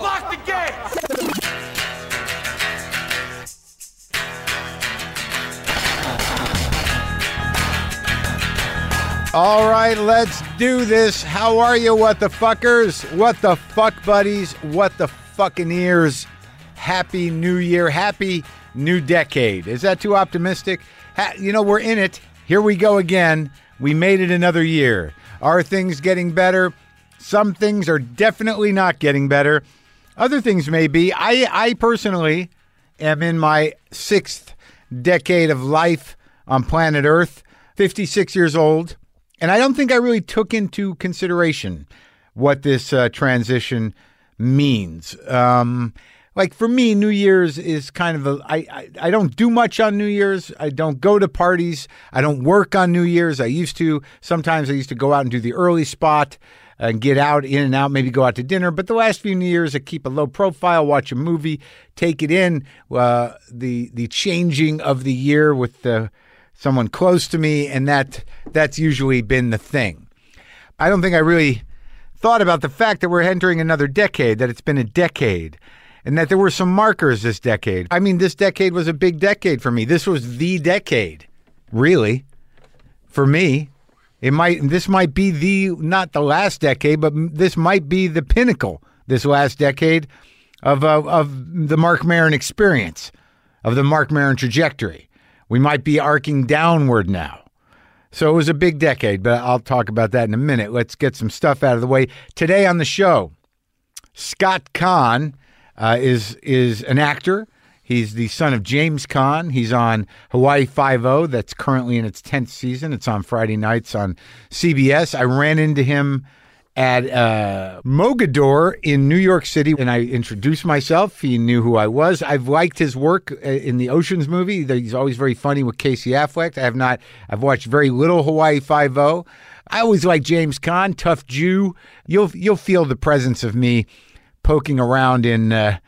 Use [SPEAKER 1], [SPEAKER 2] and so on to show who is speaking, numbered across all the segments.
[SPEAKER 1] out the gate.
[SPEAKER 2] All right, let's do this. How are you, what the fuckers? What the fuck buddies? What the fucking ears? Happy New Year. Happy New Decade. Is that too optimistic? Ha- you know, we're in it. Here we go again. We made it another year. Are things getting better? Some things are definitely not getting better. Other things may be. I, I personally am in my sixth decade of life on planet Earth, 56 years old. And I don't think I really took into consideration what this uh, transition means. Um, like for me, New Year's is kind of a. I, I I don't do much on New Year's. I don't go to parties. I don't work on New Year's. I used to. Sometimes I used to go out and do the early spot and get out in and out, maybe go out to dinner. But the last few New Year's, I keep a low profile, watch a movie, take it in. Uh, the the changing of the year with the, someone close to me, and that that's usually been the thing. I don't think I really thought about the fact that we're entering another decade, that it's been a decade, and that there were some markers this decade. I mean, this decade was a big decade for me. This was the decade, really, for me. It might this might be the not the last decade, but m- this might be the pinnacle this last decade of uh, of the Mark Maron experience, of the Mark Maron trajectory. We might be arcing downward now. So it was a big decade, but I'll talk about that in a minute. Let's get some stuff out of the way. Today on the show, Scott Kahn uh, is is an actor. He's the son of James Kahn. He's on Hawaii Five O. That's currently in its tenth season. It's on Friday nights on CBS. I ran into him at uh, Mogador in New York City, and I introduced myself. He knew who I was. I've liked his work uh, in the Ocean's movie. He's always very funny with Casey Affleck. I have not. I've watched very little Hawaii Five O. I always like James Caan, tough Jew. You'll you'll feel the presence of me poking around in uh,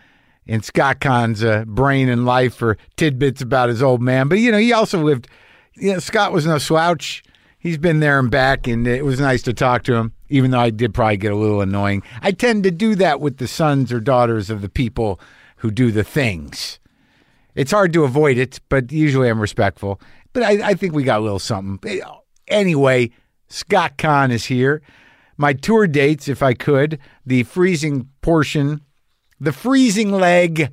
[SPEAKER 2] in Scott Kahn's uh, brain and life for tidbits about his old man. But you know, he also lived. You know, Scott was no slouch. He's been there and back, and it was nice to talk to him. Even though I did probably get a little annoying, I tend to do that with the sons or daughters of the people who do the things. It's hard to avoid it, but usually I'm respectful. But I, I think we got a little something. Anyway, Scott Kahn is here. My tour dates, if I could, the freezing portion, the freezing leg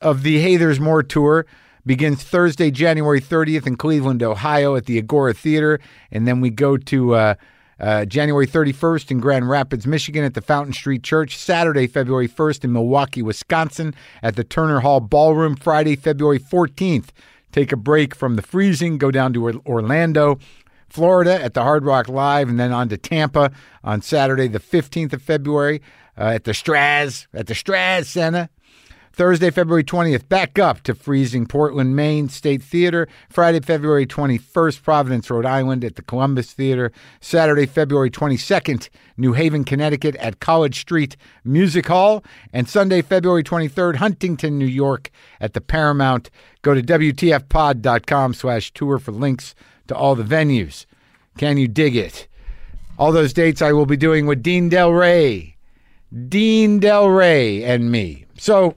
[SPEAKER 2] of the Hey There's More tour begins Thursday, January 30th in Cleveland, Ohio at the Agora Theater. And then we go to uh, uh, January 31st in Grand Rapids, Michigan at the Fountain Street Church. Saturday, February 1st in Milwaukee, Wisconsin at the Turner Hall Ballroom. Friday, February 14th, take a break from the freezing, go down to Or- Orlando. Florida at the Hard Rock Live, and then on to Tampa on Saturday, the 15th of February uh, at the Straz, at the Straz Center. Thursday, February 20th, back up to freezing Portland, Maine State Theater. Friday, February 21st, Providence, Rhode Island at the Columbus Theater. Saturday, February 22nd, New Haven, Connecticut at College Street Music Hall. And Sunday, February 23rd, Huntington, New York at the Paramount. Go to WTFpod.com slash tour for links to all the venues. Can you dig it? All those dates I will be doing with Dean Del Rey. Dean Del Rey and me. So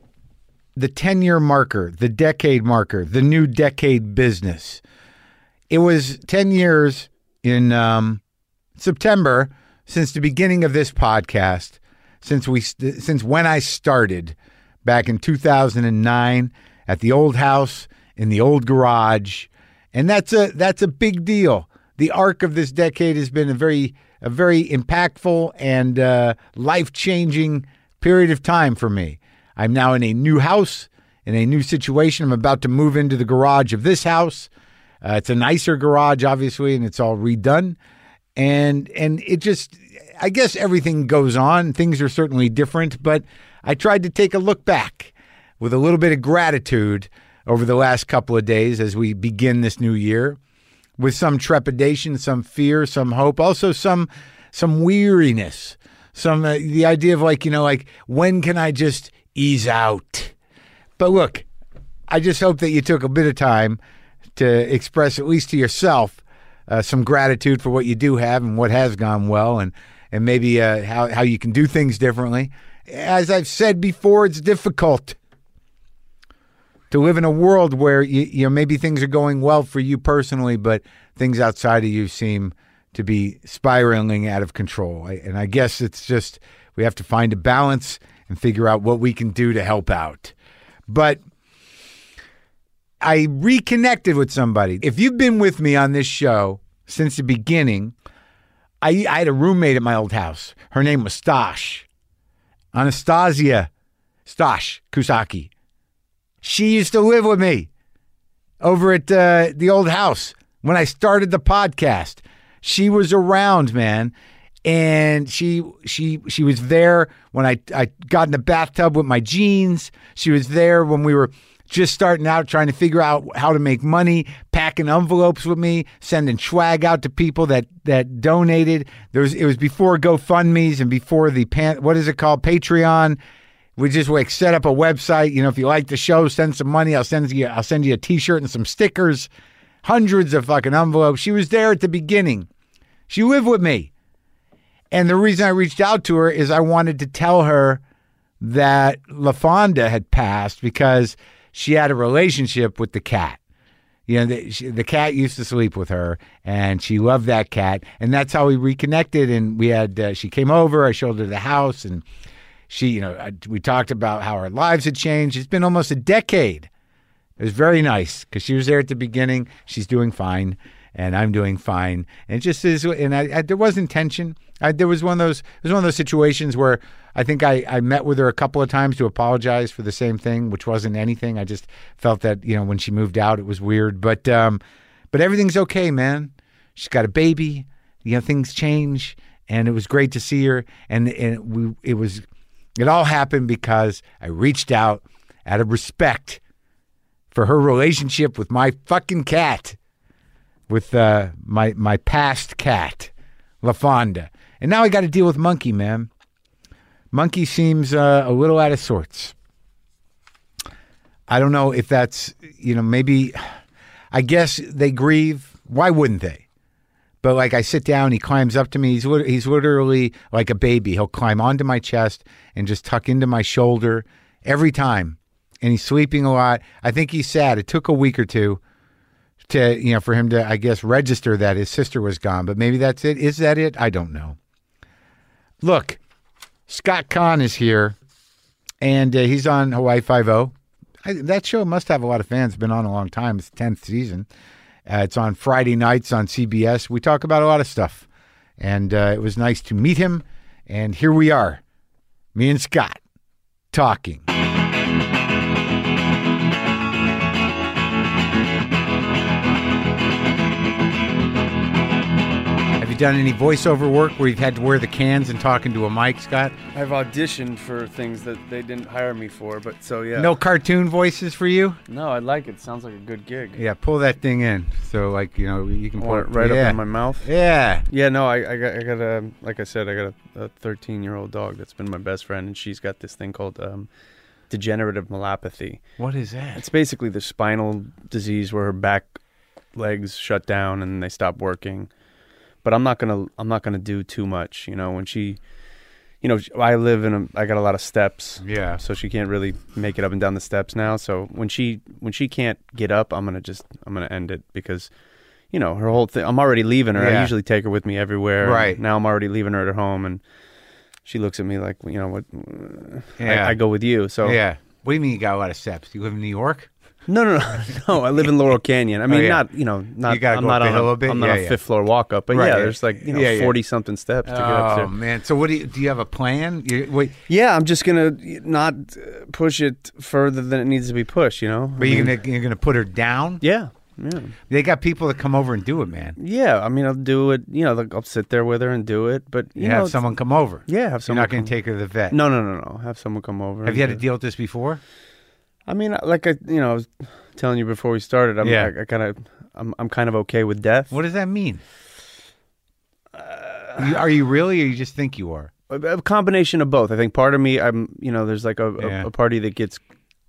[SPEAKER 2] the 10 year marker, the decade marker, the new decade business. It was 10 years in um, September since the beginning of this podcast, since we since when I started back in 2009 at the old house in the old garage. And that's a that's a big deal. The arc of this decade has been a very a very impactful and uh, life-changing period of time for me. I'm now in a new house, in a new situation. I'm about to move into the garage of this house. Uh, it's a nicer garage, obviously, and it's all redone. And and it just, I guess everything goes on. Things are certainly different, but I tried to take a look back with a little bit of gratitude over the last couple of days as we begin this new year with some trepidation, some fear, some hope, also some some weariness, some uh, the idea of like you know like when can I just ease out? But look, I just hope that you took a bit of time to express at least to yourself uh, some gratitude for what you do have and what has gone well, and and maybe uh, how how you can do things differently, as I've said before, it's difficult to live in a world where you, you know maybe things are going well for you personally, but things outside of you seem to be spiraling out of control. I, and I guess it's just we have to find a balance and figure out what we can do to help out. But I reconnected with somebody. If you've been with me on this show since the beginning, I, I had a roommate at my old house. Her name was Stosh. Anastasia Stosh Kusaki. She used to live with me over at uh, the old house when I started the podcast. She was around, man, and she she she was there when I I got in the bathtub with my jeans. She was there when we were just starting out trying to figure out how to make money, packing envelopes with me, sending swag out to people that that donated. There was it was before GoFundmes and before the pan, what is it called Patreon. We just like set up a website. You know, if you like the show, send some money. I'll send you I'll send you a T-shirt and some stickers. Hundreds of fucking envelopes. She was there at the beginning. She lived with me. And the reason I reached out to her is I wanted to tell her that LaFonda had passed because she had a relationship with the cat. You know, the, she, the cat used to sleep with her, and she loved that cat, and that's how we reconnected. And we had uh, she came over, I showed her the house, and she, you know, I, we talked about how our lives had changed. It's been almost a decade. It was very nice because she was there at the beginning. She's doing fine, and I'm doing fine. And it just is, and I, I there wasn't tension. I, there was one of those. It was one of those situations where I think I, I met with her a couple of times to apologize for the same thing, which wasn't anything. I just felt that you know when she moved out, it was weird. But um, but everything's okay, man. She's got a baby. You know things change, and it was great to see her. And and we it was it all happened because I reached out out of respect for her relationship with my fucking cat, with uh, my my past cat, LaFonda, and now I got to deal with Monkey, man. Monkey seems uh, a little out of sorts. I don't know if that's you know maybe, I guess they grieve. Why wouldn't they? But like I sit down, he climbs up to me. He's lit- he's literally like a baby. He'll climb onto my chest and just tuck into my shoulder every time. And he's sleeping a lot. I think he's sad. It took a week or two to you know for him to I guess register that his sister was gone. But maybe that's it. Is that it? I don't know. Look, Scott Kahn is here, and uh, he's on Hawaii Five O. That show must have a lot of fans. It's Been on a long time. It's tenth season. Uh, it's on Friday nights on CBS. We talk about a lot of stuff, and uh, it was nice to meet him. And here we are, me and Scott talking. Have you done any voiceover work where you've had to wear the cans and talk into a mic, Scott?
[SPEAKER 1] I've auditioned for things that they didn't hire me for, but so yeah.
[SPEAKER 2] No cartoon voices for you?
[SPEAKER 1] No, I like it. Sounds like a good gig.
[SPEAKER 2] Yeah, pull that thing in. So like you know you can
[SPEAKER 1] I
[SPEAKER 2] pull
[SPEAKER 1] want it right
[SPEAKER 2] yeah.
[SPEAKER 1] up in my mouth.
[SPEAKER 2] Yeah,
[SPEAKER 1] Yeah, no, I, I got, I got a, like I said, I got a 13 year old dog that's been my best friend, and she's got this thing called um, degenerative malapathy.
[SPEAKER 2] what is that?
[SPEAKER 1] It's basically the spinal disease where her back legs shut down and they stop working. But I'm not gonna I'm not gonna do too much, you know. When she, you know, I live in a I got a lot of steps,
[SPEAKER 2] Yeah.
[SPEAKER 1] so she can't really make it up and down the steps now. So when she when she can't get up, I'm gonna just I'm gonna end it because, you know, her whole thing. I'm already leaving her.
[SPEAKER 2] Yeah.
[SPEAKER 1] I usually take her with me everywhere.
[SPEAKER 2] Right.
[SPEAKER 1] now, I'm already leaving her at her home, and she looks at me like, you know, what?
[SPEAKER 2] Yeah.
[SPEAKER 1] I, I go with you. So
[SPEAKER 2] Yeah. What do you mean you got a lot of steps? You live in New York?
[SPEAKER 1] no, no, no, no. I live in Laurel Canyon. I mean,
[SPEAKER 2] Oh, yeah.
[SPEAKER 1] not you know, not
[SPEAKER 2] You gotta
[SPEAKER 1] I'm
[SPEAKER 2] go
[SPEAKER 1] not
[SPEAKER 2] up the
[SPEAKER 1] on
[SPEAKER 2] hill a bit?
[SPEAKER 1] I'm not
[SPEAKER 2] Yeah,
[SPEAKER 1] on
[SPEAKER 2] yeah.
[SPEAKER 1] fifth floor walk up, but
[SPEAKER 2] Right,
[SPEAKER 1] yeah,
[SPEAKER 2] yeah.
[SPEAKER 1] there's like you know
[SPEAKER 2] Yeah, yeah.
[SPEAKER 1] forty something steps to get up
[SPEAKER 2] Oh
[SPEAKER 1] there.
[SPEAKER 2] man. So what do you do? You have a plan? You, wait,
[SPEAKER 1] Yeah, I'm just gonna not uh, push it further than it needs to be pushed. You know, I
[SPEAKER 2] but you're
[SPEAKER 1] mean,
[SPEAKER 2] gonna you're gonna put her down?
[SPEAKER 1] yeah, yeah,
[SPEAKER 2] They got people that come over and do it, man.
[SPEAKER 1] yeah. I mean, I'll do it. You know, like, I'll sit there with her and do it. But you
[SPEAKER 2] You
[SPEAKER 1] know,
[SPEAKER 2] have
[SPEAKER 1] it's-
[SPEAKER 2] someone come over.
[SPEAKER 1] Yeah, have
[SPEAKER 2] You're
[SPEAKER 1] someone.
[SPEAKER 2] not gonna
[SPEAKER 1] come-
[SPEAKER 2] take her to the vet.
[SPEAKER 1] No, no, no, no. Have someone come over.
[SPEAKER 2] Have you had to
[SPEAKER 1] and-
[SPEAKER 2] deal with this before?
[SPEAKER 1] I mean, like I, you know, I was telling you before we started. I'm,
[SPEAKER 2] Yeah.
[SPEAKER 1] I, I kind of, I'm, I'm kind of okay with death.
[SPEAKER 2] What does that mean? You- are you really, or you just think you are?
[SPEAKER 1] a, a combination of both. I think part of me, I'm, you know, there's like a, a-
[SPEAKER 2] Yeah.
[SPEAKER 1] a, party that gets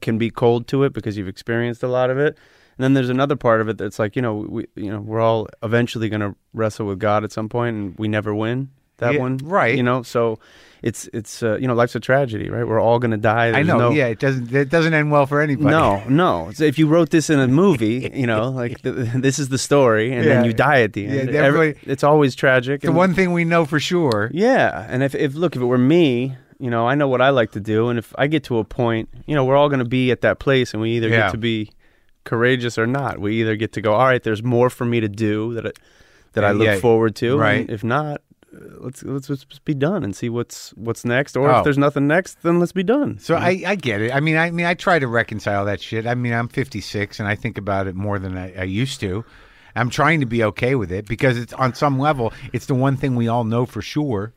[SPEAKER 1] can be cold to it because you've experienced a lot of it, and then there's another part of it that's like, you know, we, you know, we're all eventually going to wrestle with God at some point, and we never win. that
[SPEAKER 2] Yeah,
[SPEAKER 1] one,
[SPEAKER 2] right.
[SPEAKER 1] You know, so it's it's uh, you know, life's a tragedy, right? We're all gonna die.
[SPEAKER 2] I
[SPEAKER 1] There's
[SPEAKER 2] know.
[SPEAKER 1] no-
[SPEAKER 2] Yeah, it doesn't. It doesn't end well for anybody.
[SPEAKER 1] No, no. So if you wrote this in a movie, you know, like th- this is the story, and then
[SPEAKER 2] Yeah.
[SPEAKER 1] you die at the
[SPEAKER 2] Yeah,
[SPEAKER 1] end.
[SPEAKER 2] everybody-
[SPEAKER 1] it's always tragic.
[SPEAKER 2] the
[SPEAKER 1] and-
[SPEAKER 2] one thing we know for sure.
[SPEAKER 1] Yeah, and if if look, if it were me, you know, I know what I like to do, and if I get to a point, you know, we're all going to be at that place, and we either
[SPEAKER 2] Yeah.
[SPEAKER 1] get to be courageous or not. We either get to go, all right, there's more for me to do that I, that I
[SPEAKER 2] Yeah,
[SPEAKER 1] look
[SPEAKER 2] yeah,
[SPEAKER 1] forward to, and
[SPEAKER 2] right.
[SPEAKER 1] if not. uh, Let's, let's let's be done and see what's what's next. Or
[SPEAKER 2] Oh.
[SPEAKER 1] if there's nothing next, then let's be done.
[SPEAKER 2] So I, I get it. I mean, I mean, I try to reconcile that shit. I mean, I'm 56 and I think about it more than I, I used to. I'm trying to be okay with it because it's on some level, it's the one thing we all know for sure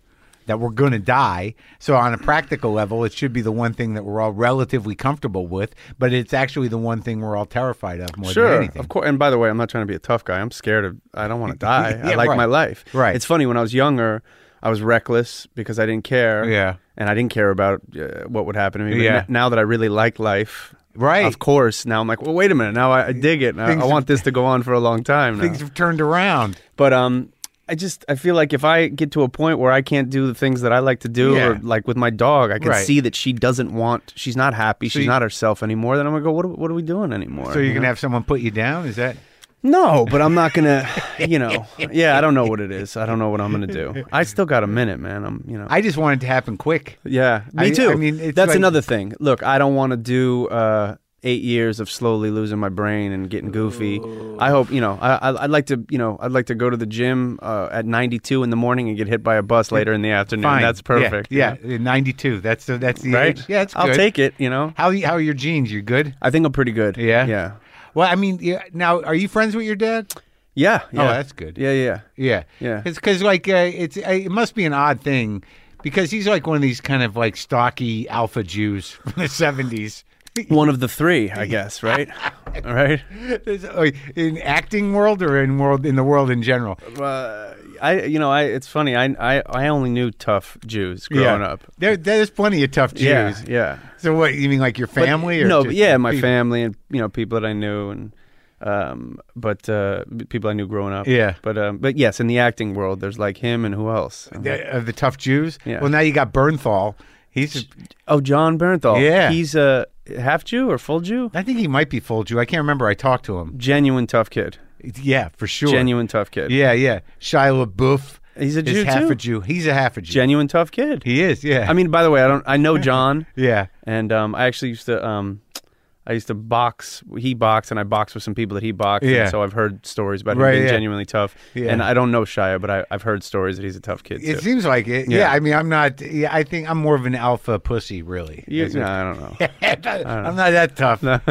[SPEAKER 2] that we're going to die. So on a practical level, it should be the one thing that we're all relatively comfortable with, but it's actually the one thing we're all terrified of more than
[SPEAKER 1] Sure,
[SPEAKER 2] anything.
[SPEAKER 1] of course. And by the way, I'm not trying to be a tough guy. I'm scared of. I don't want to die.
[SPEAKER 2] Yeah,
[SPEAKER 1] I like
[SPEAKER 2] right.
[SPEAKER 1] my life.
[SPEAKER 2] Right.
[SPEAKER 1] It's funny when I was younger, I was reckless because I didn't care.
[SPEAKER 2] Yeah.
[SPEAKER 1] And I didn't care about uh, what would happen to me. But
[SPEAKER 2] Yeah.
[SPEAKER 1] n- now that I really like life,
[SPEAKER 2] Right.
[SPEAKER 1] Of course. Now I'm like, well, wait a minute. Now I, I dig it. and I,
[SPEAKER 2] Things
[SPEAKER 1] I want this to go on for a long time. now.
[SPEAKER 2] Things have turned around.
[SPEAKER 1] But um, I just I feel like if I get to a point where I can't do the things that I like to do,
[SPEAKER 2] Yeah.
[SPEAKER 1] or like with my dog, I can
[SPEAKER 2] Right.
[SPEAKER 1] see that she doesn't want. She's not happy. she's
[SPEAKER 2] you-
[SPEAKER 1] not herself anymore. Then I'm gonna go. What are, what are we doing anymore?
[SPEAKER 2] So you're
[SPEAKER 1] You
[SPEAKER 2] going
[SPEAKER 1] know?
[SPEAKER 2] to have someone put you down? Is that?
[SPEAKER 1] No, but I'm not gonna. You know, yeah, I don't know what it is. I don't know what I'm gonna do. I still got a minute, man. I'm, you know,
[SPEAKER 2] I just want it to happen quick.
[SPEAKER 1] yeah, me
[SPEAKER 2] I-
[SPEAKER 1] too.
[SPEAKER 2] I mean, it's
[SPEAKER 1] that's
[SPEAKER 2] like-
[SPEAKER 1] another thing. Look, I don't want to do uh, eight years of slowly losing my brain and getting goofy. I hope you know. I, I I'd like to, you know, I'd like to go to the gym uh, at 92 in the morning and get hit by a bus later in the afternoon.
[SPEAKER 2] Fine.
[SPEAKER 1] That's perfect.
[SPEAKER 2] Yeah, yeah. 92. That's the that's the
[SPEAKER 1] you know? right.
[SPEAKER 2] age. Yeah, it's good.
[SPEAKER 1] I'll take it. You know,
[SPEAKER 2] How how are your genes? You good?
[SPEAKER 1] I think I'm pretty good.
[SPEAKER 2] Yeah?
[SPEAKER 1] yeah,
[SPEAKER 2] Well, I mean, yeah, now are you friends with your dad?
[SPEAKER 1] yeah. yeah.
[SPEAKER 2] Oh, that's good.
[SPEAKER 1] Yeah, yeah.
[SPEAKER 2] Yeah,
[SPEAKER 1] Yeah.
[SPEAKER 2] It's because like uh, it's uh, it must be an odd thing because he's like one of these kind of like stocky alpha Jews from the seventies.
[SPEAKER 1] One of the three, I guess. Right. All right.
[SPEAKER 2] uh, in acting world or in world in the world in general.
[SPEAKER 1] Uh, I, you know, I. It's funny. I, I, I only knew tough Jews growing up.
[SPEAKER 2] there there's plenty of tough Jews.
[SPEAKER 1] Yeah, yeah.
[SPEAKER 2] So what you mean like your
[SPEAKER 1] But-
[SPEAKER 2] family? or
[SPEAKER 1] no, but
[SPEAKER 2] just
[SPEAKER 1] yeah, my
[SPEAKER 2] people?
[SPEAKER 1] family and you know people that I knew and, um, but uh, people I knew growing up.
[SPEAKER 2] Yeah.
[SPEAKER 1] But um, but yes, in the acting world, there's like him and who else? And,
[SPEAKER 2] The, of the tough Jews.
[SPEAKER 1] Yeah.
[SPEAKER 2] Well, now you got Bernthal. He's a-
[SPEAKER 1] oh, John Bernthal.
[SPEAKER 2] Yeah.
[SPEAKER 1] He's a half Jew or full Jew.
[SPEAKER 2] I think he might be full Jew. I can't remember. I talked to him.
[SPEAKER 1] Genuine tough kid.
[SPEAKER 2] Yeah, for sure.
[SPEAKER 1] Genuine tough kid.
[SPEAKER 2] Yeah, yeah. Shia LaBeouf.
[SPEAKER 1] He's a
[SPEAKER 2] is
[SPEAKER 1] Jew,
[SPEAKER 2] half
[SPEAKER 1] too.
[SPEAKER 2] a Jew. He's a half a Jew.
[SPEAKER 1] Genuine tough kid.
[SPEAKER 2] he is. Yeah.
[SPEAKER 1] I mean, by the way, I don't. I know John.
[SPEAKER 2] yeah.
[SPEAKER 1] and um, I actually used to um, I used to box. He boxed, and I boxed with some people that he boxed. and
[SPEAKER 2] Yeah.
[SPEAKER 1] so I've heard stories about him
[SPEAKER 2] Right,
[SPEAKER 1] being
[SPEAKER 2] yeah.
[SPEAKER 1] genuinely tough.
[SPEAKER 2] Yeah.
[SPEAKER 1] And I don't know Shia, but I, I've heard stories that he's a tough kid.
[SPEAKER 2] It
[SPEAKER 1] too.
[SPEAKER 2] seems like it. Yeah.
[SPEAKER 1] Yeah.
[SPEAKER 2] I mean, I'm not. Yeah, I think I'm more of an alpha pussy, really.
[SPEAKER 1] You-
[SPEAKER 2] That's
[SPEAKER 1] no,
[SPEAKER 2] what-
[SPEAKER 1] I don't know.
[SPEAKER 2] I'm not that tough. but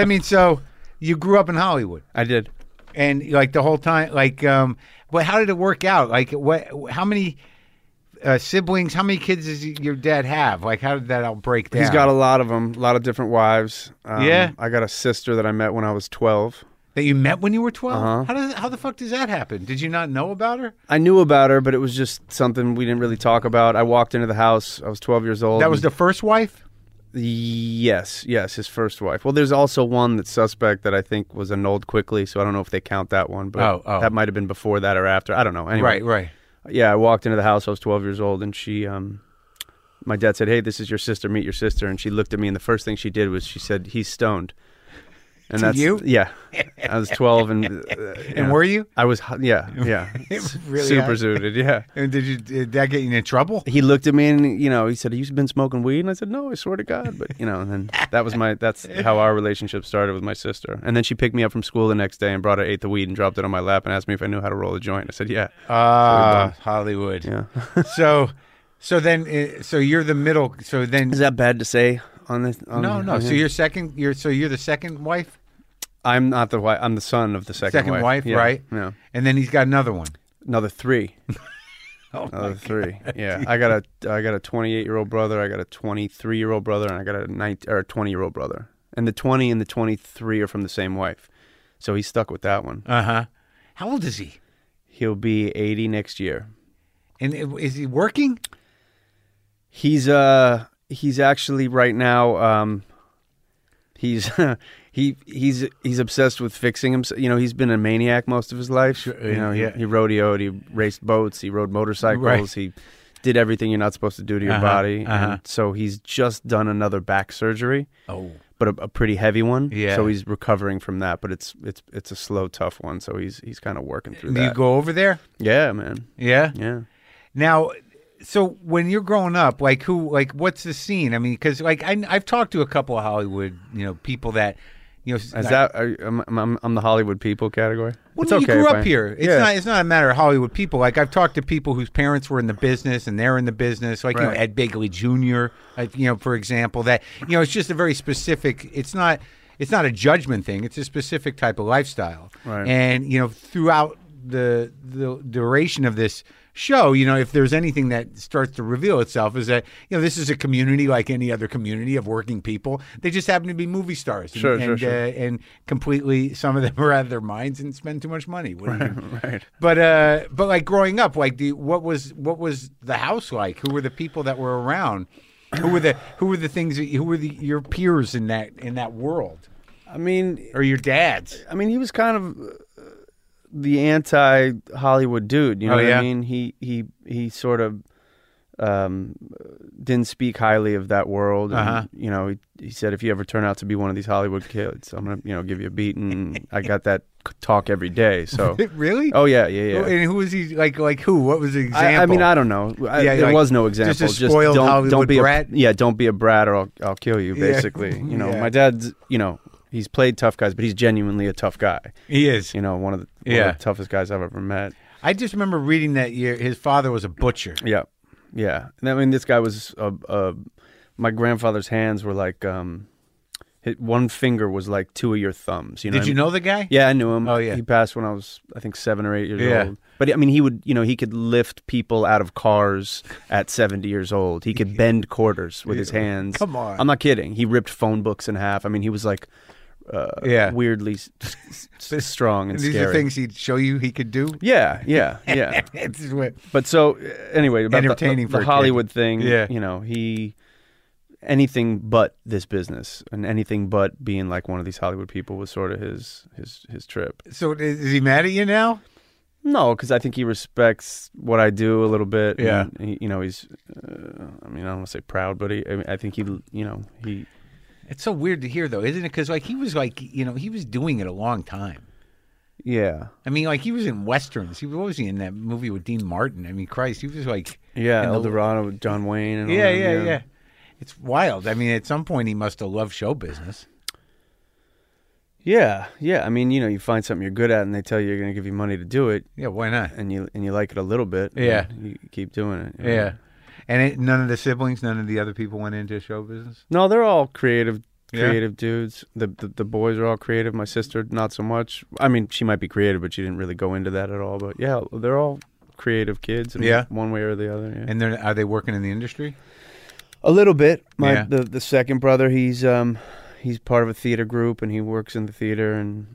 [SPEAKER 2] I mean, so you grew up in Hollywood,
[SPEAKER 1] I did.
[SPEAKER 2] and like the whole time, like, um, well, how did it work out? Like, what? How many uh, siblings? How many kids does y- your dad have? Like, how did that all break down?
[SPEAKER 1] He's got a lot of them, a lot of different wives. Um,
[SPEAKER 2] Yeah.
[SPEAKER 1] I got a sister that I met when I was twelve.
[SPEAKER 2] that you met when you were 12
[SPEAKER 1] Uh-huh.
[SPEAKER 2] How does? How the fuck does that happen? Did you not know about her?
[SPEAKER 1] I knew about her, but it was just something we didn't really talk about. I walked into the house. I was twelve years old.
[SPEAKER 2] That was the first wife.
[SPEAKER 1] Yes, yes, his first wife. Well, there's also one that's suspect that I think was annulled quickly, so I don't know if they count that one, but
[SPEAKER 2] Oh, oh.
[SPEAKER 1] that might have been before that or after. I don't know. Anyway,
[SPEAKER 2] Right, right.
[SPEAKER 1] yeah, I walked into the house. I was 12 years old, and she, um, my dad said, "Hey, this is your sister. Meet your sister." And she looked at me, and the first thing she did was she said, "He's stoned." And
[SPEAKER 2] To
[SPEAKER 1] that's
[SPEAKER 2] you?
[SPEAKER 1] Yeah, I was 12, and uh,
[SPEAKER 2] And were you?
[SPEAKER 1] I was hu- yeah yeah
[SPEAKER 2] It really
[SPEAKER 1] super
[SPEAKER 2] happened.
[SPEAKER 1] zooted yeah.
[SPEAKER 2] And did you did that get you in trouble?
[SPEAKER 1] he looked at me and you know he said, "Have you been smoking weed?" And I said, "No, I swear to God." But you know, and then that was my that's how our relationship started with my sister. And then she picked me up from school the next day and brought her eighth of weed and dropped it on my lap and asked me if I knew how to roll a joint. I said, "Yeah,
[SPEAKER 2] Ah, Hollywood.
[SPEAKER 1] yeah."
[SPEAKER 2] so, so then, uh, so you're the middle. So then, um,
[SPEAKER 1] Is that bad to say on this? On,
[SPEAKER 2] no, no.
[SPEAKER 1] on
[SPEAKER 2] So
[SPEAKER 1] here?
[SPEAKER 2] you're second. You're so you're the second wife,
[SPEAKER 1] I'm not the wife. I'm the son of the second,
[SPEAKER 2] Second wife,
[SPEAKER 1] Yeah,
[SPEAKER 2] right.
[SPEAKER 1] Yeah,
[SPEAKER 2] and then he's got another one.
[SPEAKER 1] another three.
[SPEAKER 2] Oh,
[SPEAKER 1] Another three. Yeah, I got a I got a 28 year old brother. I got a 23 year old brother, and I got a 19 or 20 year old brother. And the 20 and the 23 are from the same wife, so he's stuck with that one.
[SPEAKER 2] Uh huh. How old is he?
[SPEAKER 1] He'll be 80 next year.
[SPEAKER 2] And i- is he working?
[SPEAKER 1] He's uh he's actually right now um he's he he's he's obsessed with fixing himself. You know, he's been a maniac most of his life. you know, he,
[SPEAKER 2] yeah.
[SPEAKER 1] he rodeoed, he raced boats, he rode motorcycles,
[SPEAKER 2] Right.
[SPEAKER 1] he did everything you're not supposed to do to your
[SPEAKER 2] Uh-huh,
[SPEAKER 1] body.
[SPEAKER 2] uh-huh.
[SPEAKER 1] And so he's just done another back surgery,
[SPEAKER 2] Oh.
[SPEAKER 1] but a, a pretty heavy one.
[SPEAKER 2] Yeah.
[SPEAKER 1] So he's recovering from that, but it's it's it's a slow, tough one. So he's he's kind of working through
[SPEAKER 2] Do you
[SPEAKER 1] that.
[SPEAKER 2] go over there?
[SPEAKER 1] yeah, man.
[SPEAKER 2] Yeah.
[SPEAKER 1] Yeah.
[SPEAKER 2] Now, so when you're growing up, like who, like what's the scene? I mean, because like I, I've talked to a couple of Hollywood, you know, people that, you know,
[SPEAKER 1] Is that are, you- I'm, I'm I'm the Hollywood people category?
[SPEAKER 2] Well,
[SPEAKER 1] It's
[SPEAKER 2] no,
[SPEAKER 1] okay
[SPEAKER 2] you grew
[SPEAKER 1] if
[SPEAKER 2] up
[SPEAKER 1] I-
[SPEAKER 2] here. It's
[SPEAKER 1] yeah.
[SPEAKER 2] not. It's not a matter of Hollywood people. Like I've talked to people whose parents were in the business and they're in the business. Like you know,
[SPEAKER 1] Right.
[SPEAKER 2] Ed Bigley Jr. Like, you know, for example, that you know, it's just a very specific. It's not. It's not a judgment thing. It's a specific type of lifestyle.
[SPEAKER 1] Right.
[SPEAKER 2] And you know, throughout the the duration of this show, you know, if there's anything that starts to reveal itself, is that you know, this is a community like any other community of working people. They just happen to be movie stars. and-
[SPEAKER 1] Sure,
[SPEAKER 2] and,
[SPEAKER 1] sure, sure.
[SPEAKER 2] uh, and completely some of them are out of their minds and spend too much money. What do you do?
[SPEAKER 1] right.
[SPEAKER 2] But uh, but like growing up, like the, what was what was the house like? Who were the people that were around? Who were the who were the things? That, who were the, your peers in that in that world
[SPEAKER 1] I mean,
[SPEAKER 2] or your dads?
[SPEAKER 1] I mean, he was kind of uh, the anti Hollywood dude. You know
[SPEAKER 2] Oh,
[SPEAKER 1] what
[SPEAKER 2] yeah?
[SPEAKER 1] I mean? He he he sort of um, didn't speak highly of that world. and,
[SPEAKER 2] Uh-huh.
[SPEAKER 1] You know, he, he said if you ever turn out to be one of these Hollywood kids, I'm gonna you know give you a beating. And I got that c- talk every day. So,
[SPEAKER 2] really?
[SPEAKER 1] oh yeah, yeah, yeah.
[SPEAKER 2] And who was he like? Like who? What was the example?
[SPEAKER 1] I, I mean, I don't know. I,
[SPEAKER 2] Yeah,
[SPEAKER 1] there
[SPEAKER 2] like,
[SPEAKER 1] was no
[SPEAKER 2] just a
[SPEAKER 1] example.
[SPEAKER 2] spoiled
[SPEAKER 1] don't,
[SPEAKER 2] Hollywood
[SPEAKER 1] don't be
[SPEAKER 2] brat?
[SPEAKER 1] A, yeah, don't be a brat, or I'll, I'll kill you.
[SPEAKER 2] Yeah.
[SPEAKER 1] Basically, you know,
[SPEAKER 2] Yeah.
[SPEAKER 1] my dad's. You know, he's played tough guys, but he's genuinely a tough guy.
[SPEAKER 2] he is.
[SPEAKER 1] You know, one of the, one
[SPEAKER 2] Yeah.
[SPEAKER 1] of the toughest guys I've ever met.
[SPEAKER 2] I just remember reading that year his father was a butcher.
[SPEAKER 1] Yeah, yeah. And I mean, this guy was. Uh, uh, my grandfather's hands were like. Um, hit, one finger was like two of your thumbs. You know.
[SPEAKER 2] Did you know the guy?
[SPEAKER 1] Yeah, I knew him.
[SPEAKER 2] Oh, yeah.
[SPEAKER 1] He passed when I was, I think, seven or eight years
[SPEAKER 2] Yeah.
[SPEAKER 1] old. But I mean, he would, you know, he could lift people out of cars at 70 years old. He could bend quarters with his hands.
[SPEAKER 2] Come on.
[SPEAKER 1] I'm not kidding. He ripped phone books in half. I mean, he was like uh,
[SPEAKER 2] Yeah.
[SPEAKER 1] weirdly s- s- s- strong and
[SPEAKER 2] These
[SPEAKER 1] scary.
[SPEAKER 2] are things he'd show you he could do.
[SPEAKER 1] yeah, yeah, yeah.
[SPEAKER 2] It's what-
[SPEAKER 1] But so uh, anyway, about the-
[SPEAKER 2] Entertaining
[SPEAKER 1] the,
[SPEAKER 2] for
[SPEAKER 1] the,
[SPEAKER 2] a kid.
[SPEAKER 1] Hollywood thing.
[SPEAKER 2] Yeah.
[SPEAKER 1] you know he anything but this business and anything but being like one of these Hollywood people was sort of his his his trip.
[SPEAKER 2] So is, is he mad at you now?
[SPEAKER 1] No, because I think he respects what I do a little bit.
[SPEAKER 2] Yeah.
[SPEAKER 1] and he, you know he's. Uh, I mean, I don't want to say proud, but he. I, mean, I think he. You know he.
[SPEAKER 2] It's so weird to hear, though, isn't it? Because like he was like you know he was doing it a long time.
[SPEAKER 1] Yeah.
[SPEAKER 2] I mean, like he was in westerns. He was, what was he in that movie with Dean Martin? I mean, Christ, he was like
[SPEAKER 1] Yeah,
[SPEAKER 2] And the-
[SPEAKER 1] El Dorado with John Wayne and all
[SPEAKER 2] yeah,
[SPEAKER 1] them,
[SPEAKER 2] yeah, yeah, It's wild. I mean, at some point he must have loved show business.
[SPEAKER 1] yeah, yeah. I mean, you know, you find something you're good at, and they tell you you're going to give you money to do it,
[SPEAKER 2] Yeah, why not?
[SPEAKER 1] and you and you like it a little bit.
[SPEAKER 2] Yeah.
[SPEAKER 1] and you keep doing it. you know?
[SPEAKER 2] Yeah. And it, none of the siblings, none of the other people went into show business.
[SPEAKER 1] No, they're all creative,
[SPEAKER 2] Yeah.
[SPEAKER 1] creative dudes. The, the the boys are all creative. My sister, not so much. I mean, she might be creative, but she didn't really go into that at all. But yeah, they're all creative kids. In
[SPEAKER 2] Yeah.
[SPEAKER 1] one way or the other. Yeah.
[SPEAKER 2] And they're, are they working in the industry?
[SPEAKER 1] a little bit. My
[SPEAKER 2] Yeah.
[SPEAKER 1] the the second brother, he's um, he's part of a theater group and he works in the theater and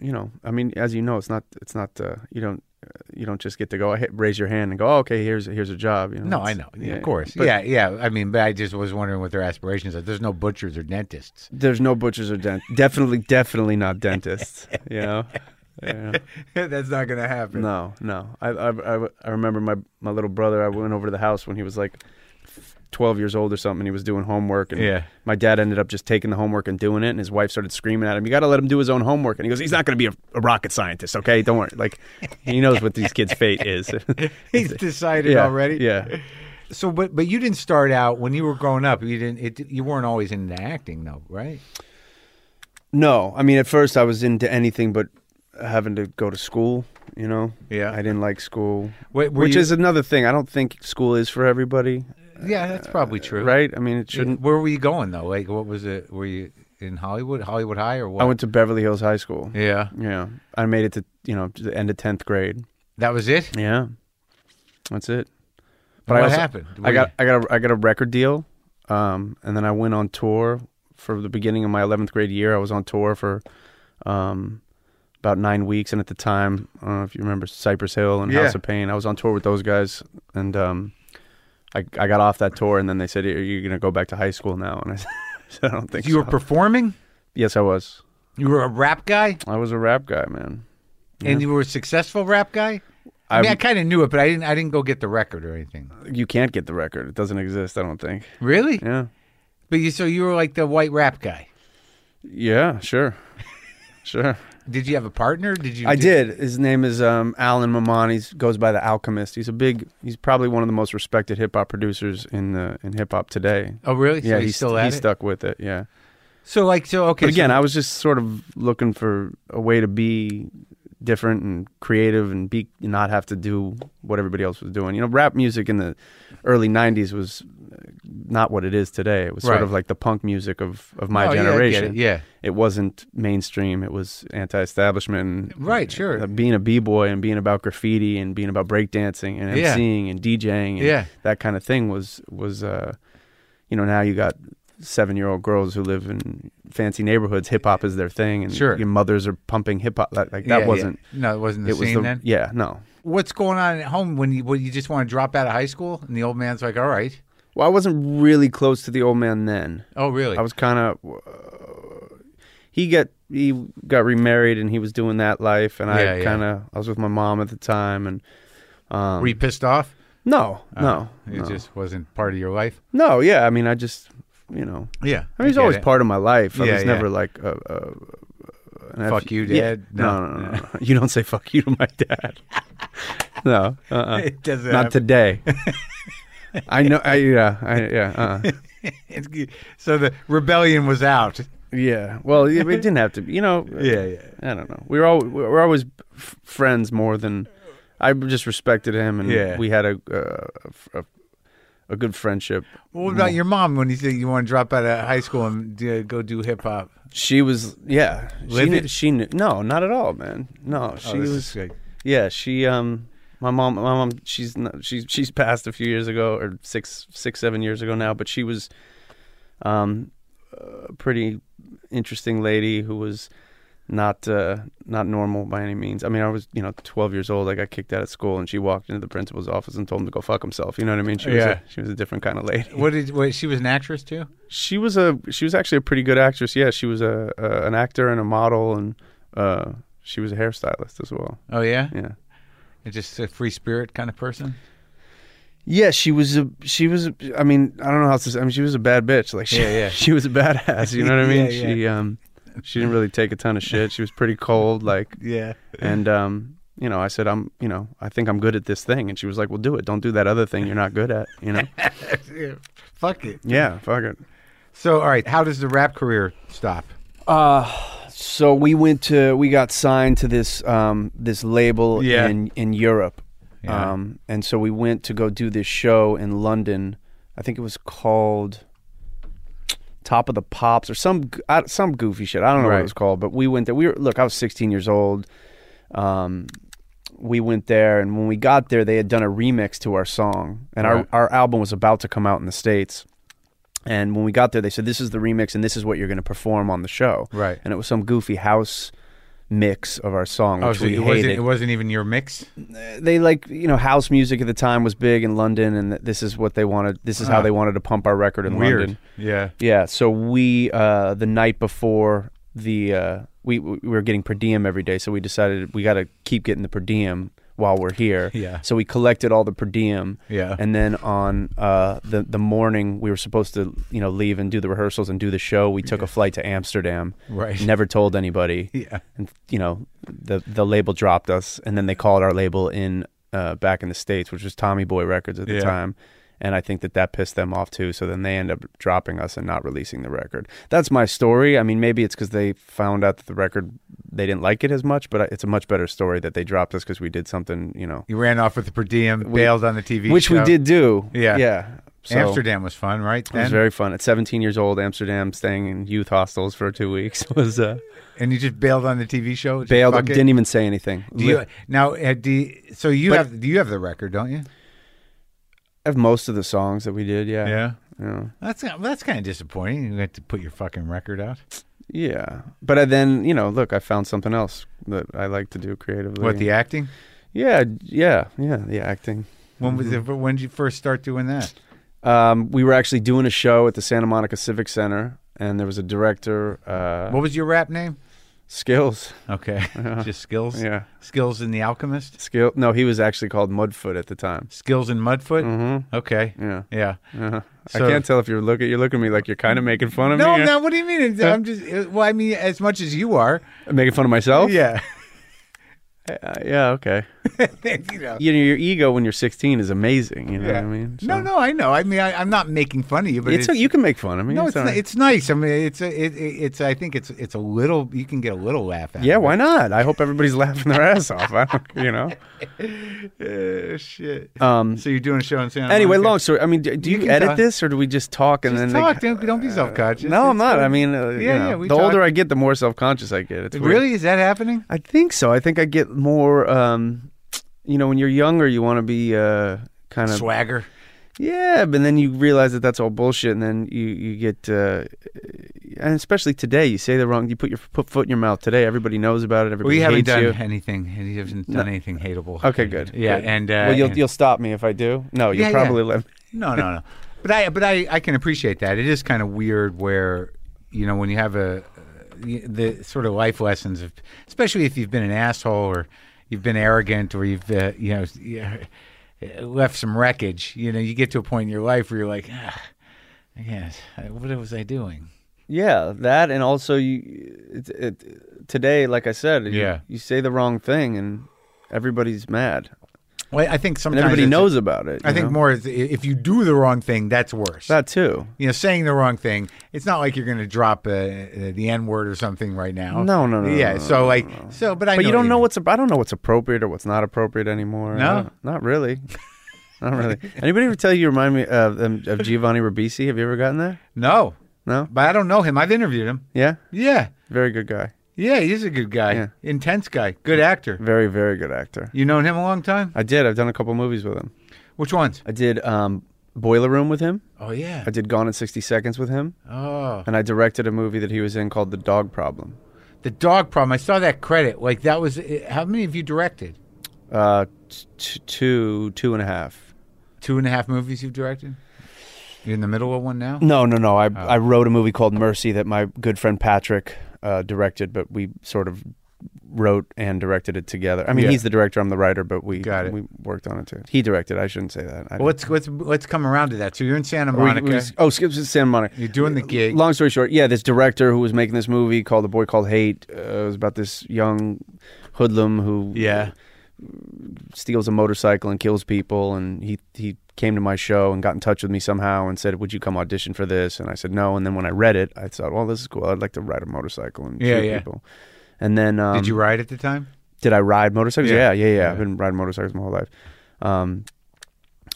[SPEAKER 1] you know, I mean, as you know, it's not it's not uh, you don't. uh, You don't just get to go "Hey," raise your hand and go, oh, okay, here's here's a job. You know,
[SPEAKER 2] No, I
[SPEAKER 1] it's-
[SPEAKER 2] know. Yeah, of course.
[SPEAKER 1] But
[SPEAKER 2] yeah, yeah. I mean, but I just was wondering what their aspirations are. There's no butchers or dentists.
[SPEAKER 1] There's no butchers or dent. definitely, definitely not dentists. You know. Yeah.
[SPEAKER 2] That's not going to happen.
[SPEAKER 1] No, no. I, I I I remember my my little brother. I went over to the house when he was like twelve years old or something. and He was doing homework, and
[SPEAKER 2] Yeah.
[SPEAKER 1] my dad ended up just taking the homework and doing it. And his wife started screaming at him, "You got to let him do his own homework." And he goes, "He's not going to be a, a rocket scientist, okay? Don't worry. Like he knows what these kids' fate is."
[SPEAKER 2] He's decided
[SPEAKER 1] yeah,
[SPEAKER 2] already.
[SPEAKER 1] Yeah.
[SPEAKER 2] So, but but you didn't start out when you were growing up. You didn't. It, you weren't always into acting, though, right?
[SPEAKER 1] No, I mean at first I was into anything but having to go to school. You know.
[SPEAKER 2] Yeah.
[SPEAKER 1] I didn't like school,
[SPEAKER 2] Wait, were
[SPEAKER 1] which
[SPEAKER 2] you-
[SPEAKER 1] is another thing. I don't think school is for everybody,
[SPEAKER 2] Yeah, that's probably true.
[SPEAKER 1] right? I mean, it shouldn't.
[SPEAKER 2] Where were you going though? Like, what was it? Were you in Hollywood? Hollywood High or what?
[SPEAKER 1] I went to Beverly Hills High School.
[SPEAKER 2] yeah,
[SPEAKER 1] Yeah, I made it to you know to the end of tenth grade.
[SPEAKER 2] that was it.
[SPEAKER 1] Yeah, that's it.
[SPEAKER 2] what
[SPEAKER 1] I also-
[SPEAKER 2] happened?
[SPEAKER 1] I got I got a, I got a record deal, um, and then I went on tour for the beginning of my eleventh grade year. I was on tour for um, about nine weeks, and at the time, I don't know if you remember Cypress Hill and House
[SPEAKER 2] Yeah.
[SPEAKER 1] of Pain. I was on tour with those guys, and um, I I got off that tour, and then they said, "Are you going to go back to high school now?" And I said, "I don't think
[SPEAKER 2] You were
[SPEAKER 1] so."
[SPEAKER 2] performing.
[SPEAKER 1] yes, I was.
[SPEAKER 2] You were a rap guy,
[SPEAKER 1] I was a rap guy, man.
[SPEAKER 2] and you were a successful rap guy. I,
[SPEAKER 1] I-
[SPEAKER 2] mean, I kind of knew it, but I didn't. I didn't go get the record or anything.
[SPEAKER 1] You can't get the record; it doesn't exist. I don't think.
[SPEAKER 2] Really?
[SPEAKER 1] Yeah,
[SPEAKER 2] But you, so you were like the white rap guy.
[SPEAKER 1] yeah, sure, sure.
[SPEAKER 2] Did you have a partner? Did you?
[SPEAKER 1] I did. His name is um, Alan Mamon. He goes by the Alchemist. He's a big. He's probably one of the most respected hip hop producers in the in hip hop today.
[SPEAKER 2] Oh, really?
[SPEAKER 1] yeah,
[SPEAKER 2] so he's
[SPEAKER 1] he's
[SPEAKER 2] still at
[SPEAKER 1] he
[SPEAKER 2] it.
[SPEAKER 1] stuck with it. Yeah.
[SPEAKER 2] So like, so okay.
[SPEAKER 1] But again,
[SPEAKER 2] so,
[SPEAKER 1] I was just sort of looking for a way to be different and creative and be not have to do what everybody else was doing. You know, rap music in the early '90s was uh, not what it is today. It was
[SPEAKER 2] Right.
[SPEAKER 1] sort of like the punk music of of my
[SPEAKER 2] Oh, yeah, I get
[SPEAKER 1] generation.
[SPEAKER 2] it, yeah.
[SPEAKER 1] it wasn't mainstream. It was anti-establishment. and-
[SPEAKER 2] Right, sure.
[SPEAKER 1] uh, being a b boy and being about graffiti and being about breakdancing and
[SPEAKER 2] Yeah.
[SPEAKER 1] MCing and DJing and
[SPEAKER 2] Yeah.
[SPEAKER 1] that kind of thing was was uh, you know now you got seven year old girls who live in fancy neighborhoods. Hip hop is their thing, and
[SPEAKER 2] Sure.
[SPEAKER 1] your mothers are pumping hip hop. Like, like that
[SPEAKER 2] Yeah,
[SPEAKER 1] wasn't.
[SPEAKER 2] yeah. No, it wasn't the
[SPEAKER 1] It was
[SPEAKER 2] scene
[SPEAKER 1] the
[SPEAKER 2] then.
[SPEAKER 1] yeah no.
[SPEAKER 2] What's going on at home when you when you just want to drop out of high school and the old man's like, all right.
[SPEAKER 1] Well, I wasn't really close to the old man then.
[SPEAKER 2] Oh, really?
[SPEAKER 1] I was kind of. he got he got remarried and he was doing that life, and
[SPEAKER 2] Yeah,
[SPEAKER 1] I
[SPEAKER 2] yeah.
[SPEAKER 1] kind of I was with my mom at the time, and um,
[SPEAKER 2] Were you pissed off?
[SPEAKER 1] no, no,
[SPEAKER 2] It
[SPEAKER 1] no.
[SPEAKER 2] just wasn't part of your life.
[SPEAKER 1] no, yeah. I mean, I just you know,
[SPEAKER 2] Yeah.
[SPEAKER 1] I mean, he's
[SPEAKER 2] get
[SPEAKER 1] always
[SPEAKER 2] it.
[SPEAKER 1] part of my life. I
[SPEAKER 2] Yeah,
[SPEAKER 1] was
[SPEAKER 2] yeah.
[SPEAKER 1] never like a. a an F-
[SPEAKER 2] Fuck you, Dad.
[SPEAKER 1] No,
[SPEAKER 2] No.
[SPEAKER 1] no, no, no, no. You don't say "fuck you" to my dad. no, uh-uh.
[SPEAKER 2] It doesn't.
[SPEAKER 1] not
[SPEAKER 2] happen.
[SPEAKER 1] today. I know. I, yeah, I, yeah, uh-uh.
[SPEAKER 2] so the rebellion was out.
[SPEAKER 1] yeah. Well, it, it didn't have to. be, You know.
[SPEAKER 2] Yeah, yeah.
[SPEAKER 1] I don't know. We were all we were always f- friends more than I just respected him, and
[SPEAKER 2] Yeah.
[SPEAKER 1] we had a, uh, a f- a a good friendship.
[SPEAKER 2] Well, what about your mom when you said you want to drop out of high school and uh, go do hip hop?
[SPEAKER 1] She was yeah. She
[SPEAKER 2] Live
[SPEAKER 1] knew,
[SPEAKER 2] it?
[SPEAKER 1] she knew no, not at all, man. No, she
[SPEAKER 2] Oh, this
[SPEAKER 1] was
[SPEAKER 2] is good.
[SPEAKER 1] yeah. She um. My mom, my mom, she's not, she's she's passed a few years ago, or six, six, seven years ago now. But she was, um, a pretty interesting lady who was not uh, not normal by any means. I mean, I was you know 12 years old. I got kicked out of school, and she walked into the principal's office and told him to go fuck himself. You know what I mean? She was
[SPEAKER 2] Yeah.
[SPEAKER 1] a, she was a different kind of lady.
[SPEAKER 2] What did? What, she was an actress too.
[SPEAKER 1] She was a she was actually a pretty good actress. Yeah, she was a, a an actor and a model, and uh, she was a hairstylist as well.
[SPEAKER 2] Oh yeah,
[SPEAKER 1] Yeah.
[SPEAKER 2] just a free spirit kind of person.
[SPEAKER 1] Yeah, she was a she was. A, I mean, I don't know how else to. Say, I mean, she was a bad bitch. Like, she,
[SPEAKER 2] Yeah, yeah.
[SPEAKER 1] she was a badass. You know what I
[SPEAKER 2] Yeah,
[SPEAKER 1] mean? She um, she didn't really take a ton of shit. She was pretty cold. Like,
[SPEAKER 2] Yeah.
[SPEAKER 1] and um, you know, I said, I'm, you know, I think I'm good at this thing, and she was like, Well, do it. Don't do that other thing you're not good at. You know?
[SPEAKER 2] Fuck it.
[SPEAKER 1] yeah, fuck it.
[SPEAKER 2] So all right, how does the rap career stop?
[SPEAKER 1] Uh, so we went to we got signed to this um this label
[SPEAKER 2] Yeah.
[SPEAKER 1] in in Europe.
[SPEAKER 2] Yeah.
[SPEAKER 1] Um and so we went to go do this show in London. I think it was called Top of the Pops or some g- I- some goofy shit. I don't know what
[SPEAKER 2] Right.
[SPEAKER 1] it was called, but we went there. We were look, I was 16 years old. Um we went there and when we got there they had done a remix to our song and
[SPEAKER 2] Right.
[SPEAKER 1] our our album was about to come out in the states. And when we got there, they said, "This is the remix, and this is what you're going to perform on the show."
[SPEAKER 2] Right.
[SPEAKER 1] And it was some goofy house mix of our song,
[SPEAKER 2] Oh,
[SPEAKER 1] which
[SPEAKER 2] so
[SPEAKER 1] we
[SPEAKER 2] it wasn't,
[SPEAKER 1] hated.
[SPEAKER 2] it wasn't even your mix.
[SPEAKER 1] they like you know house music at the time was big in London, and th- this is what they wanted. This is how
[SPEAKER 2] Ah.
[SPEAKER 1] they wanted to pump our record in
[SPEAKER 2] Weird.
[SPEAKER 1] London.
[SPEAKER 2] Yeah.
[SPEAKER 1] Yeah. So we uh, the night before the uh, we we were getting per diem every day, so we decided we got to keep getting the per diem while we're here.
[SPEAKER 2] Yeah.
[SPEAKER 1] So we collected all the per diem.
[SPEAKER 2] Yeah.
[SPEAKER 1] And then on uh, the the morning we were supposed to you know leave and do the rehearsals and do the show. We took a flight to Amsterdam.
[SPEAKER 2] Right.
[SPEAKER 1] Never told anybody.
[SPEAKER 2] Yeah.
[SPEAKER 1] And you know the the label dropped us, and then they called our label in uh, back in the states, which was Tommy Boy Records at the
[SPEAKER 2] Yeah.
[SPEAKER 1] time. And I think that that pissed them off too. So then they end up dropping us and not releasing the record. That's my story. I mean, maybe it's because they found out that the record they didn't like it as much, but it's a much better story that they dropped us because we did something, you know,
[SPEAKER 2] You ran off with the per diem, bailed on the TV,
[SPEAKER 1] which we
[SPEAKER 2] show.
[SPEAKER 1] did do.
[SPEAKER 2] Yeah.
[SPEAKER 1] yeah. So
[SPEAKER 2] Amsterdam was fun, right?
[SPEAKER 1] It was
[SPEAKER 2] then?
[SPEAKER 1] very fun. At 17 years old, Amsterdam, staying in youth hostels for two weeks was uh,
[SPEAKER 2] and you just bailed on the TV show. Just
[SPEAKER 1] bailed.
[SPEAKER 2] fuck it?
[SPEAKER 1] Didn't even say anything.
[SPEAKER 2] Do you now? uh, Do you, so you
[SPEAKER 1] But-
[SPEAKER 2] have do you have the record, don't you?
[SPEAKER 1] I have most of the songs that we did. Yeah. Yeah.
[SPEAKER 2] That's that's kind of disappointing. You had to put your fucking record out.
[SPEAKER 1] Yeah. But I then, you know, look, I found something else that I like to do creatively.
[SPEAKER 2] What the acting?
[SPEAKER 1] Yeah, yeah, yeah, the acting.
[SPEAKER 2] When was
[SPEAKER 1] Mm-hmm.
[SPEAKER 2] it, when did you first start doing that?
[SPEAKER 1] Um, we were actually doing a show at the Santa Monica Civic Center and there was a director uh,
[SPEAKER 2] What was your rap name?
[SPEAKER 1] Skills.
[SPEAKER 2] Okay. Just skills.
[SPEAKER 1] Yeah.
[SPEAKER 2] Skills in the alchemist.
[SPEAKER 1] Skill. No, he was actually called Mudfoot at the time. Mm-hmm.
[SPEAKER 2] Skills in Mudfoot.
[SPEAKER 1] Mm.
[SPEAKER 2] Okay.
[SPEAKER 1] Yeah.
[SPEAKER 2] Yeah.
[SPEAKER 1] Uh-huh.
[SPEAKER 2] So-
[SPEAKER 1] I can't tell if you're looking. You're looking at me like you're kind of making fun of
[SPEAKER 2] No,
[SPEAKER 1] me.
[SPEAKER 2] no. What do you mean?
[SPEAKER 1] uh,
[SPEAKER 2] I'm just. uh, Well, I mean, as much as you are.
[SPEAKER 1] Making fun of myself.
[SPEAKER 2] Yeah.
[SPEAKER 1] Uh, yeah. Okay.
[SPEAKER 2] you know.
[SPEAKER 1] You know, your ego when you're 16 is amazing. You know what I mean?
[SPEAKER 2] No,
[SPEAKER 1] So-
[SPEAKER 2] no, I know. I mean, I, I'm not making fun of you, but
[SPEAKER 1] It's,
[SPEAKER 2] it's,
[SPEAKER 1] you can make fun of me.
[SPEAKER 2] no, it's
[SPEAKER 1] all
[SPEAKER 2] ni-
[SPEAKER 1] right.
[SPEAKER 2] it's nice. I mean, it's a, it, it, it's. I think it's it's a little. You can get a little laugh out.
[SPEAKER 1] yeah.
[SPEAKER 2] of
[SPEAKER 1] Why not? I hope everybody's laughing their ass off. I don't. You know.
[SPEAKER 2] it. Uh, shit.
[SPEAKER 1] Um.
[SPEAKER 2] so you're doing a show in Santa.
[SPEAKER 1] Anyway,
[SPEAKER 2] Monica.
[SPEAKER 1] long story. I mean, do, do
[SPEAKER 2] You
[SPEAKER 1] you,
[SPEAKER 2] can
[SPEAKER 1] edit
[SPEAKER 2] talk.
[SPEAKER 1] this or do we just talk and
[SPEAKER 2] Just
[SPEAKER 1] then they- Uh,
[SPEAKER 2] talk. don't, don't be self conscious.
[SPEAKER 1] no, I'm not. I mean, uh,
[SPEAKER 2] Yeah,
[SPEAKER 1] you know,
[SPEAKER 2] yeah, we
[SPEAKER 1] the older
[SPEAKER 2] talk.
[SPEAKER 1] I get, the more self-conscious I get. It's weird.
[SPEAKER 2] really, is that happening?
[SPEAKER 1] I think so. I think I get more. Um, you know, when you're younger, you want to be uh, kind of
[SPEAKER 2] Swagger.
[SPEAKER 1] yeah, but then you realize that that's all bullshit, and then you you get uh, and especially today, you say the wrong, you put your put foot in your mouth. Today, everybody knows about it. Everybody
[SPEAKER 2] We haven't
[SPEAKER 1] hates
[SPEAKER 2] done
[SPEAKER 1] you.
[SPEAKER 2] anything. He hasn't done anything hateable.
[SPEAKER 1] Okay, good.
[SPEAKER 2] Yeah,
[SPEAKER 1] good.
[SPEAKER 2] and uh,
[SPEAKER 1] well, you'll
[SPEAKER 2] and-
[SPEAKER 1] you'll stop me if I do. No, you'll
[SPEAKER 2] Yeah, yeah.
[SPEAKER 1] probably let me.
[SPEAKER 2] No, no, no. But I, but I, I can appreciate that. It is kind of weird where, you know, when you have a, the sort of life lessons of, especially if you've been an asshole or you've been arrogant or you've, uh, you know, yeah, left some wreckage. You know, you get to a point in your life where you're like, ah, I guess, what was I doing?
[SPEAKER 1] Yeah, that and also you it, it, today, like I said, you-
[SPEAKER 2] Yeah.
[SPEAKER 1] you say the wrong thing and everybody's mad.
[SPEAKER 2] Well, I think sometimes
[SPEAKER 1] and everybody
[SPEAKER 2] it's-
[SPEAKER 1] knows about it.
[SPEAKER 2] I
[SPEAKER 1] you
[SPEAKER 2] think
[SPEAKER 1] know?
[SPEAKER 2] more is i- if you do the wrong thing, that's worse.
[SPEAKER 1] that too.
[SPEAKER 2] you know, saying the wrong thing. It's not like you're going to drop uh, uh, the N word or something right now.
[SPEAKER 1] No, no, no,
[SPEAKER 2] Yeah.
[SPEAKER 1] no, no,
[SPEAKER 2] so like, so, but I.
[SPEAKER 1] But you
[SPEAKER 2] what
[SPEAKER 1] don't know
[SPEAKER 2] mean.
[SPEAKER 1] what's I don't know what's appropriate or what's not appropriate anymore.
[SPEAKER 2] No?
[SPEAKER 1] I don't- not really. not really. Anybody ever tell you you remind me of um, of Giovanni Ribisi? Have you ever gotten that?
[SPEAKER 2] No,
[SPEAKER 1] No.
[SPEAKER 2] but I don't know him. I've interviewed him.
[SPEAKER 1] Yeah.
[SPEAKER 2] Yeah,
[SPEAKER 1] Very good guy.
[SPEAKER 2] yeah, he's a good guy,
[SPEAKER 1] Yeah.
[SPEAKER 2] intense guy, good actor.
[SPEAKER 1] Very very good actor.
[SPEAKER 2] You known him a long time?
[SPEAKER 1] I did. I've done a couple movies with him.
[SPEAKER 2] Which ones?
[SPEAKER 1] I did um, Boiler Room with him.
[SPEAKER 2] Oh yeah.
[SPEAKER 1] I did Gone in 60 Seconds with him,
[SPEAKER 2] Oh,
[SPEAKER 1] and I directed a movie that he was in called The Dog Problem.
[SPEAKER 2] the dog problem. I saw that credit. Like that was. eh, How many of you directed?
[SPEAKER 1] Uh, t- t- two two and a half.
[SPEAKER 2] Two and a half movies you've directed. You're in the middle of one now.
[SPEAKER 1] No, no, no. I I wrote a movie called Mercy that my good friend Patrick uh, directed, but we sort of wrote and directed it together. I mean,
[SPEAKER 2] Yeah.
[SPEAKER 1] he's the director, I'm the writer, but we
[SPEAKER 2] Got it.
[SPEAKER 1] we worked on it too. He directed. I shouldn't say that. I
[SPEAKER 2] Well, let's let's let's come around to that. So you're in Santa Monica.
[SPEAKER 1] We, we, oh, skip to Santa Monica.
[SPEAKER 2] you're doing the gig.
[SPEAKER 1] Long story short, yeah, this director who was making this movie called The Boy Called Hate uh, it was about this young hoodlum who uh,
[SPEAKER 2] Yeah.
[SPEAKER 1] steals a motorcycle and kills people and he he came to my show and got in touch with me somehow and said would you come audition for this and i said no and then when i read it i thought well this is cool i'd like to ride a motorcycle and
[SPEAKER 2] Yeah,
[SPEAKER 1] shoot
[SPEAKER 2] yeah.
[SPEAKER 1] people and then um,
[SPEAKER 2] Did you ride at the time?
[SPEAKER 1] did i ride motorcycles yeah.
[SPEAKER 2] Yeah.
[SPEAKER 1] Yeah, yeah
[SPEAKER 2] Yeah.
[SPEAKER 1] i've been riding motorcycles my whole life um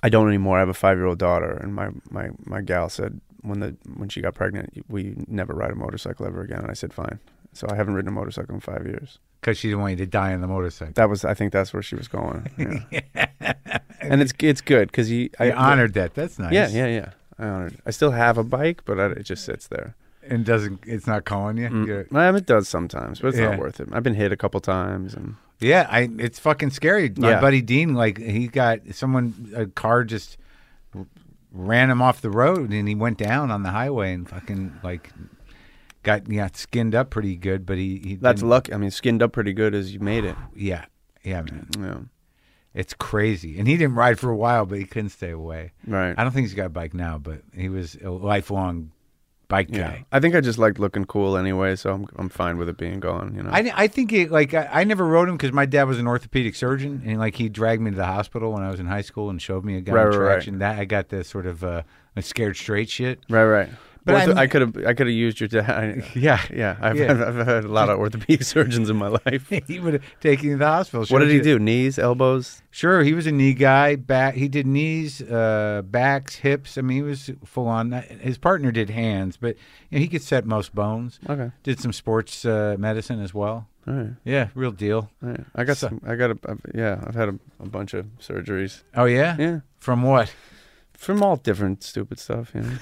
[SPEAKER 1] i don't anymore i have a five-year-old daughter and my my my gal said when the when she got pregnant we never ride a motorcycle ever again and i said fine so i haven't ridden a motorcycle in five years
[SPEAKER 2] Because she didn't want you to die on the motorcycle.
[SPEAKER 1] that was, I think, that's where she was going. yeah. and it's it's good because you,
[SPEAKER 2] I
[SPEAKER 1] I
[SPEAKER 2] honored that. That's nice.
[SPEAKER 1] Yeah, yeah, yeah. I honored. I still have a bike, but I, it just sits there.
[SPEAKER 2] And doesn't it's not calling you? You're-
[SPEAKER 1] Um, it does sometimes, but it's
[SPEAKER 2] Mm. Yeah.
[SPEAKER 1] not worth it. I've been hit a couple times, and
[SPEAKER 2] Yeah, I it's fucking scary. My
[SPEAKER 1] Yeah.
[SPEAKER 2] buddy Dean, like he got someone a car just r- ran him off the road, and he went down on the highway and fucking like got got skinned up pretty good. But he, he
[SPEAKER 1] that's
[SPEAKER 2] didn't-
[SPEAKER 1] luck. I mean, skinned up pretty good as you made it.
[SPEAKER 2] yeah yeah man,
[SPEAKER 1] Yeah,
[SPEAKER 2] it's crazy. And he didn't ride for a while, but he couldn't stay away.
[SPEAKER 1] right.
[SPEAKER 2] I don't think he's got a bike now, but he was a lifelong bike
[SPEAKER 1] yeah,
[SPEAKER 2] guy.
[SPEAKER 1] I think I just liked looking cool anyway, so I'm I'm fine with it being gone. You know,
[SPEAKER 2] I, I think it like I, I never rode him because my dad was an orthopedic surgeon and like he dragged me to the hospital when I was in high school and showed me a guy
[SPEAKER 1] Right,
[SPEAKER 2] in
[SPEAKER 1] right, right.
[SPEAKER 2] traction. That I got the sort of uh, a scared straight shit.
[SPEAKER 1] right, right.
[SPEAKER 2] But
[SPEAKER 1] But
[SPEAKER 2] I'm-
[SPEAKER 1] I could have I could have used your dad.
[SPEAKER 2] Yeah,
[SPEAKER 1] yeah, I've,
[SPEAKER 2] Yeah.
[SPEAKER 1] I've, I've had a lot of orthopedic surgeons in my life.
[SPEAKER 2] he would take you to the hospital.
[SPEAKER 1] What
[SPEAKER 2] showed
[SPEAKER 1] did he
[SPEAKER 2] you-
[SPEAKER 1] do? Knees, elbows.
[SPEAKER 2] Sure, he was a knee guy. Back he did knees, uh, backs, hips. I mean, he was full on. uh, His partner did hands, but you know, he could set most bones.
[SPEAKER 1] Okay,
[SPEAKER 2] Did some sports uh, medicine as well.
[SPEAKER 1] all right.
[SPEAKER 2] Yeah, real deal.
[SPEAKER 1] Right. I got
[SPEAKER 2] So-
[SPEAKER 1] some. I got a. I've, yeah, I've had a, a bunch of surgeries.
[SPEAKER 2] Oh yeah,
[SPEAKER 1] Yeah,
[SPEAKER 2] from what?
[SPEAKER 1] from all different stupid stuff. You know,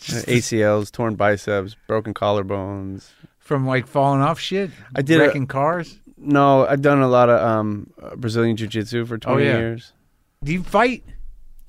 [SPEAKER 1] Uh, ACLs, torn biceps, broken collarbones.
[SPEAKER 2] From like falling off shit.
[SPEAKER 1] I did a-
[SPEAKER 2] wrecking cars.
[SPEAKER 1] No, I've done a lot of um, uh, Brazilian jiu-jitsu for twenty
[SPEAKER 2] Oh, yeah.
[SPEAKER 1] years.
[SPEAKER 2] Do you fight?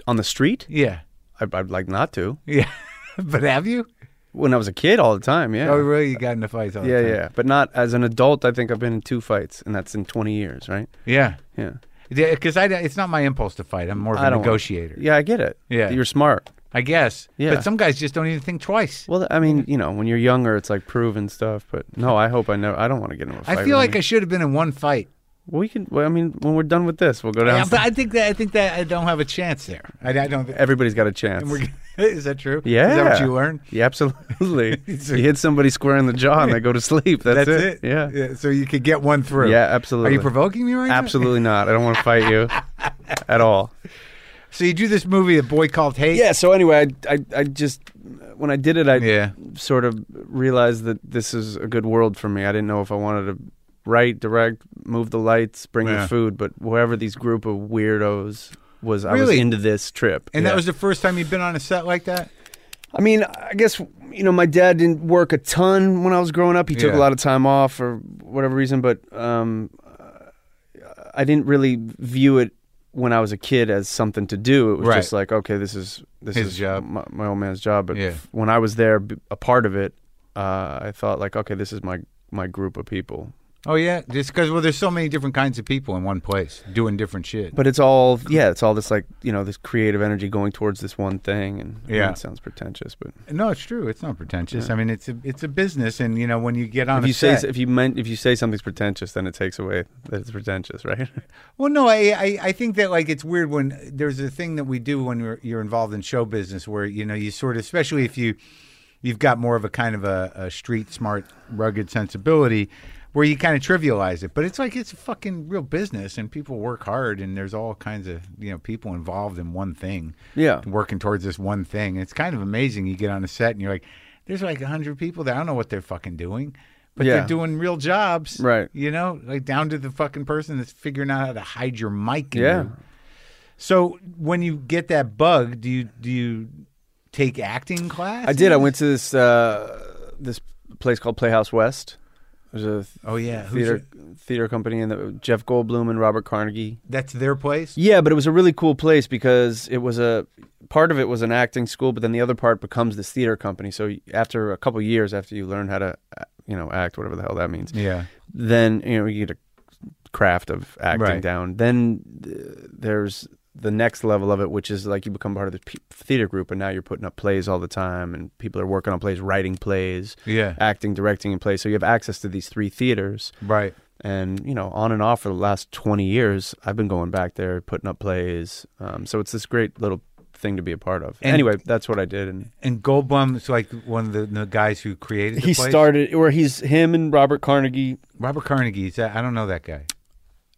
[SPEAKER 1] On the street,
[SPEAKER 2] Yeah.
[SPEAKER 1] I, I'd like not to.
[SPEAKER 2] Yeah. but have you?
[SPEAKER 1] when I was a kid all the time. Yeah.
[SPEAKER 2] Oh, really? You got into fights all
[SPEAKER 1] yeah,
[SPEAKER 2] the time.
[SPEAKER 1] yeah. But not as an adult. I think I've been in two fights, and that's in 20 years, right?
[SPEAKER 2] Yeah.
[SPEAKER 1] Yeah.
[SPEAKER 2] Yeah. Because I, it's not my impulse to fight. I'm more of
[SPEAKER 1] I
[SPEAKER 2] a
[SPEAKER 1] don't-
[SPEAKER 2] negotiator,
[SPEAKER 1] Yeah, I get it.
[SPEAKER 2] Yeah.
[SPEAKER 1] You're smart.
[SPEAKER 2] I guess.
[SPEAKER 1] Yeah.
[SPEAKER 2] But some guys just don't even think twice.
[SPEAKER 1] Well, I mean, you know, when you're younger, it's like proven stuff. But no, I hope I never. I don't want to get into a fight.
[SPEAKER 2] I feel
[SPEAKER 1] with
[SPEAKER 2] like I should have been in one fight.
[SPEAKER 1] any- we can. Well, I mean, when we're done with this, we'll go down.
[SPEAKER 2] Yeah, but I think that I think that I don't have a chance there. I, I don't. Think,
[SPEAKER 1] Everybody's got a chance.
[SPEAKER 2] we're, is that true?
[SPEAKER 1] yeah.
[SPEAKER 2] Is that what you learned?
[SPEAKER 1] Yeah, absolutely. you hit somebody square in the jaw and they go to sleep. That's, it. Yeah.
[SPEAKER 2] So you could get one through.
[SPEAKER 1] Yeah, absolutely.
[SPEAKER 2] Are you provoking me right now?
[SPEAKER 1] Absolutely not. I don't want to fight you at all.
[SPEAKER 2] So you do this movie, A Boy Called Hate.
[SPEAKER 1] Yeah. So anyway, I, I, I just when I did it, I
[SPEAKER 2] Yeah.
[SPEAKER 1] sort of realized that this is a good world for me. I didn't know if I wanted to write, direct, move the lights, bring
[SPEAKER 2] Yeah.
[SPEAKER 1] the food, but wherever these group of weirdos was, I was
[SPEAKER 2] Really?
[SPEAKER 1] into this trip.
[SPEAKER 2] And
[SPEAKER 1] Yeah.
[SPEAKER 2] that was the first time you've been on a set like that.
[SPEAKER 1] I mean, I guess you know, my dad didn't work a ton when I was growing up. He took
[SPEAKER 2] Yeah.
[SPEAKER 1] a lot of time off for whatever reason, but um, I didn't really view it when I was a kid as something to do. It was
[SPEAKER 2] Right.
[SPEAKER 1] just like, okay, this is this
[SPEAKER 2] His
[SPEAKER 1] is
[SPEAKER 2] job.
[SPEAKER 1] my, my old man's job. But
[SPEAKER 2] Yeah.
[SPEAKER 1] f- when I was there, b- a part of it, uh, I thought like, okay, this is my my group of people.
[SPEAKER 2] Oh yeah, just because well, there's so many different kinds of people in one place doing different shit.
[SPEAKER 1] But it's all yeah, it's all this like you know this creative energy going towards this one thing, and I mean,
[SPEAKER 2] Yeah.
[SPEAKER 1] it sounds pretentious, but
[SPEAKER 2] No, it's true. It's not pretentious. I mean, it's a it's a business, and you know when you get on
[SPEAKER 1] if
[SPEAKER 2] a
[SPEAKER 1] you say
[SPEAKER 2] set.
[SPEAKER 1] if you meant if you say something's pretentious, then it takes away that it's pretentious, right?
[SPEAKER 2] Well, no, I, I I think that like it's weird when there's a thing that we do when you're, you're involved in show business where you know you sort of especially if you you've got more of a kind of a, a street smart rugged sensibility where you kind of trivialize it, but it's like it's a fucking real business and people work hard and there's all kinds of you know people involved in one thing
[SPEAKER 1] Yeah.
[SPEAKER 2] working towards this one thing. It's kind of amazing. You get on a set and you're like, there's like a hundred people there. I don't know what they're fucking doing. But
[SPEAKER 1] Yeah.
[SPEAKER 2] they're doing real jobs.
[SPEAKER 1] Right.
[SPEAKER 2] You know, like down to the fucking person that's figuring out how to hide your mic. in
[SPEAKER 1] Yeah.
[SPEAKER 2] your- So when you get that bug, do you do you take acting class?
[SPEAKER 1] I did. I went to this uh, this place called Playhouse West. There's a th-
[SPEAKER 2] Oh yeah, Who's
[SPEAKER 1] theater
[SPEAKER 2] your-
[SPEAKER 1] theater company and the, Jeff Goldblum and Robert Carnegie.
[SPEAKER 2] that's their place.
[SPEAKER 1] Yeah, but it was a really cool place because it was a part of it was an acting school, but then the other part becomes this theater company. So after a couple years, after you learn how to uh, you know act, whatever the hell that means,
[SPEAKER 2] Yeah.
[SPEAKER 1] then you know you get a craft of acting
[SPEAKER 2] Right.
[SPEAKER 1] down. Then th- there's the next level of it, which is like you become part of the pe- theater group, and now you're putting up plays all the time, and people are working on plays, writing plays,
[SPEAKER 2] Yeah.
[SPEAKER 1] acting, directing, and plays. So you have access to these three theaters,
[SPEAKER 2] Right.
[SPEAKER 1] and you know on and off for the last 20 years, I've been going back there, putting up plays. Um, so it's this great little thing to be a part of.
[SPEAKER 2] And-
[SPEAKER 1] anyway, that's what I did, and
[SPEAKER 2] And Goldblum is like one of the, the guys who created. The
[SPEAKER 1] he
[SPEAKER 2] place?
[SPEAKER 1] started, or he's him and Robert Carnegie uh,
[SPEAKER 2] Robert Carnegie. Is that, I don't know that guy.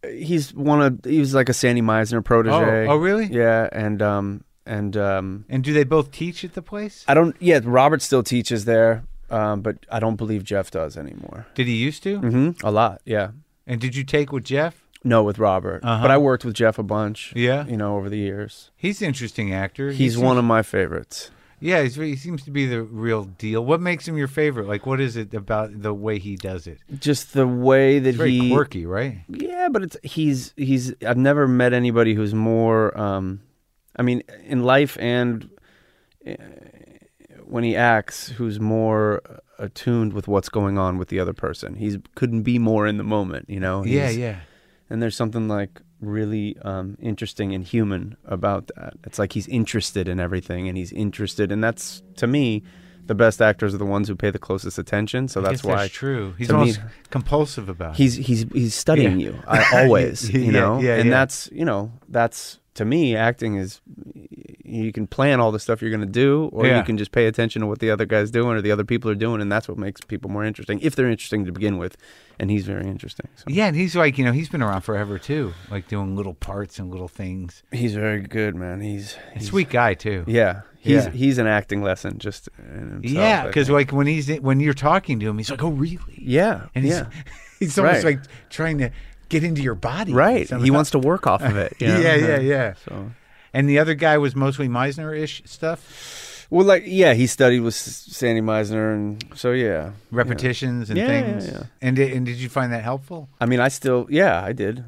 [SPEAKER 1] he's one of he was like a Sandy Meisner protege.
[SPEAKER 2] Oh, oh, really?
[SPEAKER 1] Yeah, and um and um
[SPEAKER 2] And do they both teach at the place?
[SPEAKER 1] I don't yeah Robert still teaches there, um but I don't believe Jeff does anymore.
[SPEAKER 2] Did he used to?
[SPEAKER 1] hmm A lot, yeah.
[SPEAKER 2] And did you take with Jeff?
[SPEAKER 1] No, with Robert,
[SPEAKER 2] Uh-huh.
[SPEAKER 1] but I worked with Jeff a bunch.
[SPEAKER 2] Yeah.
[SPEAKER 1] you know over the years.
[SPEAKER 2] He's an interesting actor.
[SPEAKER 1] He's one of my favorites.
[SPEAKER 2] Yeah, he's, he seems to be the real deal. What makes him your favorite? Like, what is it about the way he does it?
[SPEAKER 1] Just the way that
[SPEAKER 2] It's very
[SPEAKER 1] he
[SPEAKER 2] quirky, right?
[SPEAKER 1] Yeah, but it's he's he's I've never met anybody who's more um I mean in life and uh, when he acts who's more attuned with what's going on with the other person. He's couldn't be more in the moment, you know.
[SPEAKER 2] Yeah,
[SPEAKER 1] He's-
[SPEAKER 2] yeah.
[SPEAKER 1] And there's something like really um interesting and human about that. It's like he's interested in everything and he's interested and that's to me the best actors are the ones who pay the closest attention, so
[SPEAKER 2] I guess
[SPEAKER 1] that's why
[SPEAKER 2] that's true. He's
[SPEAKER 1] to me-
[SPEAKER 2] almost compulsive about it.
[SPEAKER 1] he's he's he's studying
[SPEAKER 2] Yeah.
[SPEAKER 1] you I, always
[SPEAKER 2] Yeah,
[SPEAKER 1] you know
[SPEAKER 2] yeah,
[SPEAKER 1] and
[SPEAKER 2] yeah.
[SPEAKER 1] that's you know that's to me acting is you can plan all the stuff you're going to do or
[SPEAKER 2] Yeah.
[SPEAKER 1] you can just pay attention to what the other guy's doing or the other people are doing and that's what makes people more interesting if they're interesting to begin with and he's very interesting so
[SPEAKER 2] Yeah, and he's like, you know, he's been around forever too, like doing little parts and little things.
[SPEAKER 1] he's very good man he's, he's
[SPEAKER 2] Sweet guy too.
[SPEAKER 1] yeah he's
[SPEAKER 2] Yeah.
[SPEAKER 1] he's an acting lesson just in himself
[SPEAKER 2] Yeah,
[SPEAKER 1] I
[SPEAKER 2] because
[SPEAKER 1] think.
[SPEAKER 2] like when he's when you're talking to him, he's like, "Oh, really?"
[SPEAKER 1] yeah
[SPEAKER 2] and he's
[SPEAKER 1] yeah
[SPEAKER 2] he's almost
[SPEAKER 1] Right.
[SPEAKER 2] like trying to get into your body.
[SPEAKER 1] right
[SPEAKER 2] somehow.
[SPEAKER 1] he wants to work off of it you know?
[SPEAKER 2] Yeah, yeah, yeah.
[SPEAKER 1] so
[SPEAKER 2] And the other guy was mostly Meisner-ish stuff,
[SPEAKER 1] well like yeah he studied with S- Sandy Meisner and so yeah yeah.
[SPEAKER 2] repetitions and
[SPEAKER 1] Yeah, yeah,
[SPEAKER 2] things.
[SPEAKER 1] yeah.
[SPEAKER 2] And di- and did you find that helpful?
[SPEAKER 1] I mean, I still, yeah, I did.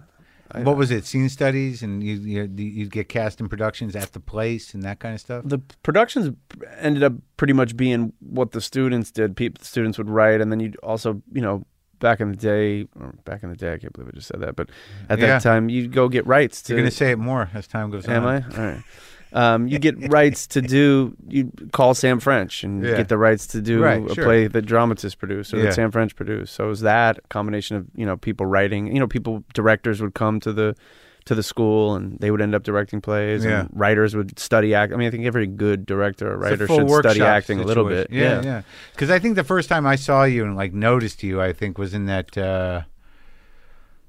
[SPEAKER 1] I-
[SPEAKER 2] what was it? Scene studies, and you you you'd get cast in productions at the place and that kind of stuff.
[SPEAKER 1] the productions ended up pretty much being what the students did. People, the students would write, and then you'd also, you know, back in the day, or back in the day, I can't believe I just said that, but at
[SPEAKER 2] Yeah.
[SPEAKER 1] that time, you'd go get rights to.
[SPEAKER 2] You're gonna say it more as time goes
[SPEAKER 1] Am
[SPEAKER 2] on.
[SPEAKER 1] I? All right. Um, you get rights to do. You call Sam French and
[SPEAKER 2] Yeah.
[SPEAKER 1] get the rights to do
[SPEAKER 2] Right,
[SPEAKER 1] a
[SPEAKER 2] sure.
[SPEAKER 1] play that dramatists produced or
[SPEAKER 2] Yeah.
[SPEAKER 1] that Sam French produced. So it was that a combination of you know people writing. You know, people directors would come to the to the school and they would end up directing plays.
[SPEAKER 2] Yeah.
[SPEAKER 1] And writers would study act. I mean, I think every good director or
[SPEAKER 2] It's a
[SPEAKER 1] writer
[SPEAKER 2] full
[SPEAKER 1] should study
[SPEAKER 2] workshop
[SPEAKER 1] acting a little
[SPEAKER 2] situation.
[SPEAKER 1] bit.
[SPEAKER 2] Yeah, yeah. Because I think the first time I saw you and like noticed you, I think was in that. Uh,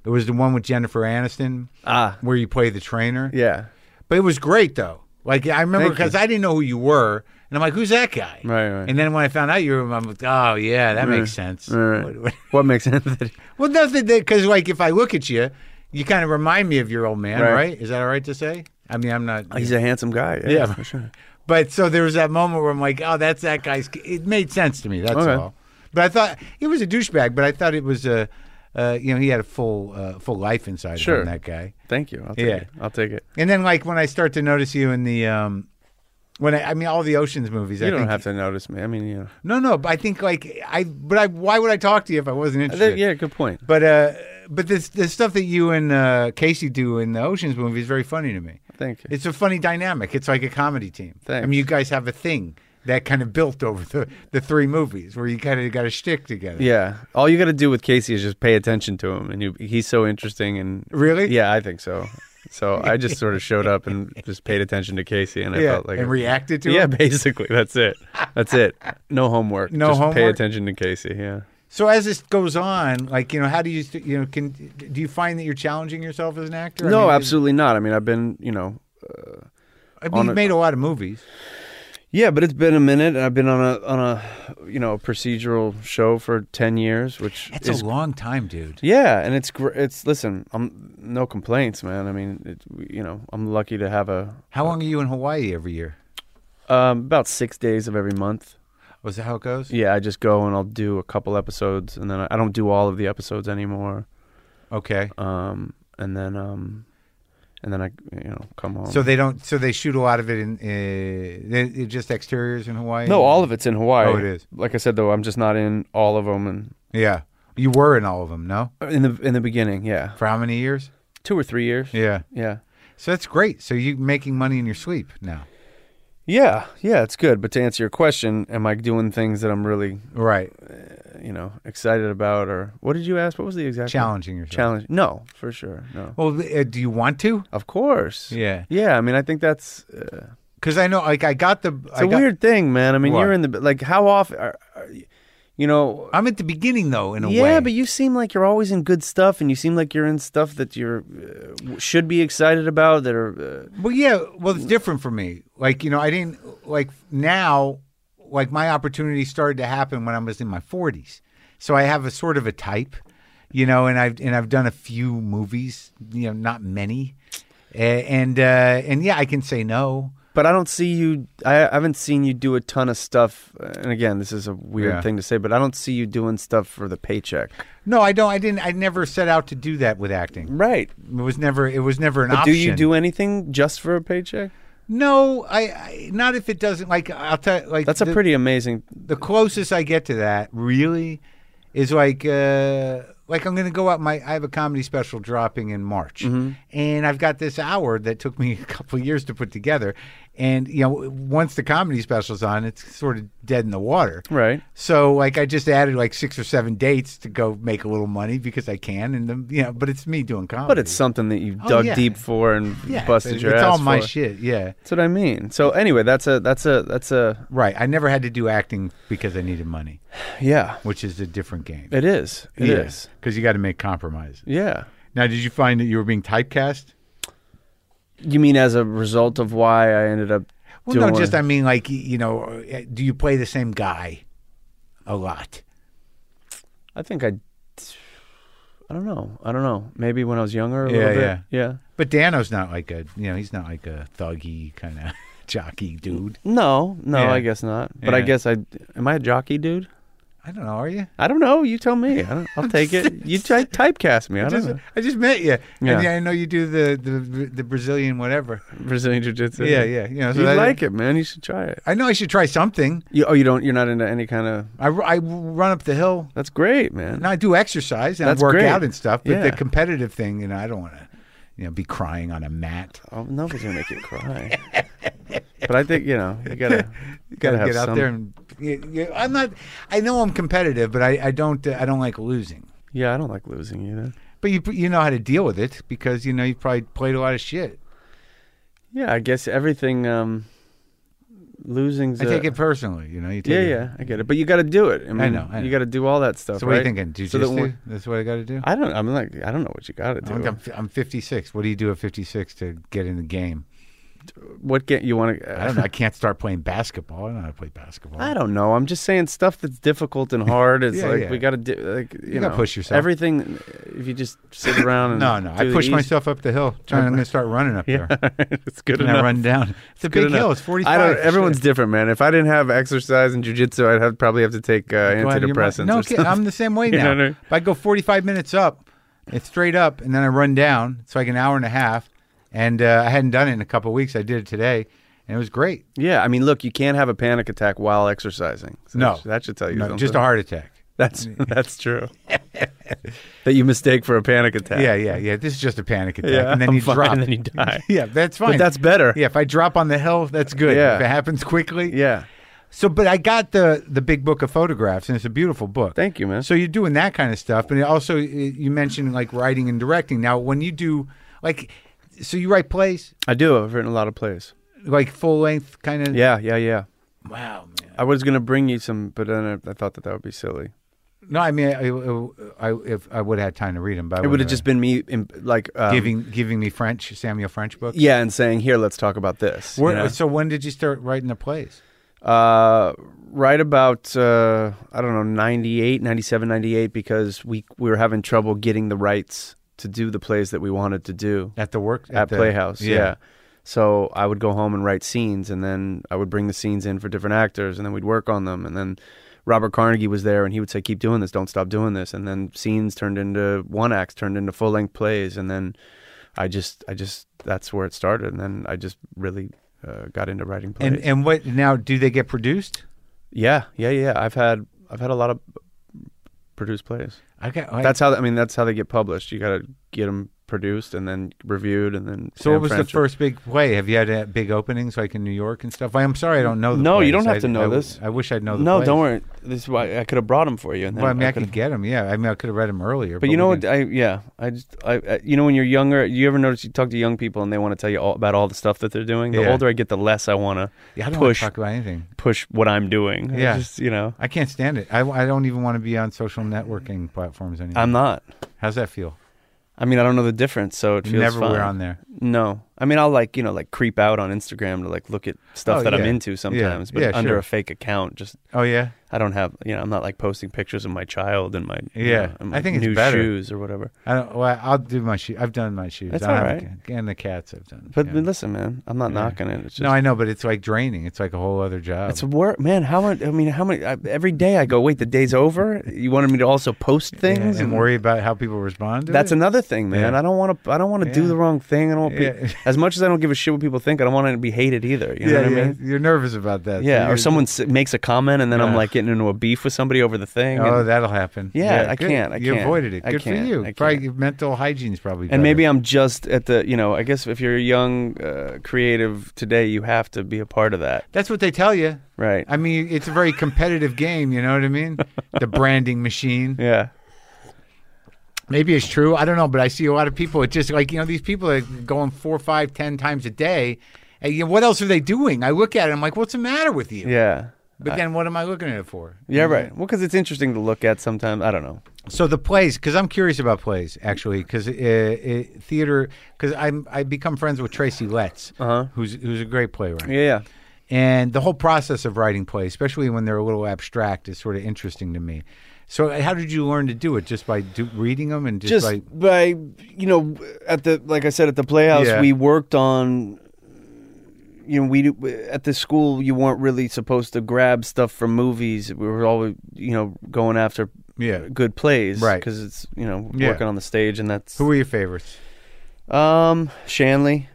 [SPEAKER 2] it was the one with Jennifer Aniston
[SPEAKER 1] Ah,
[SPEAKER 2] where you play the trainer.
[SPEAKER 1] yeah.
[SPEAKER 2] But it was great though. Like I remember
[SPEAKER 1] Thank you.
[SPEAKER 2] because I didn't know who you were, and I'm like, "Who's that guy?"
[SPEAKER 1] Right, right.
[SPEAKER 2] And then when I found out you were, I'm like, "Oh yeah, that
[SPEAKER 1] Right,
[SPEAKER 2] makes sense."
[SPEAKER 1] right.
[SPEAKER 2] What- what-
[SPEAKER 1] What makes sense? that-
[SPEAKER 2] Well, nothing because like if I look at you, you kind of remind me of your old man, right?
[SPEAKER 1] Right.
[SPEAKER 2] Is that all right to say? I mean, I'm not.
[SPEAKER 1] He's a handsome guy. Yeah,
[SPEAKER 2] Yeah.
[SPEAKER 1] for sure.
[SPEAKER 2] But so there was that moment where I'm like, "Oh, that's that guy's." ki-" It made sense to me. That's
[SPEAKER 1] Okay.
[SPEAKER 2] all. But I thought he was a douchebag. But I thought it was a, uh, you know, he had a full, uh, full life inside of
[SPEAKER 1] Sure.
[SPEAKER 2] him. That guy.
[SPEAKER 1] Thank you. I'll take
[SPEAKER 2] Yeah.
[SPEAKER 1] it. I'll take it.
[SPEAKER 2] And then like when I start to notice you in the, um, when I, I mean all the oceans movies,
[SPEAKER 1] You
[SPEAKER 2] I
[SPEAKER 1] don't
[SPEAKER 2] think
[SPEAKER 1] have to notice me. I mean, you know.
[SPEAKER 2] No, no, but I think like I, but I, why would I talk to you if I wasn't interested?
[SPEAKER 1] Yeah, good point.
[SPEAKER 2] But uh, but this the stuff that you and uh, Casey do in the Ocean's movie is very funny to me.
[SPEAKER 1] Thank you.
[SPEAKER 2] It's a funny dynamic. It's like a comedy team. I
[SPEAKER 1] Thanks.
[SPEAKER 2] mean, you guys have a thing that kind of built over the, the three movies where you kind of got a shtick together.
[SPEAKER 1] Yeah. All you got to do with Casey is just pay attention to him, and you, he's so interesting. And
[SPEAKER 2] Really?
[SPEAKER 1] yeah, I think so. So I just sort of showed up and just paid attention to Casey, and I
[SPEAKER 2] Yeah,
[SPEAKER 1] felt like
[SPEAKER 2] and
[SPEAKER 1] a-
[SPEAKER 2] reacted to
[SPEAKER 1] yeah,
[SPEAKER 2] it.
[SPEAKER 1] basically that's it. That's it. No homework.
[SPEAKER 2] No
[SPEAKER 1] just Pay
[SPEAKER 2] homework?
[SPEAKER 1] attention to Casey. Yeah.
[SPEAKER 2] So as this goes on, like you know, how do you st- you know can do you find that you're challenging yourself as an actor? I
[SPEAKER 1] no,
[SPEAKER 2] mean, is-
[SPEAKER 1] absolutely not. I mean, I've been, you know,
[SPEAKER 2] I mean,
[SPEAKER 1] On
[SPEAKER 2] you've
[SPEAKER 1] a-
[SPEAKER 2] made a lot of movies.
[SPEAKER 1] yeah, but it's been a minute, and I've been on a on a, you know, procedural show for ten years, which
[SPEAKER 2] That's
[SPEAKER 1] is
[SPEAKER 2] a long time, dude.
[SPEAKER 1] Yeah, and it's gr- it's listen, I'm no complaints, man. I mean, it, you know, I'm lucky to have a
[SPEAKER 2] How long are you in Hawaii every year?
[SPEAKER 1] um, about six days of every month.
[SPEAKER 2] Was that how it goes?
[SPEAKER 1] Yeah, I just go and I'll do a couple episodes, and then I, I don't do all of the episodes anymore.
[SPEAKER 2] Okay.
[SPEAKER 1] Um, and then um, and then I you know come home.
[SPEAKER 2] So they don't. So they shoot a lot of it in uh, they- it just exteriors in Hawaii.
[SPEAKER 1] no, all of it's in Hawaii.
[SPEAKER 2] Oh, it is.
[SPEAKER 1] Like I said, though, I'm just not in all of them, and
[SPEAKER 2] Yeah, you were in all of them. No,
[SPEAKER 1] in the in the beginning, yeah,
[SPEAKER 2] for how many years?
[SPEAKER 1] two or three years.
[SPEAKER 2] Yeah.
[SPEAKER 1] yeah.
[SPEAKER 2] So that's great. So you making money in your sleep now,
[SPEAKER 1] Yeah, yeah, it's good. But to answer your question, am I doing things that I'm really
[SPEAKER 2] right?
[SPEAKER 1] you know excited about or what did you ask what was the exact
[SPEAKER 2] Challenging yourself.
[SPEAKER 1] challenge no for sure no
[SPEAKER 2] Well, uh, do you want to?
[SPEAKER 1] of course
[SPEAKER 2] Yeah.
[SPEAKER 1] yeah i mean i think that's uh,
[SPEAKER 2] Because I know, like, I got the.
[SPEAKER 1] it's a weird thing man i mean
[SPEAKER 2] What?
[SPEAKER 1] you're in the like how often are, are, y- you know
[SPEAKER 2] I'm at the beginning though, in a way.
[SPEAKER 1] yeah but you seem like you're always in good stuff and you seem like you're in stuff that you're uh, w- should be excited about that are uh,
[SPEAKER 2] Well, yeah. Well, it's different for me. Like you know, I didn't like now. Like my opportunity started to happen when I was in my forties, so I have a sort of a type, you know. And I've and I've done a few movies, you know, not many, A- and uh, and yeah, I can say no.
[SPEAKER 1] but i don't see you I, I haven't seen you do a ton of stuff uh, and again this is a weird
[SPEAKER 2] Yeah.
[SPEAKER 1] thing to say but i don't see you doing stuff for the paycheck
[SPEAKER 2] No, I don't. I didn't. I never set out to do that with acting.
[SPEAKER 1] right
[SPEAKER 2] It was never. It was never an
[SPEAKER 1] but
[SPEAKER 2] option.
[SPEAKER 1] do you do anything just for a paycheck
[SPEAKER 2] No, I, I not if it doesn't. Like I'll tell. Like
[SPEAKER 1] That's a
[SPEAKER 2] the-
[SPEAKER 1] pretty amazing.
[SPEAKER 2] the closest I get to that really is like uh like I'm gonna go out my I have a comedy special dropping in March
[SPEAKER 1] Mm-hmm.
[SPEAKER 2] and I've got this hour that took me a couple of years to put together and you know once the comedy special's on it's sort of dead in the water
[SPEAKER 1] Right.
[SPEAKER 2] so like I just added like six or seven dates to go make a little money because I can and then you know but it's me doing comedy
[SPEAKER 1] But it's something that you
[SPEAKER 2] Oh,
[SPEAKER 1] dug
[SPEAKER 2] yeah.
[SPEAKER 1] deep for and
[SPEAKER 2] yeah
[SPEAKER 1] busted
[SPEAKER 2] it's,
[SPEAKER 1] your
[SPEAKER 2] it's
[SPEAKER 1] ass
[SPEAKER 2] all my
[SPEAKER 1] for.
[SPEAKER 2] shit yeah
[SPEAKER 1] That's what I mean. So anyway, that's a that's a that's a
[SPEAKER 2] right I never had to do acting because I needed money
[SPEAKER 1] yeah.
[SPEAKER 2] which is a different game
[SPEAKER 1] It is. It is.
[SPEAKER 2] Yeah, because you got to make compromises.
[SPEAKER 1] Yeah.
[SPEAKER 2] Now, did you find that you were being typecast?
[SPEAKER 1] You mean as a result of why I ended up
[SPEAKER 2] Well,
[SPEAKER 1] doing
[SPEAKER 2] no, just I mean, like y- you know, uh, do you play the same guy a lot?
[SPEAKER 1] I think I I don't know. I don't know. Maybe when I was younger a
[SPEAKER 2] Yeah,
[SPEAKER 1] little bit.
[SPEAKER 2] yeah.
[SPEAKER 1] Yeah.
[SPEAKER 2] But Dano's not like a you know, he's not like a thuggy kind of jockey dude.
[SPEAKER 1] No, no,
[SPEAKER 2] Yeah.
[SPEAKER 1] I guess not. But I
[SPEAKER 2] Yeah.
[SPEAKER 1] guess I am I a jockey dude?
[SPEAKER 2] I don't know. Are you?
[SPEAKER 1] I don't know. You tell me. I don't, I'll take it. You ty- typecast me. I don't
[SPEAKER 2] Just-
[SPEAKER 1] know.
[SPEAKER 2] I just met you.
[SPEAKER 1] Yeah.
[SPEAKER 2] And yeah, I know you do the, the the Brazilian whatever.
[SPEAKER 1] Brazilian jiu-jitsu.
[SPEAKER 2] Yeah, yeah. You know, so
[SPEAKER 1] you
[SPEAKER 2] that-
[SPEAKER 1] like it, man. You should try it.
[SPEAKER 2] I know I should try something.
[SPEAKER 1] You, oh, you don't. You're not into any kind of.
[SPEAKER 2] I, ru- I run up the hill.
[SPEAKER 1] That's great, man.
[SPEAKER 2] And I do exercise and I
[SPEAKER 1] That's
[SPEAKER 2] work
[SPEAKER 1] great.
[SPEAKER 2] out and stuff, but
[SPEAKER 1] Yeah.
[SPEAKER 2] the competitive thing, you know, I don't want to, you know, be crying on a mat.
[SPEAKER 1] Oh, nobody's gonna make you cry. but I think you know you gotta
[SPEAKER 2] You got to
[SPEAKER 1] have
[SPEAKER 2] get out
[SPEAKER 1] some-
[SPEAKER 2] there and you, you, I'm not. I know I'm competitive, but I, I don't. Uh, I don't like losing.
[SPEAKER 1] Yeah, I don't like losing either.
[SPEAKER 2] But you you know how to deal with it because you know you probably played a lot of shit.
[SPEAKER 1] Yeah, I guess everything. um Losing's.
[SPEAKER 2] I
[SPEAKER 1] a-
[SPEAKER 2] take it personally. You know. You take
[SPEAKER 1] Yeah,
[SPEAKER 2] it-
[SPEAKER 1] yeah, I get it. But you got to do it. I, mean,
[SPEAKER 2] know, I know.
[SPEAKER 1] You got to do all that stuff.
[SPEAKER 2] So what are you
[SPEAKER 1] right?
[SPEAKER 2] thinking? Jujitsu?
[SPEAKER 1] So that when-
[SPEAKER 2] That's what I got to do.
[SPEAKER 1] I don't. I'm like. I don't know what you got to do.
[SPEAKER 2] I'm, I'm, I'm 56. What do you do at 56 to get in the game?
[SPEAKER 1] what get you want to?
[SPEAKER 2] I don't know. I can't start playing basketball. I don't know how to play basketball.
[SPEAKER 1] I don't know. I'm just saying stuff that's difficult and hard. It's
[SPEAKER 2] Yeah,
[SPEAKER 1] like
[SPEAKER 2] yeah.
[SPEAKER 1] we got to do. Like you,
[SPEAKER 2] gotta
[SPEAKER 1] know,
[SPEAKER 2] push yourself.
[SPEAKER 1] Everything. If you just sit around and
[SPEAKER 2] no, no. I
[SPEAKER 1] do the
[SPEAKER 2] push
[SPEAKER 1] easy-
[SPEAKER 2] myself up the hill. Trying, I'm going to start running up
[SPEAKER 1] Yeah,
[SPEAKER 2] there.
[SPEAKER 1] it's good
[SPEAKER 2] And I
[SPEAKER 1] enough.
[SPEAKER 2] run down. It's a
[SPEAKER 1] Good
[SPEAKER 2] big
[SPEAKER 1] enough.
[SPEAKER 2] hill. It's 45.
[SPEAKER 1] I don't. Everyone's different, man. If I didn't have exercise and jujitsu, I'd have, probably have to take uh,
[SPEAKER 2] Go out of your mind.
[SPEAKER 1] antidepressants.
[SPEAKER 2] No,
[SPEAKER 1] or
[SPEAKER 2] kid,
[SPEAKER 1] something.
[SPEAKER 2] I'm the same way
[SPEAKER 1] You know
[SPEAKER 2] now.
[SPEAKER 1] what I mean?
[SPEAKER 2] If I go 45 minutes up, it's straight up, and then I run down. It's like an hour and a half. And uh, I hadn't done it in a couple of weeks. I did it today, and it was great.
[SPEAKER 1] yeah, I mean, look, you can't have a panic attack while exercising. So
[SPEAKER 2] No.
[SPEAKER 1] that should- that should tell you
[SPEAKER 2] No,
[SPEAKER 1] something.
[SPEAKER 2] just a heart attack.
[SPEAKER 1] That's that's true. that you mistake for a panic attack.
[SPEAKER 2] Yeah, yeah, yeah. This is just a panic attack,
[SPEAKER 1] yeah.
[SPEAKER 2] and then
[SPEAKER 1] I'm
[SPEAKER 2] you
[SPEAKER 1] fine,
[SPEAKER 2] drop.
[SPEAKER 1] and then you die.
[SPEAKER 2] yeah, that's fine.
[SPEAKER 1] But that's better.
[SPEAKER 2] yeah. If I drop on the hill, that's good.
[SPEAKER 1] Yeah.
[SPEAKER 2] If it happens quickly,
[SPEAKER 1] yeah.
[SPEAKER 2] So, but I got the the big book of photographs, and it's a beautiful book.
[SPEAKER 1] Thank you, man.
[SPEAKER 2] So you're doing that kind of stuff, but also uh, you mentioned like writing and directing. Now, when you do like, so you write plays,
[SPEAKER 1] I do. I've written a lot of plays.
[SPEAKER 2] like full length kind of.
[SPEAKER 1] Yeah, yeah, yeah.
[SPEAKER 2] Wow, man.
[SPEAKER 1] I was gonna bring you some, but then I, I thought that that would be silly.
[SPEAKER 2] No, I mean, I, I, I- if I would have had time to read them, but I
[SPEAKER 1] It would have
[SPEAKER 2] wouldn't
[SPEAKER 1] just been me, in, like um,
[SPEAKER 2] giving giving me French Samuel French book.
[SPEAKER 1] yeah, and saying, "Here, let's talk about this." you
[SPEAKER 2] Where,
[SPEAKER 1] know?
[SPEAKER 2] So when did you start writing the plays?
[SPEAKER 1] Uh, right about uh, I don't know 98, 97, 98 because we we were having trouble getting the rights to do the plays that we wanted to do
[SPEAKER 2] At the work
[SPEAKER 1] at,
[SPEAKER 2] the-
[SPEAKER 1] Playhouse. Yeah. So I would go home and write scenes, and then I would bring the scenes in for different actors, and then we'd work on them. And then Robert Carnegie was there, and he would say, "Keep doing this, don't stop doing this." And then scenes turned into one acts, turned into full length plays, and then I just, I just that's where it started. And then I just really uh, got into writing plays.
[SPEAKER 2] And and what now? Do they get produced?
[SPEAKER 1] yeah, yeah, yeah. I've had, I've had a lot of produced plays.
[SPEAKER 2] I got I-
[SPEAKER 1] That's how I mean. That's how they get published. You got to get them produced and then reviewed, and then
[SPEAKER 2] So
[SPEAKER 1] Sam
[SPEAKER 2] what was
[SPEAKER 1] French-
[SPEAKER 2] the first big play? Have you had uh, big openings like in New York and stuff? I, am sorry, I don't know. The
[SPEAKER 1] No, you
[SPEAKER 2] plays.
[SPEAKER 1] don't have
[SPEAKER 2] I-
[SPEAKER 1] to know
[SPEAKER 2] I-
[SPEAKER 1] this.
[SPEAKER 2] I wish I'd know. The
[SPEAKER 1] no,
[SPEAKER 2] plays.
[SPEAKER 1] don't worry. This is why I could have brought them for you. And then
[SPEAKER 2] Well, I mean, I,
[SPEAKER 1] could
[SPEAKER 2] could
[SPEAKER 1] have-
[SPEAKER 2] get them. Yeah, I mean, I could have read them earlier.
[SPEAKER 1] But you know
[SPEAKER 2] we
[SPEAKER 1] what?
[SPEAKER 2] didn't.
[SPEAKER 1] I yeah. I just I I- you know when you're younger, you ever notice you talk to young people and they want to tell you all about all the stuff that they're doing. The
[SPEAKER 2] Yeah.
[SPEAKER 1] older I get, the less I want to
[SPEAKER 2] Yeah, I don't wanna
[SPEAKER 1] push
[SPEAKER 2] talk about anything.
[SPEAKER 1] push what I'm doing. I
[SPEAKER 2] Yeah.
[SPEAKER 1] just, you know,
[SPEAKER 2] I can't stand it. I, I don't even want to be on social networking platforms anymore.
[SPEAKER 1] I'm not.
[SPEAKER 2] How's that feel?
[SPEAKER 1] I mean, I don't know the difference, so Uh, it feels
[SPEAKER 2] Never
[SPEAKER 1] fine.
[SPEAKER 2] we're on there.
[SPEAKER 1] No, I mean, I'll like you know like creep out on Instagram to like look at stuff
[SPEAKER 2] Oh,
[SPEAKER 1] that I'm
[SPEAKER 2] yeah.
[SPEAKER 1] into sometimes, but
[SPEAKER 2] Yeah,
[SPEAKER 1] under
[SPEAKER 2] sure.
[SPEAKER 1] a fake account, just.
[SPEAKER 2] Oh yeah,
[SPEAKER 1] I don't have, you know, I'm not like posting pictures of my child and my, you
[SPEAKER 2] Yeah.
[SPEAKER 1] know, and
[SPEAKER 2] I
[SPEAKER 1] my
[SPEAKER 2] think it's
[SPEAKER 1] new
[SPEAKER 2] better.
[SPEAKER 1] shoes or whatever.
[SPEAKER 2] I don't. Well, I'll do my shoes. I've done my shoes.
[SPEAKER 1] That's
[SPEAKER 2] I don't
[SPEAKER 1] all
[SPEAKER 2] have a cat- and the cats I've done.
[SPEAKER 1] But
[SPEAKER 2] yeah.
[SPEAKER 1] listen, man, I'm not
[SPEAKER 2] Yeah.
[SPEAKER 1] knocking it. It's just,
[SPEAKER 2] no, I know, but it's like draining. It's like a whole other job.
[SPEAKER 1] It's work, man. How much? I mean, how many? I, every day I go, wait, the day's over. You wanted me to also post
[SPEAKER 2] Yeah,
[SPEAKER 1] things
[SPEAKER 2] and worry about how people respond. To
[SPEAKER 1] That's
[SPEAKER 2] it?
[SPEAKER 1] another thing, man.
[SPEAKER 2] Yeah.
[SPEAKER 1] I don't want to. I don't want to do
[SPEAKER 2] Yeah.
[SPEAKER 1] the wrong thing. I don't. Want
[SPEAKER 2] Yeah.
[SPEAKER 1] pe- as much as I don't give a shit what people think, I don't want to be hated either. You know
[SPEAKER 2] yeah,
[SPEAKER 1] what I
[SPEAKER 2] yeah.
[SPEAKER 1] mean?
[SPEAKER 2] You're nervous about that. so
[SPEAKER 1] Yeah. Or
[SPEAKER 2] you're-
[SPEAKER 1] someone s- makes a comment and then I'm
[SPEAKER 2] Yeah.
[SPEAKER 1] like getting into a beef with somebody over the thing.
[SPEAKER 2] Oh,
[SPEAKER 1] and,
[SPEAKER 2] that'll happen.
[SPEAKER 1] Yeah, I
[SPEAKER 2] good.
[SPEAKER 1] can't, I
[SPEAKER 2] you
[SPEAKER 1] can't,
[SPEAKER 2] avoided it.
[SPEAKER 1] I
[SPEAKER 2] Good for
[SPEAKER 1] can't,
[SPEAKER 2] you.
[SPEAKER 1] I
[SPEAKER 2] Probably
[SPEAKER 1] can't.
[SPEAKER 2] your mental hygiene's probably.
[SPEAKER 1] and
[SPEAKER 2] better.
[SPEAKER 1] maybe I'm just at the. You know, I guess if you're a young uh, creative today, you have to be a part of that,
[SPEAKER 2] that's what they tell you.
[SPEAKER 1] right?
[SPEAKER 2] I mean, it's a very competitive game. You know what I mean? the branding machine.
[SPEAKER 1] yeah.
[SPEAKER 2] Maybe it's true. I don't know, but I see a lot of people. It's just like you know these people are going four, five, ten times a day. And you know, what else are they doing? I look at it. I'm like, what's the matter with you?
[SPEAKER 1] Yeah.
[SPEAKER 2] But then, what am I looking at it for?
[SPEAKER 1] Yeah. Right. Well, because it's interesting to look at sometimes. I don't know.
[SPEAKER 2] So the plays, because I'm curious about plays actually, because uh, uh, theater, because I'm I become friends with Tracy Letts,
[SPEAKER 1] Uh-huh.
[SPEAKER 2] who's who's a great playwright.
[SPEAKER 1] Yeah. Yeah.
[SPEAKER 2] And the whole process of writing plays, especially when they're a little abstract, is sort of interesting to me. So, how did you learn to do it? Just by do, reading them and just,
[SPEAKER 1] just
[SPEAKER 2] like
[SPEAKER 1] by you know at the like I said at the playhouse
[SPEAKER 2] Yeah.
[SPEAKER 1] we worked on you know, we at the school you weren't really supposed to grab stuff from movies. We were always, you know, going after
[SPEAKER 2] Yeah.
[SPEAKER 1] good plays,
[SPEAKER 2] Right.
[SPEAKER 1] Because it's you know
[SPEAKER 2] Yeah.
[SPEAKER 1] working on the stage, and that's
[SPEAKER 2] Who are your favorites?
[SPEAKER 1] um Shanley,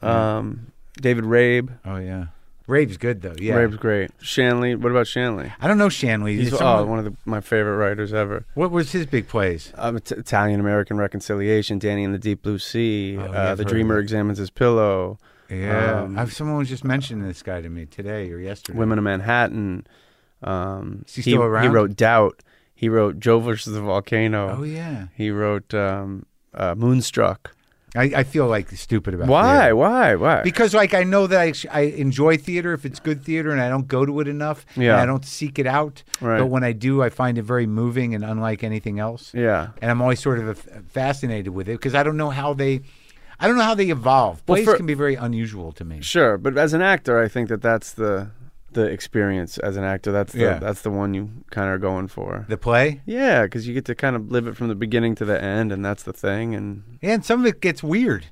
[SPEAKER 1] um David Rabe.
[SPEAKER 2] Oh yeah, Rave's good though. Yeah,
[SPEAKER 1] Rabe's great. Shanley, what about Shanley?
[SPEAKER 2] I don't know Shanley.
[SPEAKER 1] He's
[SPEAKER 2] Is
[SPEAKER 1] oh,
[SPEAKER 2] someone-
[SPEAKER 1] one of the, my favorite writers ever.
[SPEAKER 2] what was his big plays?
[SPEAKER 1] Um, It- Italian American Reconciliation, Danny and the Deep Blue Sea,
[SPEAKER 2] Oh, yeah,
[SPEAKER 1] uh,
[SPEAKER 2] I've
[SPEAKER 1] The
[SPEAKER 2] heard
[SPEAKER 1] Dreamer
[SPEAKER 2] of
[SPEAKER 1] Examines His Pillow,
[SPEAKER 2] Yeah,
[SPEAKER 1] Um,
[SPEAKER 2] I've, someone was just mentioning this guy to me today or yesterday.
[SPEAKER 1] Women of Manhattan. Um,
[SPEAKER 2] Is he still around?
[SPEAKER 1] wrote Doubt. He wrote Joe versus the Volcano.
[SPEAKER 2] Oh yeah,
[SPEAKER 1] He wrote um, uh, Moonstruck.
[SPEAKER 2] I, I feel like stupid about
[SPEAKER 1] Why?
[SPEAKER 2] theater.
[SPEAKER 1] Why? Why?
[SPEAKER 2] Because like I know that I sh- I enjoy theater if it's good theater and I don't go to it enough and
[SPEAKER 1] Yeah.
[SPEAKER 2] I don't seek it out.
[SPEAKER 1] Right.
[SPEAKER 2] But when I do, I find it very moving and unlike anything else.
[SPEAKER 1] yeah.
[SPEAKER 2] and I'm always sort of f- fascinated with it because I don't know how they, I don't know how they evolve.
[SPEAKER 1] Well,
[SPEAKER 2] Plays
[SPEAKER 1] for-
[SPEAKER 2] can be very unusual to me.
[SPEAKER 1] Sure, but as an actor, I think that that's the the experience as an actor. That's the,
[SPEAKER 2] Yeah.
[SPEAKER 1] that's the one you kind of are going for.
[SPEAKER 2] The play,
[SPEAKER 1] Yeah, because you get to kind of live it from the beginning to the end, and that's the thing. And
[SPEAKER 2] and some of it gets weird.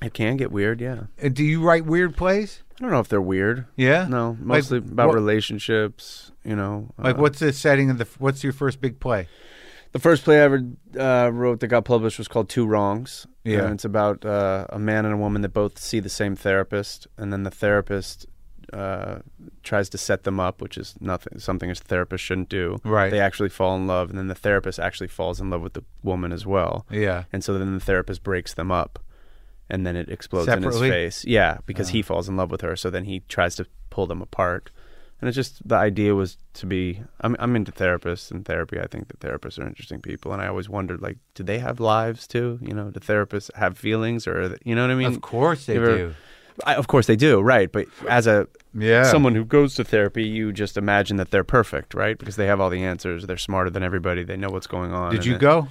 [SPEAKER 1] it can get weird. Yeah,
[SPEAKER 2] Uh, Do you write weird plays?
[SPEAKER 1] I don't know if they're weird.
[SPEAKER 2] Yeah.
[SPEAKER 1] No, mostly about
[SPEAKER 2] what-
[SPEAKER 1] relationships. You know,
[SPEAKER 2] Like
[SPEAKER 1] uh,
[SPEAKER 2] what's the setting of the? f- What's your first big play?
[SPEAKER 1] The first play I ever uh, wrote that got published was called Two Wrongs.
[SPEAKER 2] Yeah.
[SPEAKER 1] And it's about uh, a man and a woman that both see the same therapist, and then the therapist uh, tries to set them up, which is nothing, something a therapist shouldn't do.
[SPEAKER 2] Right.
[SPEAKER 1] They actually fall in love, and then the therapist actually falls in love with the woman as well.
[SPEAKER 2] Yeah.
[SPEAKER 1] And so then the therapist breaks them up, and then it explodes
[SPEAKER 2] Separately? Oh.
[SPEAKER 1] in his face. Yeah, because he falls in love with her. So then he tries to pull them apart. And it's just the idea was to be. I'm I'm into therapists and therapy. I think that therapists are interesting people, and I always wondered like, do they have lives too? You know, do therapists have feelings or are they- you know what I mean?
[SPEAKER 2] Of course they
[SPEAKER 1] you ever-
[SPEAKER 2] do.
[SPEAKER 1] I, of course they do, right? But as a
[SPEAKER 2] Yeah.
[SPEAKER 1] someone who goes to therapy, you just imagine that they're perfect, right? Because they have all the answers. They're smarter than everybody. They know what's going on.
[SPEAKER 2] Did
[SPEAKER 1] and
[SPEAKER 2] you
[SPEAKER 1] they-
[SPEAKER 2] go?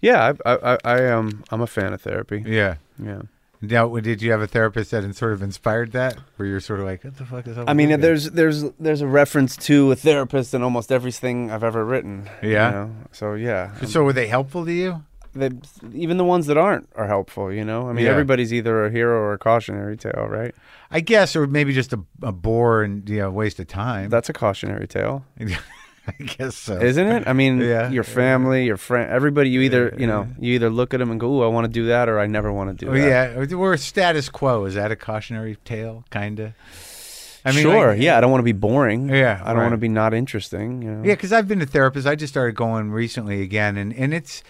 [SPEAKER 1] yeah, I, I, I, I um, I'm a fan of therapy.
[SPEAKER 2] Yeah.
[SPEAKER 1] Yeah.
[SPEAKER 2] Now, did you have a therapist that sort of inspired that, where you're sort of like, what the fuck is up?
[SPEAKER 1] I
[SPEAKER 2] with
[SPEAKER 1] mean,
[SPEAKER 2] this guy?
[SPEAKER 1] there's there's there's a reference to a therapist in almost everything I've ever written. you
[SPEAKER 2] Yeah?
[SPEAKER 1] know? So yeah,
[SPEAKER 2] So were they helpful to you?
[SPEAKER 1] they, even the ones that aren't are helpful. You know, I mean,
[SPEAKER 2] Yeah.
[SPEAKER 1] everybody's either a hero or a cautionary tale, right?
[SPEAKER 2] I guess, or maybe just a, a bore and you know, waste of time.
[SPEAKER 1] That's a cautionary tale,
[SPEAKER 2] I guess so.
[SPEAKER 1] isn't it? I mean,
[SPEAKER 2] Yeah.
[SPEAKER 1] your family, your friend, everybody. You either you know you either look at them and go, "Ooh, I want to do that," or "I never want to do
[SPEAKER 2] Oh
[SPEAKER 1] that."
[SPEAKER 2] yeah, we're status quo. Is that a cautionary tale, kinda? I
[SPEAKER 1] sure.
[SPEAKER 2] like-
[SPEAKER 1] yeah, I don't want to be boring.
[SPEAKER 2] Yeah,
[SPEAKER 1] I don't
[SPEAKER 2] right.
[SPEAKER 1] want to be not interesting. You know?
[SPEAKER 2] yeah. Because I've been to therapists. I just started going recently again, and and it's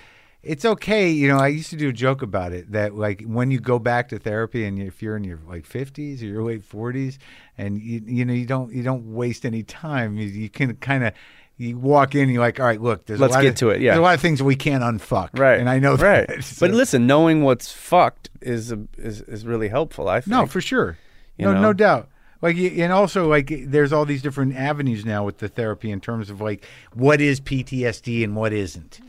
[SPEAKER 2] it's okay. You know, I used to do a joke about it that like when you go back to therapy, and if you're in your like 50s or your late 40s, and you you know you don't you don't waste any time. You, you can kind of. You walk in, you're like, all right, look, there's
[SPEAKER 1] Let's
[SPEAKER 2] a lot
[SPEAKER 1] get
[SPEAKER 2] of,
[SPEAKER 1] to it, yeah.
[SPEAKER 2] there's a lot of things we can't unfuck,
[SPEAKER 1] Right.
[SPEAKER 2] And I know
[SPEAKER 1] right.
[SPEAKER 2] that. so-
[SPEAKER 1] But listen, knowing what's fucked is a, is is really helpful. I think.
[SPEAKER 2] No, for sure.
[SPEAKER 1] you
[SPEAKER 2] no, no
[SPEAKER 1] know?
[SPEAKER 2] doubt. Like, y- and also, like, there's all these different avenues now with the therapy in terms of like what is PTSD and what isn't.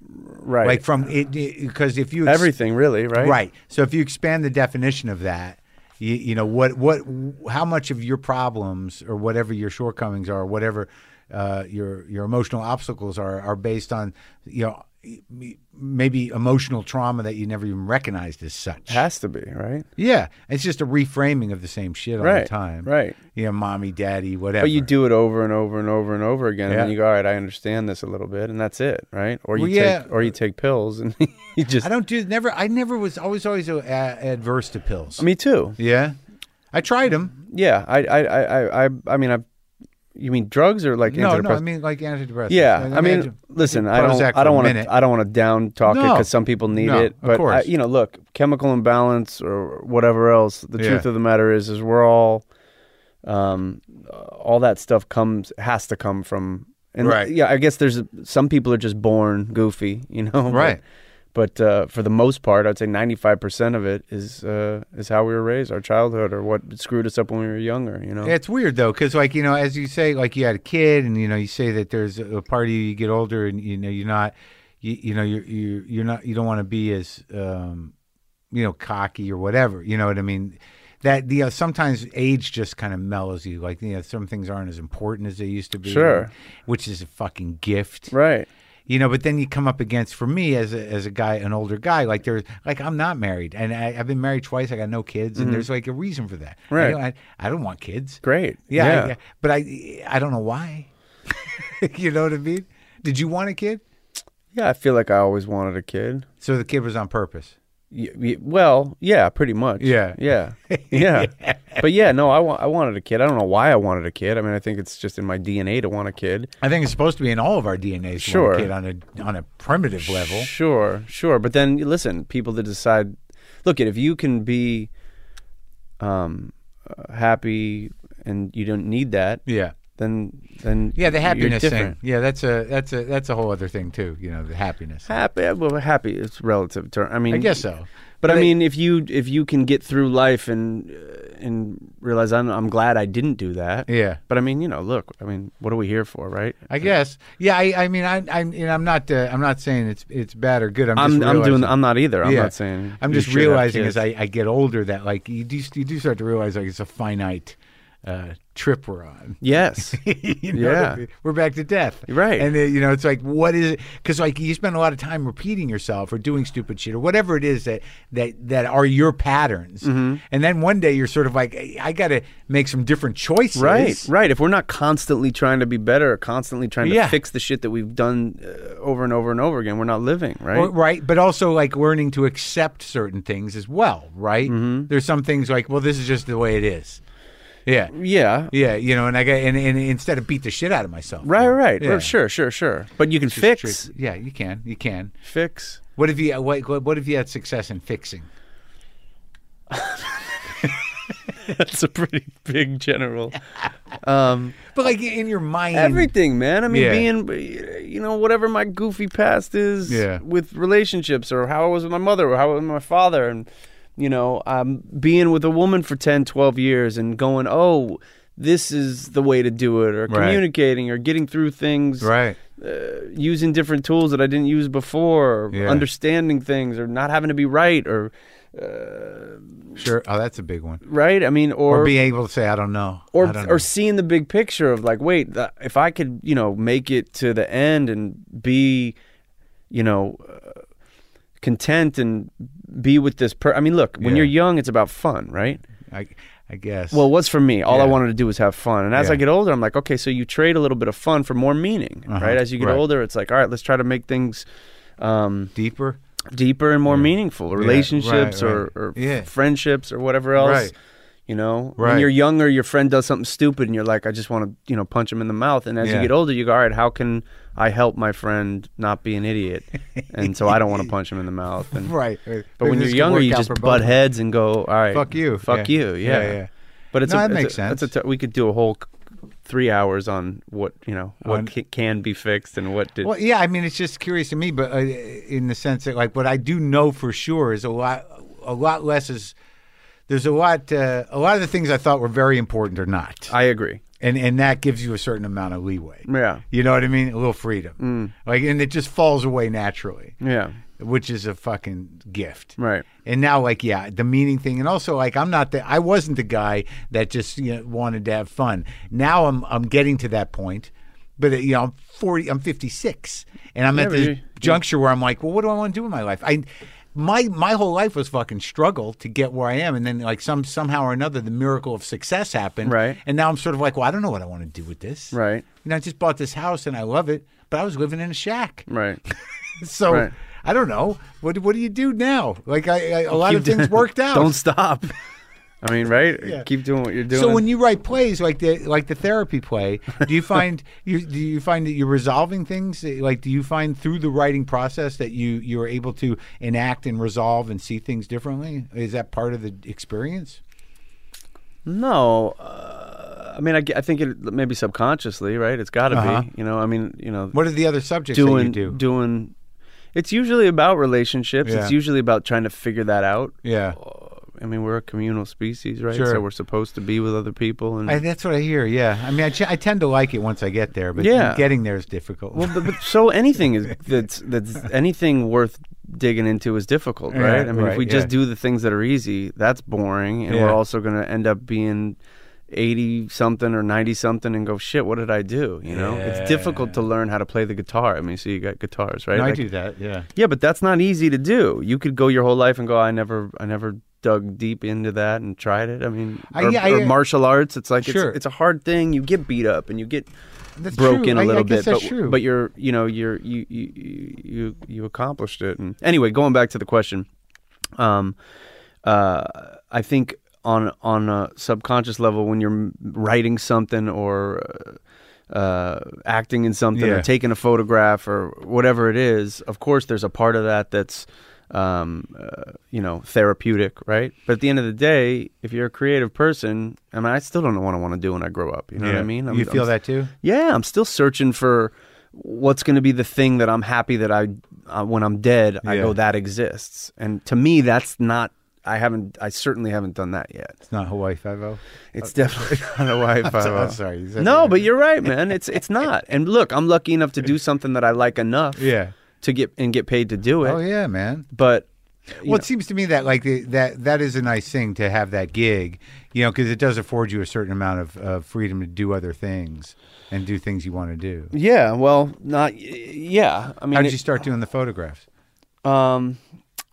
[SPEAKER 1] right.
[SPEAKER 2] Like, from it, because if you ex-
[SPEAKER 1] everything really, right?
[SPEAKER 2] right, so if you expand the definition of that, you, you know what, what, how much of your problems or whatever your shortcomings are, whatever uh, your your emotional obstacles are, are based on you know m- maybe emotional trauma that you never even recognized as such.
[SPEAKER 1] Has to be, right?
[SPEAKER 2] Yeah, it's just a reframing of the same shit all the
[SPEAKER 1] Right,
[SPEAKER 2] time.
[SPEAKER 1] right.
[SPEAKER 2] You know, mommy, daddy, whatever.
[SPEAKER 1] But you do it over and over and over and over again, and
[SPEAKER 2] Yeah.
[SPEAKER 1] then you go, "All right, I understand this a little bit," and that's it, right? Or you
[SPEAKER 2] Well,
[SPEAKER 1] take,
[SPEAKER 2] yeah.
[SPEAKER 1] or you take pills, and you just.
[SPEAKER 2] I don't do never. I never was always always uh, adverse to pills.
[SPEAKER 1] Me too.
[SPEAKER 2] yeah, I tried them.
[SPEAKER 1] Yeah, I, I, I, I, I, I mean, I. You mean drugs or like
[SPEAKER 2] No, no,
[SPEAKER 1] antidepressants?
[SPEAKER 2] I mean like antidepressants.
[SPEAKER 1] Yeah, I mean,
[SPEAKER 2] had-
[SPEAKER 1] listen,
[SPEAKER 2] did
[SPEAKER 1] I don't,
[SPEAKER 2] Prozac for
[SPEAKER 1] I
[SPEAKER 2] a
[SPEAKER 1] don't want
[SPEAKER 2] minute.
[SPEAKER 1] to, I don't want to down talk it
[SPEAKER 2] No.
[SPEAKER 1] because some people need
[SPEAKER 2] No,
[SPEAKER 1] it.
[SPEAKER 2] of
[SPEAKER 1] But I,
[SPEAKER 2] course.
[SPEAKER 1] you know, look, chemical imbalance or whatever else. The
[SPEAKER 2] Yeah.
[SPEAKER 1] truth of the matter is, is we're all, um, uh, all that stuff comes has to come from. And
[SPEAKER 2] Right.
[SPEAKER 1] Yeah, I guess there's some people are just born goofy, you know. but-
[SPEAKER 2] Right.
[SPEAKER 1] But, uh, for the most part, I'd say 95% of it is uh, is how we were raised, our childhood, or what screwed us up when we were younger. You know.
[SPEAKER 2] Yeah, It's weird though, because like you know, as you say, like you had a kid, and you know, you say that there's a part of you you get older, and you know, you're not, you, you know, you're you're you're not, you don't want to be as, um, you know, cocky or whatever. You know what I mean? That you know, sometimes age just kind of mellows you. Like you know, some things aren't as important as they used to be.
[SPEAKER 1] Sure.
[SPEAKER 2] which is a fucking gift.
[SPEAKER 1] Right.
[SPEAKER 2] you know. But then you come up against for me as a, as a guy, an older guy, like there's like I'm not married, and I, I've been married twice. I got no kids, and there's like a reason for that. I
[SPEAKER 1] Mm-hmm. Right.
[SPEAKER 2] don't, I, I don't want kids.
[SPEAKER 1] Great.
[SPEAKER 2] Yeah, I- yeah, but I I don't know why. you know what I mean? Did you want a kid?
[SPEAKER 1] Yeah, I feel like I always wanted a kid.
[SPEAKER 2] So the kid was on purpose.
[SPEAKER 1] Y- y- well, yeah, pretty much.
[SPEAKER 2] Yeah.
[SPEAKER 1] yeah, yeah. But yeah, no, I wa- I wanted a kid. I don't know why I wanted a kid. I mean, I think it's just in my DNA to want a kid.
[SPEAKER 2] I think it's supposed to be in all of our DNA. to want
[SPEAKER 1] Sure.
[SPEAKER 2] a kid on a on a primitive level.
[SPEAKER 1] Sure, sure. But then listen, people that decide, look at if you can be, um, uh, happy and you don't need that,
[SPEAKER 2] Yeah.
[SPEAKER 1] then then
[SPEAKER 2] Yeah, the
[SPEAKER 1] you're
[SPEAKER 2] happiness
[SPEAKER 1] different.
[SPEAKER 2] thing. Yeah, that's a that's a that's a whole other thing too. You know, the happiness.
[SPEAKER 1] Happy, well, happy. It's relative term. I mean,
[SPEAKER 2] I guess so.
[SPEAKER 1] But I
[SPEAKER 2] They-
[SPEAKER 1] mean, if you if you can get through life and uh, and realize I'm I'm glad I didn't do that.
[SPEAKER 2] Yeah,
[SPEAKER 1] But I mean, you know, look. I mean, what are we here for, right?
[SPEAKER 2] I guess. Yeah, I, I mean, I, I, you know, I'm not uh, I'm not saying it's it's bad or good. I'm just
[SPEAKER 1] I'm I'm
[SPEAKER 2] realizing-
[SPEAKER 1] doing. I'm not either. I'm
[SPEAKER 2] Yeah.
[SPEAKER 1] not saying.
[SPEAKER 2] I'm
[SPEAKER 1] you
[SPEAKER 2] just
[SPEAKER 1] should have
[SPEAKER 2] realizing
[SPEAKER 1] kids.
[SPEAKER 2] as I, I get older that like you do you do start to realize like it's a finite uh, trip we're on.
[SPEAKER 1] Yes.
[SPEAKER 2] You know
[SPEAKER 1] Yeah.
[SPEAKER 2] what I mean? we're back to death,
[SPEAKER 1] Right.
[SPEAKER 2] And then, you know, it's like, what is it? Because like you spend a lot of time repeating yourself or doing stupid shit or whatever it is that that that are your patterns,
[SPEAKER 1] Mm-hmm.
[SPEAKER 2] and then one day you're sort of like, I got to make some different choices,
[SPEAKER 1] Right, right. If we're not constantly trying to be better, or constantly trying to
[SPEAKER 2] Yeah.
[SPEAKER 1] fix the shit that we've done uh, over and over and over again, we're not living, right?
[SPEAKER 2] Or- right, but also like learning to accept certain things as well, right?
[SPEAKER 1] Mm-hmm.
[SPEAKER 2] There's some things like, well, this is just the way it is. Yeah,
[SPEAKER 1] yeah,
[SPEAKER 2] yeah, you know, and I got and, and instead of beat the shit out of myself,
[SPEAKER 1] right, right.
[SPEAKER 2] Yeah.
[SPEAKER 1] Sure, sure, sure. But you can fix,
[SPEAKER 2] Treat- Yeah, you can, you can.
[SPEAKER 1] fix.
[SPEAKER 2] What if you what what, what if you had success in fixing?
[SPEAKER 1] That's a pretty big general. Um,
[SPEAKER 2] But like in your mind,
[SPEAKER 1] Everything, man. I mean,
[SPEAKER 2] Yeah.
[SPEAKER 1] being, you know, whatever my goofy past is
[SPEAKER 2] Yeah.
[SPEAKER 1] with relationships or how I was with my mother or how I was with my father. And, you know, um, being with a woman for 10, 12 years and going, oh, this is the way to do it or
[SPEAKER 2] Right.
[SPEAKER 1] communicating or getting through things,
[SPEAKER 2] right?
[SPEAKER 1] uh, using different tools that I didn't use before, or
[SPEAKER 2] Yeah.
[SPEAKER 1] understanding things or not having to be right or,
[SPEAKER 2] Sure. Oh, that's a big one.
[SPEAKER 1] right? I mean,
[SPEAKER 2] Or,
[SPEAKER 1] or,
[SPEAKER 2] being able to say, I don't know, I
[SPEAKER 1] or
[SPEAKER 2] don't know.
[SPEAKER 1] or seeing the big picture of like wait th- if i could you know make it to the end and be you know uh, content and be with this per i mean look when
[SPEAKER 2] Yeah.
[SPEAKER 1] you're young it's about fun right
[SPEAKER 2] I, I guess.
[SPEAKER 1] well it was for me all i
[SPEAKER 2] Yeah.
[SPEAKER 1] wanted to do was have fun and as i
[SPEAKER 2] Yeah.
[SPEAKER 1] get older i'm like okay so you trade a little bit of fun for more meaning
[SPEAKER 2] Uh-huh.
[SPEAKER 1] right as you get
[SPEAKER 2] Right.
[SPEAKER 1] older it's like all right let's try to make things um,
[SPEAKER 2] deeper.
[SPEAKER 1] deeper and more meaningful relationships
[SPEAKER 2] right.
[SPEAKER 1] or, or
[SPEAKER 2] Yeah.
[SPEAKER 1] friendships or whatever else
[SPEAKER 2] Right.
[SPEAKER 1] you know
[SPEAKER 2] Right.
[SPEAKER 1] when you're younger your friend does something stupid and you're like i just want to you know punch him in the mouth and as
[SPEAKER 2] Yeah.
[SPEAKER 1] you get older you go all right how can i help my friend not be an idiot and so i don't want to punch him in the mouth and
[SPEAKER 2] Right. But
[SPEAKER 1] but when you're younger you just butt heads and go all right
[SPEAKER 2] Fuck you.
[SPEAKER 1] fuck
[SPEAKER 2] Yeah.
[SPEAKER 1] you
[SPEAKER 2] Yeah,
[SPEAKER 1] yeah,
[SPEAKER 2] yeah.
[SPEAKER 1] but it's
[SPEAKER 2] No,
[SPEAKER 1] a,
[SPEAKER 2] that
[SPEAKER 1] it's
[SPEAKER 2] makes
[SPEAKER 1] a- it's a
[SPEAKER 2] sense.
[SPEAKER 1] t- we could do a whole c- three hours on what you know what
[SPEAKER 2] On-
[SPEAKER 1] ca- can be fixed and what did
[SPEAKER 2] Well, yeah, I mean, it's just curious to me, but uh, in the sense that, like, what I do know for sure is a lot, a lot less is. There's a lot, uh, a lot of the things I thought were very important are not,
[SPEAKER 1] i agree
[SPEAKER 2] and and that gives you a certain amount of leeway.
[SPEAKER 1] yeah
[SPEAKER 2] You know what I mean? A little freedom, like, and it just falls away naturally,
[SPEAKER 1] yeah
[SPEAKER 2] which is a fucking gift.
[SPEAKER 1] right
[SPEAKER 2] And now, like, yeah, the meaning thing, and also, like, I'm not the, I wasn't the guy that just you know, wanted to have fun. Now I'm, I'm getting to that point, but uh, you know, I'm 40, I'm 56, and I'm
[SPEAKER 1] Yeah,
[SPEAKER 2] at
[SPEAKER 1] but
[SPEAKER 2] this
[SPEAKER 1] you-
[SPEAKER 2] juncture where I'm like, well, what do I want to do with my life? I, my, my whole life was fucking struggle to get where I am, and then like some somehow or another, the miracle of success happened,
[SPEAKER 1] Right.
[SPEAKER 2] And now I'm sort of like, well, I don't know what I want to do with this,
[SPEAKER 1] right
[SPEAKER 2] You know, I just bought this house and I love it, but I was living in a shack,
[SPEAKER 1] right
[SPEAKER 2] so
[SPEAKER 1] Right.
[SPEAKER 2] I don't know. What what do you do now? Like I, I a lot of things worked out.
[SPEAKER 1] Don't stop. I mean, right?
[SPEAKER 2] Yeah.
[SPEAKER 1] Keep doing what you're doing.
[SPEAKER 2] so when you write plays like the like the therapy play, do you find you do you find that you're resolving things? Like do you find through the writing process that you you are able to enact and resolve and see things differently? Is that part of the experience?
[SPEAKER 1] no, uh, I mean, I, g- I think it maybe subconsciously, right? It's got to
[SPEAKER 2] Uh-huh.
[SPEAKER 1] be. You know, I mean, you know,
[SPEAKER 2] What are the other subjects
[SPEAKER 1] doing,
[SPEAKER 2] that you do?
[SPEAKER 1] doing. It's usually about relationships.
[SPEAKER 2] Yeah.
[SPEAKER 1] It's usually about trying to figure that out.
[SPEAKER 2] yeah,
[SPEAKER 1] I mean, we're a communal species, right?
[SPEAKER 2] Sure.
[SPEAKER 1] So we're supposed to be with other people, and
[SPEAKER 2] I, that's what I hear. Yeah, I mean, I, ch- I tend to like it once I get there, but
[SPEAKER 1] Yeah.
[SPEAKER 2] getting there is difficult.
[SPEAKER 1] Well, but, but so anything is that's that's anything worth digging into is difficult, right?
[SPEAKER 2] Yeah,
[SPEAKER 1] I mean,
[SPEAKER 2] right,
[SPEAKER 1] if we
[SPEAKER 2] yeah.
[SPEAKER 1] just do the things that are easy, that's boring, and
[SPEAKER 2] Yeah.
[SPEAKER 1] we're also going to end up being 80 something or 90 something and go shit what did i do you know
[SPEAKER 2] Yeah.
[SPEAKER 1] it's difficult to learn how to play the guitar i mean so you got guitars right
[SPEAKER 2] No, I
[SPEAKER 1] Like-
[SPEAKER 2] do that. Yeah.
[SPEAKER 1] yeah but that's not easy to do you could go your whole life and go i never i never dug deep into that and tried it i mean
[SPEAKER 2] I-
[SPEAKER 1] or,
[SPEAKER 2] yeah, I-
[SPEAKER 1] or martial arts it's like
[SPEAKER 2] Sure.
[SPEAKER 1] it's, it's a hard thing you get beat up and you get
[SPEAKER 2] That's
[SPEAKER 1] broken
[SPEAKER 2] true.
[SPEAKER 1] a
[SPEAKER 2] I-
[SPEAKER 1] little
[SPEAKER 2] I, guess
[SPEAKER 1] bit
[SPEAKER 2] That's
[SPEAKER 1] but
[SPEAKER 2] true.
[SPEAKER 1] but you're you know you're you you you you, you accomplished it and anyway going back to the question um uh i think on on a subconscious level when you're m- writing something or uh, uh acting in something
[SPEAKER 2] Yeah.
[SPEAKER 1] or taking a photograph or whatever it is of course there's a part of that that's um uh, you know therapeutic right but at the end of the day if you're a creative person i mean i still don't know what i want to do when i grow up you know what i mean I'm-
[SPEAKER 2] you
[SPEAKER 1] I'm
[SPEAKER 2] feel that too?
[SPEAKER 1] yeah, I'm still searching for what's going to be the thing that I'm happy that I, uh, when I'm dead, I
[SPEAKER 2] Yeah.
[SPEAKER 1] go that exists. And to me, that's not. I haven't. I certainly haven't done that yet.
[SPEAKER 2] It's not Hawaii Five O.
[SPEAKER 1] It's definitely not a Wi-Fi.
[SPEAKER 2] I'm sorry. you said
[SPEAKER 1] No,
[SPEAKER 2] that.
[SPEAKER 1] but you're right, man. It's it's not. And look, I'm lucky enough to do something that I like enough
[SPEAKER 2] yeah.
[SPEAKER 1] to get and get paid to do it.
[SPEAKER 2] Oh yeah, man.
[SPEAKER 1] But you
[SPEAKER 2] Well, it seems to me that like the, that that is a nice thing to have that gig, you know, because it does afford you a certain amount of uh, freedom to do other things and do things you want to do.
[SPEAKER 1] know, yeah, well, not yeah. I mean,
[SPEAKER 2] How did
[SPEAKER 1] it-
[SPEAKER 2] you start doing the photographs?
[SPEAKER 1] Um,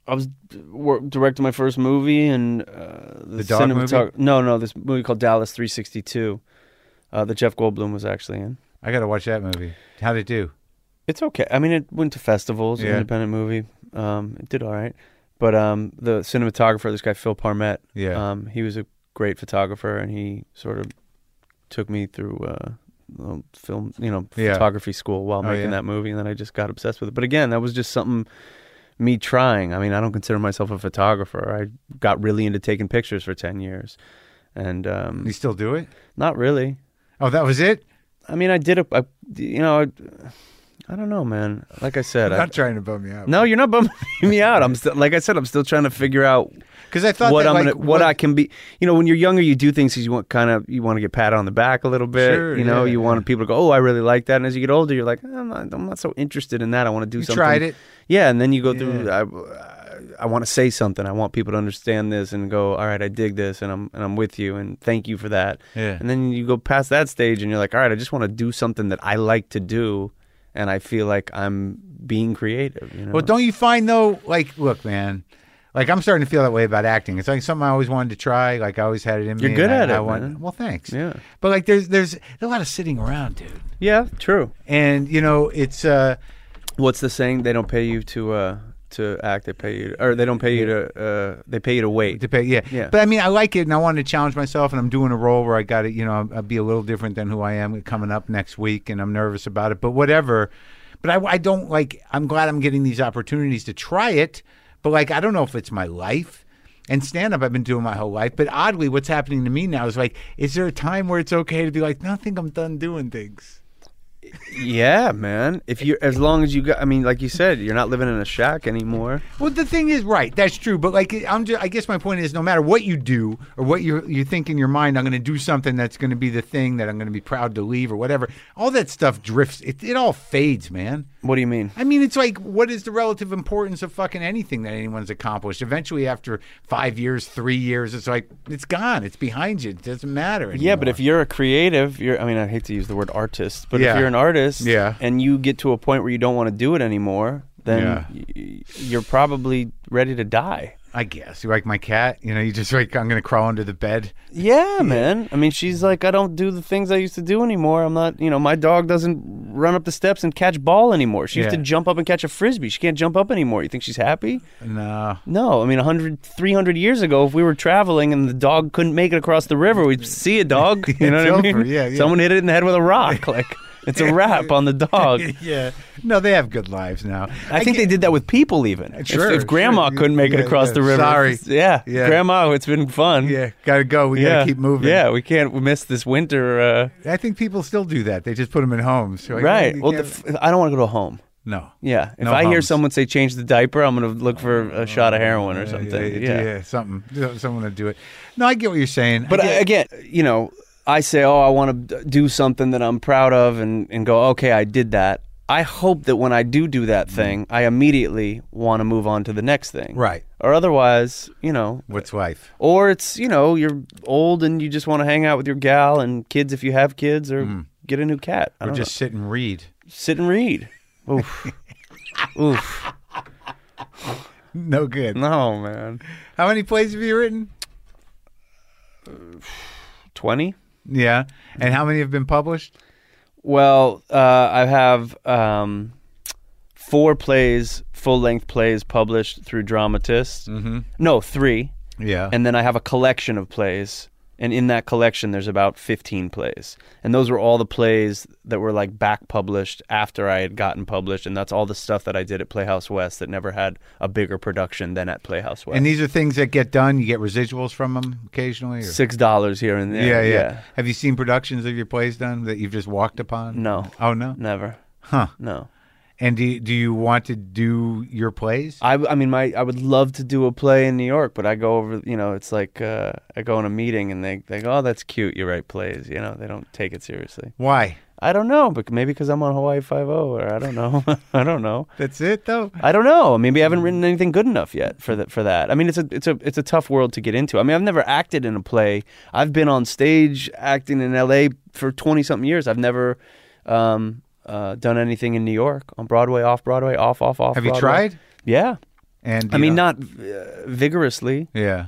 [SPEAKER 1] I was wor- directing my first movie and uh,
[SPEAKER 2] The dog
[SPEAKER 1] cinematog- No, no, this movie called Dallas 362 uh, that Jeff Goldblum was actually in.
[SPEAKER 2] I got to watch that movie. How'd it do?
[SPEAKER 1] It's okay. I mean, it went to festivals, an
[SPEAKER 2] Yeah.
[SPEAKER 1] independent movie. Um, it did all right. But um, the cinematographer, this guy Phil Parmet,
[SPEAKER 2] Yeah.
[SPEAKER 1] um, he was a great photographer, and he sort of took me through uh, little film, you know,
[SPEAKER 2] Yeah.
[SPEAKER 1] photography school while
[SPEAKER 2] Oh,
[SPEAKER 1] making
[SPEAKER 2] yeah.
[SPEAKER 1] that movie, and then I just got obsessed with it. But again, that was just something me trying. I mean, I don't consider myself a photographer. I got really into taking pictures for ten years, and um,
[SPEAKER 2] You still do it?
[SPEAKER 1] not really.
[SPEAKER 2] Oh, that was it.
[SPEAKER 1] I mean, I did a, I, you know, I, I don't know, man. Like I said,
[SPEAKER 2] I'm
[SPEAKER 1] I,
[SPEAKER 2] not trying to bum you out.
[SPEAKER 1] no, you're not bumming me out. I'm still, like I said, I'm still trying to figure out
[SPEAKER 2] because I thought
[SPEAKER 1] what
[SPEAKER 2] that,
[SPEAKER 1] I'm
[SPEAKER 2] like,
[SPEAKER 1] gonna, what, I can be. You know, when you're younger, you do things because you want kind of you want to get patted on the back a little bit.
[SPEAKER 2] Sure,
[SPEAKER 1] you know,
[SPEAKER 2] yeah,
[SPEAKER 1] you
[SPEAKER 2] yeah.
[SPEAKER 1] want people to go, oh, I really like that. And as you get older, you're like, I'm not, I'm not so interested in that. I want to do
[SPEAKER 2] you
[SPEAKER 1] something.
[SPEAKER 2] tried it.
[SPEAKER 1] Yeah, and then you go through. I, I want to say something. I want people to understand this and go, all right, I dig this, and I'm and I'm with you, and thank you for that.
[SPEAKER 2] Yeah.
[SPEAKER 1] And then you go past that stage, and you're like, all right, I just want to do something that I like to do, and I feel like I'm being creative. You know?
[SPEAKER 2] Well, don't you find though, like, look, man, like I'm starting to feel that way about acting. It's like something I always wanted to try. Like I always had it in me.
[SPEAKER 1] You're good
[SPEAKER 2] and I-
[SPEAKER 1] at it,
[SPEAKER 2] I want-
[SPEAKER 1] man.
[SPEAKER 2] Well, thanks.
[SPEAKER 1] Yeah.
[SPEAKER 2] But like, there's there's a lot of sitting around, dude.
[SPEAKER 1] Yeah, true.
[SPEAKER 2] And you know, it's uh,
[SPEAKER 1] What's the saying? They don't pay you to uh to act. They pay you, to, or they don't pay you to uh they pay you to wait.
[SPEAKER 2] depend. Yeah.
[SPEAKER 1] Yeah.
[SPEAKER 2] But I mean, I like it, and I wanted to challenge myself, and I'm doing a role where I got to, you know, I'll, I'll be a little different than who I am coming up next week, and I'm nervous about it. But whatever. But I, I don't like. I'm glad I'm getting these opportunities to try it. But like, I don't know if it's my life. And stand up, I've been doing my whole life. But oddly, what's happening to me now is like, is there a time where it's okay to be like, no, I think I'm done doing things?
[SPEAKER 1] Yeah, man. If you as long as you got, I mean, like you said, you're not living in a shack anymore.
[SPEAKER 2] Well, the thing is, right, that's true. But like, I'm just, I guess my point is, no matter what you do or what you you think in your mind, I'm going to do something that's going to be the thing that I'm going to be proud to leave or whatever. All that stuff drifts. It, it all fades, man.
[SPEAKER 1] What do you mean?
[SPEAKER 2] I mean, it's like, what is the relative importance of fucking anything that anyone's accomplished? Eventually, after five years, three years, it's like it's gone. It's behind you. It doesn't matter.
[SPEAKER 1] Yeah, but
[SPEAKER 2] anymore.
[SPEAKER 1] if you're a creative, you're I mean, I hate to use the word artist, but
[SPEAKER 2] Yeah.
[SPEAKER 1] if you're an artist
[SPEAKER 2] Yeah.
[SPEAKER 1] and you get to a point where you don't want to do it anymore, then
[SPEAKER 2] Yeah.
[SPEAKER 1] y- you're probably ready to die.
[SPEAKER 2] I guess you're like my cat. You know, you just like I'm going to crawl under the bed.
[SPEAKER 1] Yeah, man. I mean, she's like, I don't do the things I used to do anymore. I'm not, you know, my dog doesn't run up the steps and catch ball anymore. She used
[SPEAKER 2] Yeah.
[SPEAKER 1] to jump up and catch a frisbee. She can't jump up anymore. You think she's happy?
[SPEAKER 2] No.
[SPEAKER 1] No. I mean, 100, 300 years ago, if we were traveling and the dog couldn't make it across the river, we'd see a dog. You know
[SPEAKER 2] It's
[SPEAKER 1] what I
[SPEAKER 2] over.
[SPEAKER 1] mean?
[SPEAKER 2] Yeah, yeah.
[SPEAKER 1] Someone hit it in the head with a rock. Like, it's a wrap on the dog.
[SPEAKER 2] yeah. No, they have good lives now.
[SPEAKER 1] I, think they did that with people, even. If-
[SPEAKER 2] Sure,
[SPEAKER 1] If, grandma
[SPEAKER 2] sure.
[SPEAKER 1] couldn't make
[SPEAKER 2] Yeah,
[SPEAKER 1] it across
[SPEAKER 2] yeah.
[SPEAKER 1] the river.
[SPEAKER 2] Sorry.
[SPEAKER 1] Yeah,
[SPEAKER 2] Yeah.
[SPEAKER 1] Grandma, it's been fun.
[SPEAKER 2] Yeah, gotta go. We
[SPEAKER 1] yeah.
[SPEAKER 2] gotta keep moving.
[SPEAKER 1] Yeah, we can't miss this winter. Uh,
[SPEAKER 2] I think people still do that. They just put them in homes. You're like,
[SPEAKER 1] Right.
[SPEAKER 2] you
[SPEAKER 1] Well, the
[SPEAKER 2] can't-
[SPEAKER 1] f- I don't want to go to a home.
[SPEAKER 2] no.
[SPEAKER 1] Yeah. If
[SPEAKER 2] No
[SPEAKER 1] I hear
[SPEAKER 2] homes. Oh,
[SPEAKER 1] someone say change the diaper, I'm going to look for a shot of heroin or
[SPEAKER 2] Yeah,
[SPEAKER 1] something.
[SPEAKER 2] yeah,
[SPEAKER 1] Yeah.
[SPEAKER 2] yeah, yeah, something. Yeah, Someone to do it. No, I get what you're saying.
[SPEAKER 1] But
[SPEAKER 2] I
[SPEAKER 1] I,
[SPEAKER 2] get,
[SPEAKER 1] again, you know, I say, oh, I want to do something that I'm proud of and, and go, okay, I did that. I hope that when I do do that thing, I immediately want to move on to the next thing.
[SPEAKER 2] Mm-hmm. Right.
[SPEAKER 1] Or otherwise, you know,
[SPEAKER 2] What's wife?
[SPEAKER 1] or it's, you know, you're old and you just want to hang out with your gal and kids if you have kids or get a new cat. I
[SPEAKER 2] Mm-hmm. Or
[SPEAKER 1] don't
[SPEAKER 2] just sit and read.
[SPEAKER 1] know. sit and read. Oof. Oof.
[SPEAKER 2] No good.
[SPEAKER 1] No, man.
[SPEAKER 2] How many plays have you written?
[SPEAKER 1] 20?
[SPEAKER 2] Yeah. And how many have been published?
[SPEAKER 1] Well, uh, I have um, four plays, full length plays published through Dramatist. Mm-hmm. No, three.
[SPEAKER 2] Yeah.
[SPEAKER 1] And then I have a collection of plays. And in that collection, there's about 15 plays. And those were all the plays that were like back published after I had gotten published. And that's all the stuff that I did at Playhouse West that never had a bigger production than at Playhouse West.
[SPEAKER 2] and these are things that get done. You get residuals from them occasionally. Or?
[SPEAKER 1] $6 here and
[SPEAKER 2] yeah,
[SPEAKER 1] there.
[SPEAKER 2] yeah, Have you seen productions of your plays done that you've just walked upon?
[SPEAKER 1] No.
[SPEAKER 2] Oh no.
[SPEAKER 1] Never.
[SPEAKER 2] Huh.
[SPEAKER 1] No.
[SPEAKER 2] And do do you want to do your plays?
[SPEAKER 1] I, I mean, my I would love to do a play in New York, but I go over, you know, it's like uh, I go in a meeting and they, they go, oh, that's cute. You write plays. You know, they don't take it seriously.
[SPEAKER 2] Why?
[SPEAKER 1] I don't know, but maybe because I'm on Hawaii Five O, or I don't know. I don't know.
[SPEAKER 2] That's it though.
[SPEAKER 1] I don't know. Maybe I haven't written anything good enough yet for that. For that, I mean, it's a it's a it's a tough world to get into. I mean, I've never acted in a play. I've been on stage acting in L.A. for twenty something years. I've never um, uh, done anything in New York on Broadway, off Broadway, off, off, off.
[SPEAKER 2] Have you
[SPEAKER 1] Broadway.
[SPEAKER 2] tried?
[SPEAKER 1] Yeah,
[SPEAKER 2] And
[SPEAKER 1] I
[SPEAKER 2] you
[SPEAKER 1] mean,
[SPEAKER 2] know-
[SPEAKER 1] not uh, vigorously.
[SPEAKER 2] Yeah.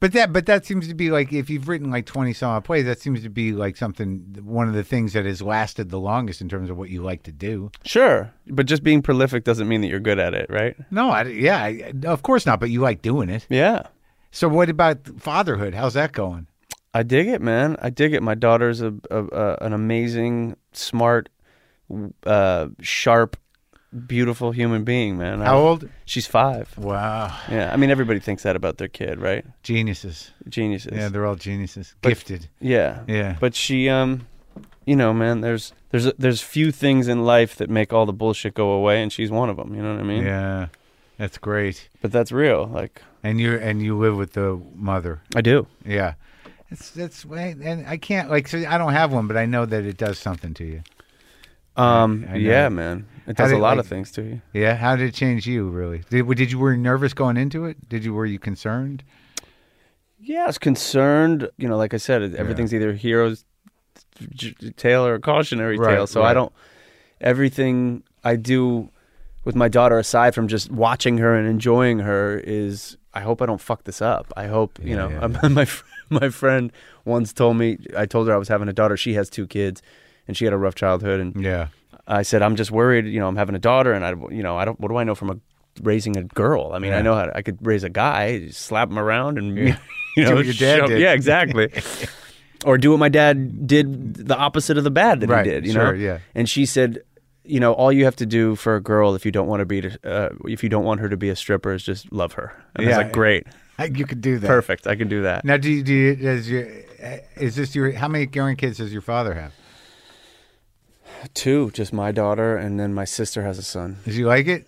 [SPEAKER 2] But that but that seems to be like if you've written like 20 some odd plays, that seems to be like something one of the things that has lasted the longest in terms of what you like to do.
[SPEAKER 1] Sure, but just being prolific doesn't mean that you're good at it, right?
[SPEAKER 2] No, I, yeah, I, of course not, but you like doing it.
[SPEAKER 1] Yeah.
[SPEAKER 2] So what about fatherhood? How's that going?
[SPEAKER 1] I dig it, man. I dig it. My daughter's a, a, a an amazing, smart, uh, sharp, beautiful human being, man. I-
[SPEAKER 2] How old?
[SPEAKER 1] She's five.
[SPEAKER 2] Wow.
[SPEAKER 1] Yeah, I mean everybody thinks that about their kid, right?
[SPEAKER 2] Geniuses.
[SPEAKER 1] Geniuses.
[SPEAKER 2] Yeah, they're all geniuses. Gifted.
[SPEAKER 1] yeah.
[SPEAKER 2] Yeah.
[SPEAKER 1] But she, um, you know, man, there's there's there's few things in life that make all the bullshit go away, and she's one of them. You know what I mean?
[SPEAKER 2] yeah. That's great.
[SPEAKER 1] But that's real. Like
[SPEAKER 2] And you are and you live with the mother.
[SPEAKER 1] I do.
[SPEAKER 2] Yeah. It's that's way and I can't like so I don't have one, but I know that it does something to you.
[SPEAKER 1] Um,
[SPEAKER 2] I know.
[SPEAKER 1] yeah, man. It
[SPEAKER 2] How
[SPEAKER 1] does
[SPEAKER 2] did-
[SPEAKER 1] a lot
[SPEAKER 2] like-
[SPEAKER 1] of things to you.
[SPEAKER 2] Yeah, how did it change you? Really? Did did you were you nervous going into it? Did you were you concerned?
[SPEAKER 1] Yeah, I was concerned. You know, like I said, it- everything's either hero's j- j- tale or a cautionary
[SPEAKER 2] Right,
[SPEAKER 1] tale. So
[SPEAKER 2] right.
[SPEAKER 1] I don't. Everything I do with my daughter, aside from just watching her and enjoying her, is I hope I don't fuck this up. I hope you
[SPEAKER 2] Yeah,
[SPEAKER 1] know.
[SPEAKER 2] yeah,
[SPEAKER 1] I'm- my fr- my friend once told me I told her I was having a daughter. She has two kids, and she had a rough childhood. And
[SPEAKER 2] Yeah.
[SPEAKER 1] I said, I'm just worried. You know, I'm having a daughter, and I, you know, I don't. What do I know from a raising a girl? I mean,
[SPEAKER 2] Yeah.
[SPEAKER 1] I know how to, I could raise a guy, just slap him around, and you
[SPEAKER 2] Do
[SPEAKER 1] know,
[SPEAKER 2] what your dad
[SPEAKER 1] shove-
[SPEAKER 2] did.
[SPEAKER 1] yeah, exactly. or do what my dad did, the opposite of the bad that
[SPEAKER 2] Right,
[SPEAKER 1] he did. You know,
[SPEAKER 2] sure, yeah.
[SPEAKER 1] And she said, you know, all you have to do for a girl if you don't want to be, uh, if you don't want her to be a stripper, is just love her. And I
[SPEAKER 2] Yeah.
[SPEAKER 1] was like, great,
[SPEAKER 2] You could do that.
[SPEAKER 1] perfect, I can do that.
[SPEAKER 2] Now, do you, do you, does your eh, is this your how many grandkids does your father have?
[SPEAKER 1] Two, just my daughter, and then my sister has a son.
[SPEAKER 2] Does he like it?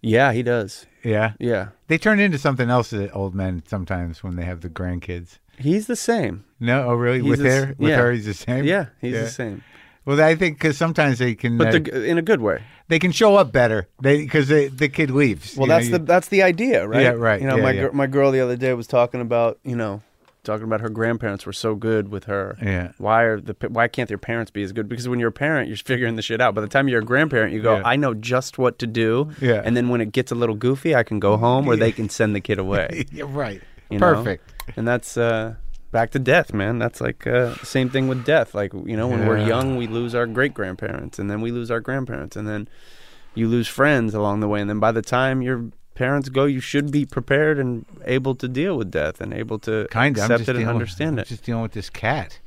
[SPEAKER 1] Yeah, he does.
[SPEAKER 2] Yeah.
[SPEAKER 1] Yeah,
[SPEAKER 2] They turn into something else, the old men sometimes when they have the grandkids.
[SPEAKER 1] he's the same.
[SPEAKER 2] No, oh really?
[SPEAKER 1] He's
[SPEAKER 2] with
[SPEAKER 1] the s-
[SPEAKER 2] her, with
[SPEAKER 1] yeah.
[SPEAKER 2] her, he's the same.
[SPEAKER 1] Yeah, he's the same.
[SPEAKER 2] Well, I think because sometimes they can, uh,
[SPEAKER 1] but the, in a good way.
[SPEAKER 2] they can show up better. They because the kid leaves.
[SPEAKER 1] Well,
[SPEAKER 2] you know,
[SPEAKER 1] that's
[SPEAKER 2] you-
[SPEAKER 1] the that's the idea, right?
[SPEAKER 2] Yeah, right.
[SPEAKER 1] You know,
[SPEAKER 2] Yeah,
[SPEAKER 1] my
[SPEAKER 2] yeah.
[SPEAKER 1] Gir- my girl the other day was talking about you know talking about her grandparents were so good with her.
[SPEAKER 2] Yeah.
[SPEAKER 1] Why are the pa- why can't their parents be as good? Because when you're a parent, you're figuring the shit out. By the time you're a grandparent, you go,
[SPEAKER 2] Yeah.
[SPEAKER 1] I know just what to do.
[SPEAKER 2] Yeah.
[SPEAKER 1] And then when it gets a little goofy, I can go home or they can send the kid away.
[SPEAKER 2] yeah, right.
[SPEAKER 1] you know?
[SPEAKER 2] Perfect.
[SPEAKER 1] And that's uh, back to death, man. That's like uh, same thing with death. Like you know, when
[SPEAKER 2] Yeah.
[SPEAKER 1] we're young, we lose our great grandparents, and then we lose our grandparents, and then you lose friends along the way, and then by the time your parents go, you should be prepared and able to deal with death and able to
[SPEAKER 2] kind of I'm
[SPEAKER 1] accept
[SPEAKER 2] just
[SPEAKER 1] it and
[SPEAKER 2] dealing-
[SPEAKER 1] understand
[SPEAKER 2] I'm
[SPEAKER 1] it.
[SPEAKER 2] Just dealing with this cat.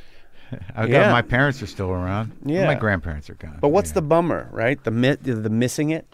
[SPEAKER 2] I got
[SPEAKER 1] Yeah.
[SPEAKER 2] my parents are still around.
[SPEAKER 1] Yeah.
[SPEAKER 2] my grandparents are gone.
[SPEAKER 1] But what's
[SPEAKER 2] Yeah.
[SPEAKER 1] the bummer, right? The mi- the missing it.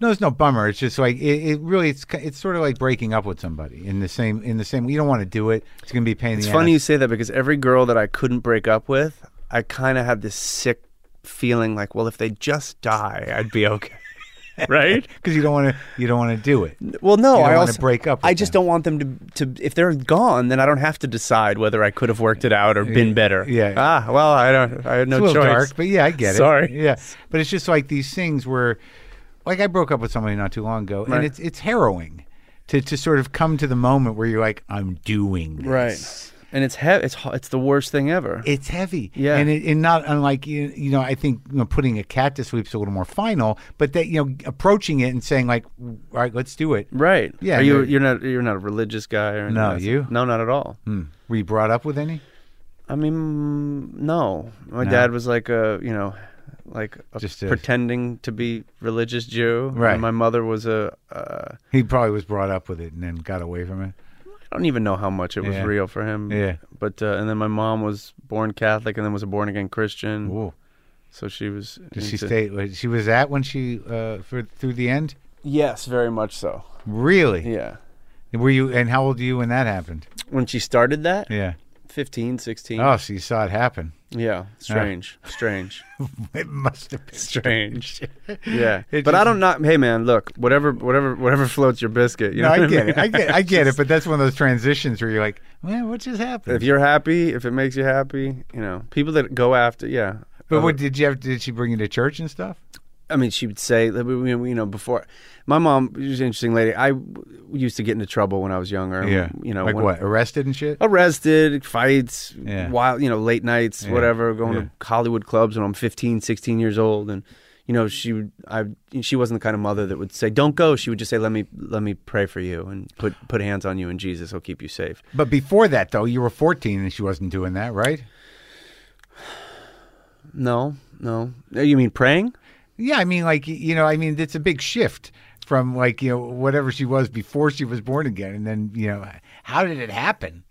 [SPEAKER 2] No, it's no bummer. It's just like it, it really. It's ki- it's sort of like breaking up with somebody in the same in the same. You don't want to do it. It's gonna be a pain. in
[SPEAKER 1] It's
[SPEAKER 2] the
[SPEAKER 1] funny you
[SPEAKER 2] ass.
[SPEAKER 1] say that because every girl that I couldn't break up with, I kind of had this sick feeling like, well, if they just die, I'd be okay. right?
[SPEAKER 2] because you don't want to. You don't want to do it.
[SPEAKER 1] Well, no,
[SPEAKER 2] You don't
[SPEAKER 1] I
[SPEAKER 2] wanna
[SPEAKER 1] also
[SPEAKER 2] break up
[SPEAKER 1] I
[SPEAKER 2] with
[SPEAKER 1] just
[SPEAKER 2] them.
[SPEAKER 1] don't want them to to. If they're gone, then I don't have to decide whether I could have worked it out or been better.
[SPEAKER 2] yeah.
[SPEAKER 1] Ah, well, I don't. I had no
[SPEAKER 2] it's a little
[SPEAKER 1] choice.
[SPEAKER 2] dark, but yeah, I get it.
[SPEAKER 1] Sorry.
[SPEAKER 2] Yeah, but it's just like these things where, like, I broke up with somebody not too long ago,
[SPEAKER 1] Right.
[SPEAKER 2] and it's it's harrowing to to sort of come to the moment where you're like, I'm doing this.
[SPEAKER 1] Right. And it's he- It's ho- it's the worst thing ever.
[SPEAKER 2] It's heavy.
[SPEAKER 1] Yeah.
[SPEAKER 2] And, it, and not unlike, you you know, I think you know, putting a cat to sleep is a little more final, but that, you know, approaching it and saying, like, all right, let's do it.
[SPEAKER 1] right.
[SPEAKER 2] Yeah,
[SPEAKER 1] Are you
[SPEAKER 2] you're-
[SPEAKER 1] you're not you're not a religious guy or anything
[SPEAKER 2] No,
[SPEAKER 1] else?
[SPEAKER 2] you?
[SPEAKER 1] No, not at all.
[SPEAKER 2] Hmm. Were you brought up with any?
[SPEAKER 1] I mean, no. My
[SPEAKER 2] No.
[SPEAKER 1] dad was like a you know, like a
[SPEAKER 2] Just a-
[SPEAKER 1] pretending to be religious Jew.
[SPEAKER 2] Right.
[SPEAKER 1] And my mother was a. Uh,
[SPEAKER 2] He probably was brought up with it and then got away from it.
[SPEAKER 1] I don't even know how much it was
[SPEAKER 2] Yeah.
[SPEAKER 1] real for him.
[SPEAKER 2] Yeah.
[SPEAKER 1] But uh, and then my mom was born Catholic and then was a born again Christian.
[SPEAKER 2] Ooh.
[SPEAKER 1] So she was.
[SPEAKER 2] Did she
[SPEAKER 1] into-
[SPEAKER 2] stay? was- She was at when she, uh, for, through the end?
[SPEAKER 1] Yes, very much so.
[SPEAKER 2] Really?
[SPEAKER 1] Yeah.
[SPEAKER 2] Were you, and how old were you when that happened?
[SPEAKER 1] When she started that,
[SPEAKER 2] Yeah.
[SPEAKER 1] fifteen, sixteen. 15, 16.
[SPEAKER 2] Oh, Ah. so you saw it happen.
[SPEAKER 1] Yeah. Strange. Strange.
[SPEAKER 2] It must have been
[SPEAKER 1] strange. yeah.
[SPEAKER 2] It
[SPEAKER 1] but
[SPEAKER 2] just-
[SPEAKER 1] I don't not hey man, look, whatever whatever whatever floats your biscuit. You
[SPEAKER 2] No,
[SPEAKER 1] know
[SPEAKER 2] I
[SPEAKER 1] what
[SPEAKER 2] get
[SPEAKER 1] mean?
[SPEAKER 2] it. I get, I get it. But that's one of those transitions where you're like, man, what just
[SPEAKER 1] If
[SPEAKER 2] happened?
[SPEAKER 1] you're happy, if it makes you happy, you know. People that go after yeah.
[SPEAKER 2] But
[SPEAKER 1] Uh,
[SPEAKER 2] what did you have? Did she bring you to church and stuff?
[SPEAKER 1] I mean, she would say, like, we- we- you know, before my mom she was an interesting lady. I w- used to get into trouble when I was younger. you know,
[SPEAKER 2] like
[SPEAKER 1] when-
[SPEAKER 2] what? Arrested and shit.
[SPEAKER 1] arrested, fights,
[SPEAKER 2] Yeah.
[SPEAKER 1] wild, you know, late nights,
[SPEAKER 2] Yeah.
[SPEAKER 1] whatever, going
[SPEAKER 2] Yeah.
[SPEAKER 1] to Hollywood clubs when I'm 15, 16 years old and you know, she would- I she wasn't the kind of mother that would say, "Don't go." She would just say, "Let me let me pray for you and put put hands on you and Jesus will keep you safe."
[SPEAKER 2] But before that, though, you were 14 and she wasn't doing that, right?
[SPEAKER 1] No, no. You mean praying?
[SPEAKER 2] Yeah, I mean, like you know, I mean, it's a big shift from like you know whatever she was before she was born again, and then you know, how did it happen?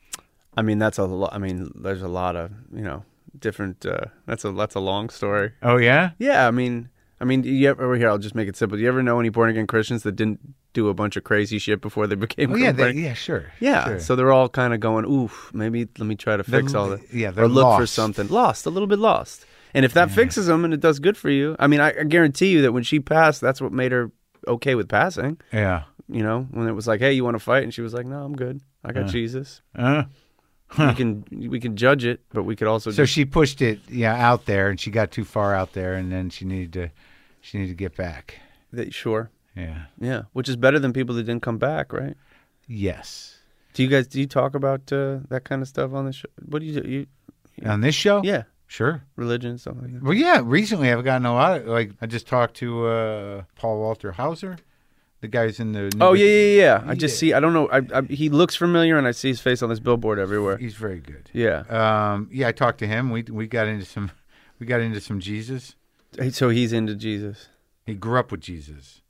[SPEAKER 1] I mean, that's a lot I mean, there's a lot of, you know, different uh that's a that's a long story.
[SPEAKER 2] Oh yeah,
[SPEAKER 1] Yeah, I mean, I mean, do you ever over here? I'll just make it simple. Do you ever know any born again Christians that didn't do a bunch of crazy shit before they became?
[SPEAKER 2] oh yeah,
[SPEAKER 1] born
[SPEAKER 2] they, yeah, sure,
[SPEAKER 1] yeah.
[SPEAKER 2] sure.
[SPEAKER 1] So they're all kind of going, oof, maybe let me try to
[SPEAKER 2] They're
[SPEAKER 1] fix all
[SPEAKER 2] l-
[SPEAKER 1] that.
[SPEAKER 2] yeah, they're
[SPEAKER 1] or look for
[SPEAKER 2] lost.
[SPEAKER 1] something lost, a little bit lost. And if that fixes them and it does good for you, I mean, I, I guarantee you that when she passed, that's what made her okay with passing.
[SPEAKER 2] yeah.
[SPEAKER 1] You know, when it was like, hey, you want to fight, and she was like, no, I'm good. I got Jesus.
[SPEAKER 2] Uh,
[SPEAKER 1] We can we can judge it, but we could also
[SPEAKER 2] so
[SPEAKER 1] just,
[SPEAKER 2] she pushed it, yeah, out there, and she got too far out there, and then she needed to, she needed to get back.
[SPEAKER 1] that, sure,
[SPEAKER 2] Yeah.
[SPEAKER 1] yeah, which is better than people that didn't come back, right?
[SPEAKER 2] Yes.
[SPEAKER 1] Do you guys do you talk about uh, that kind of stuff on the show? What do you do? You,
[SPEAKER 2] On this show?
[SPEAKER 1] yeah,
[SPEAKER 2] Sure.
[SPEAKER 1] religion and stuff like that.
[SPEAKER 2] Well, yeah. Recently, I've gotten a lot. Of, like, I just talked to uh, Paul Walter Hauser, the guy who's in the.
[SPEAKER 1] Oh yeah, yeah, yeah. I just
[SPEAKER 2] Yeah.
[SPEAKER 1] see. I don't know. I, I, he looks familiar, and I see his face on this billboard everywhere.
[SPEAKER 2] He's very good.
[SPEAKER 1] Yeah.
[SPEAKER 2] Um, yeah, I talked to him. We we got into some, we got into some Jesus.
[SPEAKER 1] Hey, So he's into Jesus.
[SPEAKER 2] He grew up with Jesus.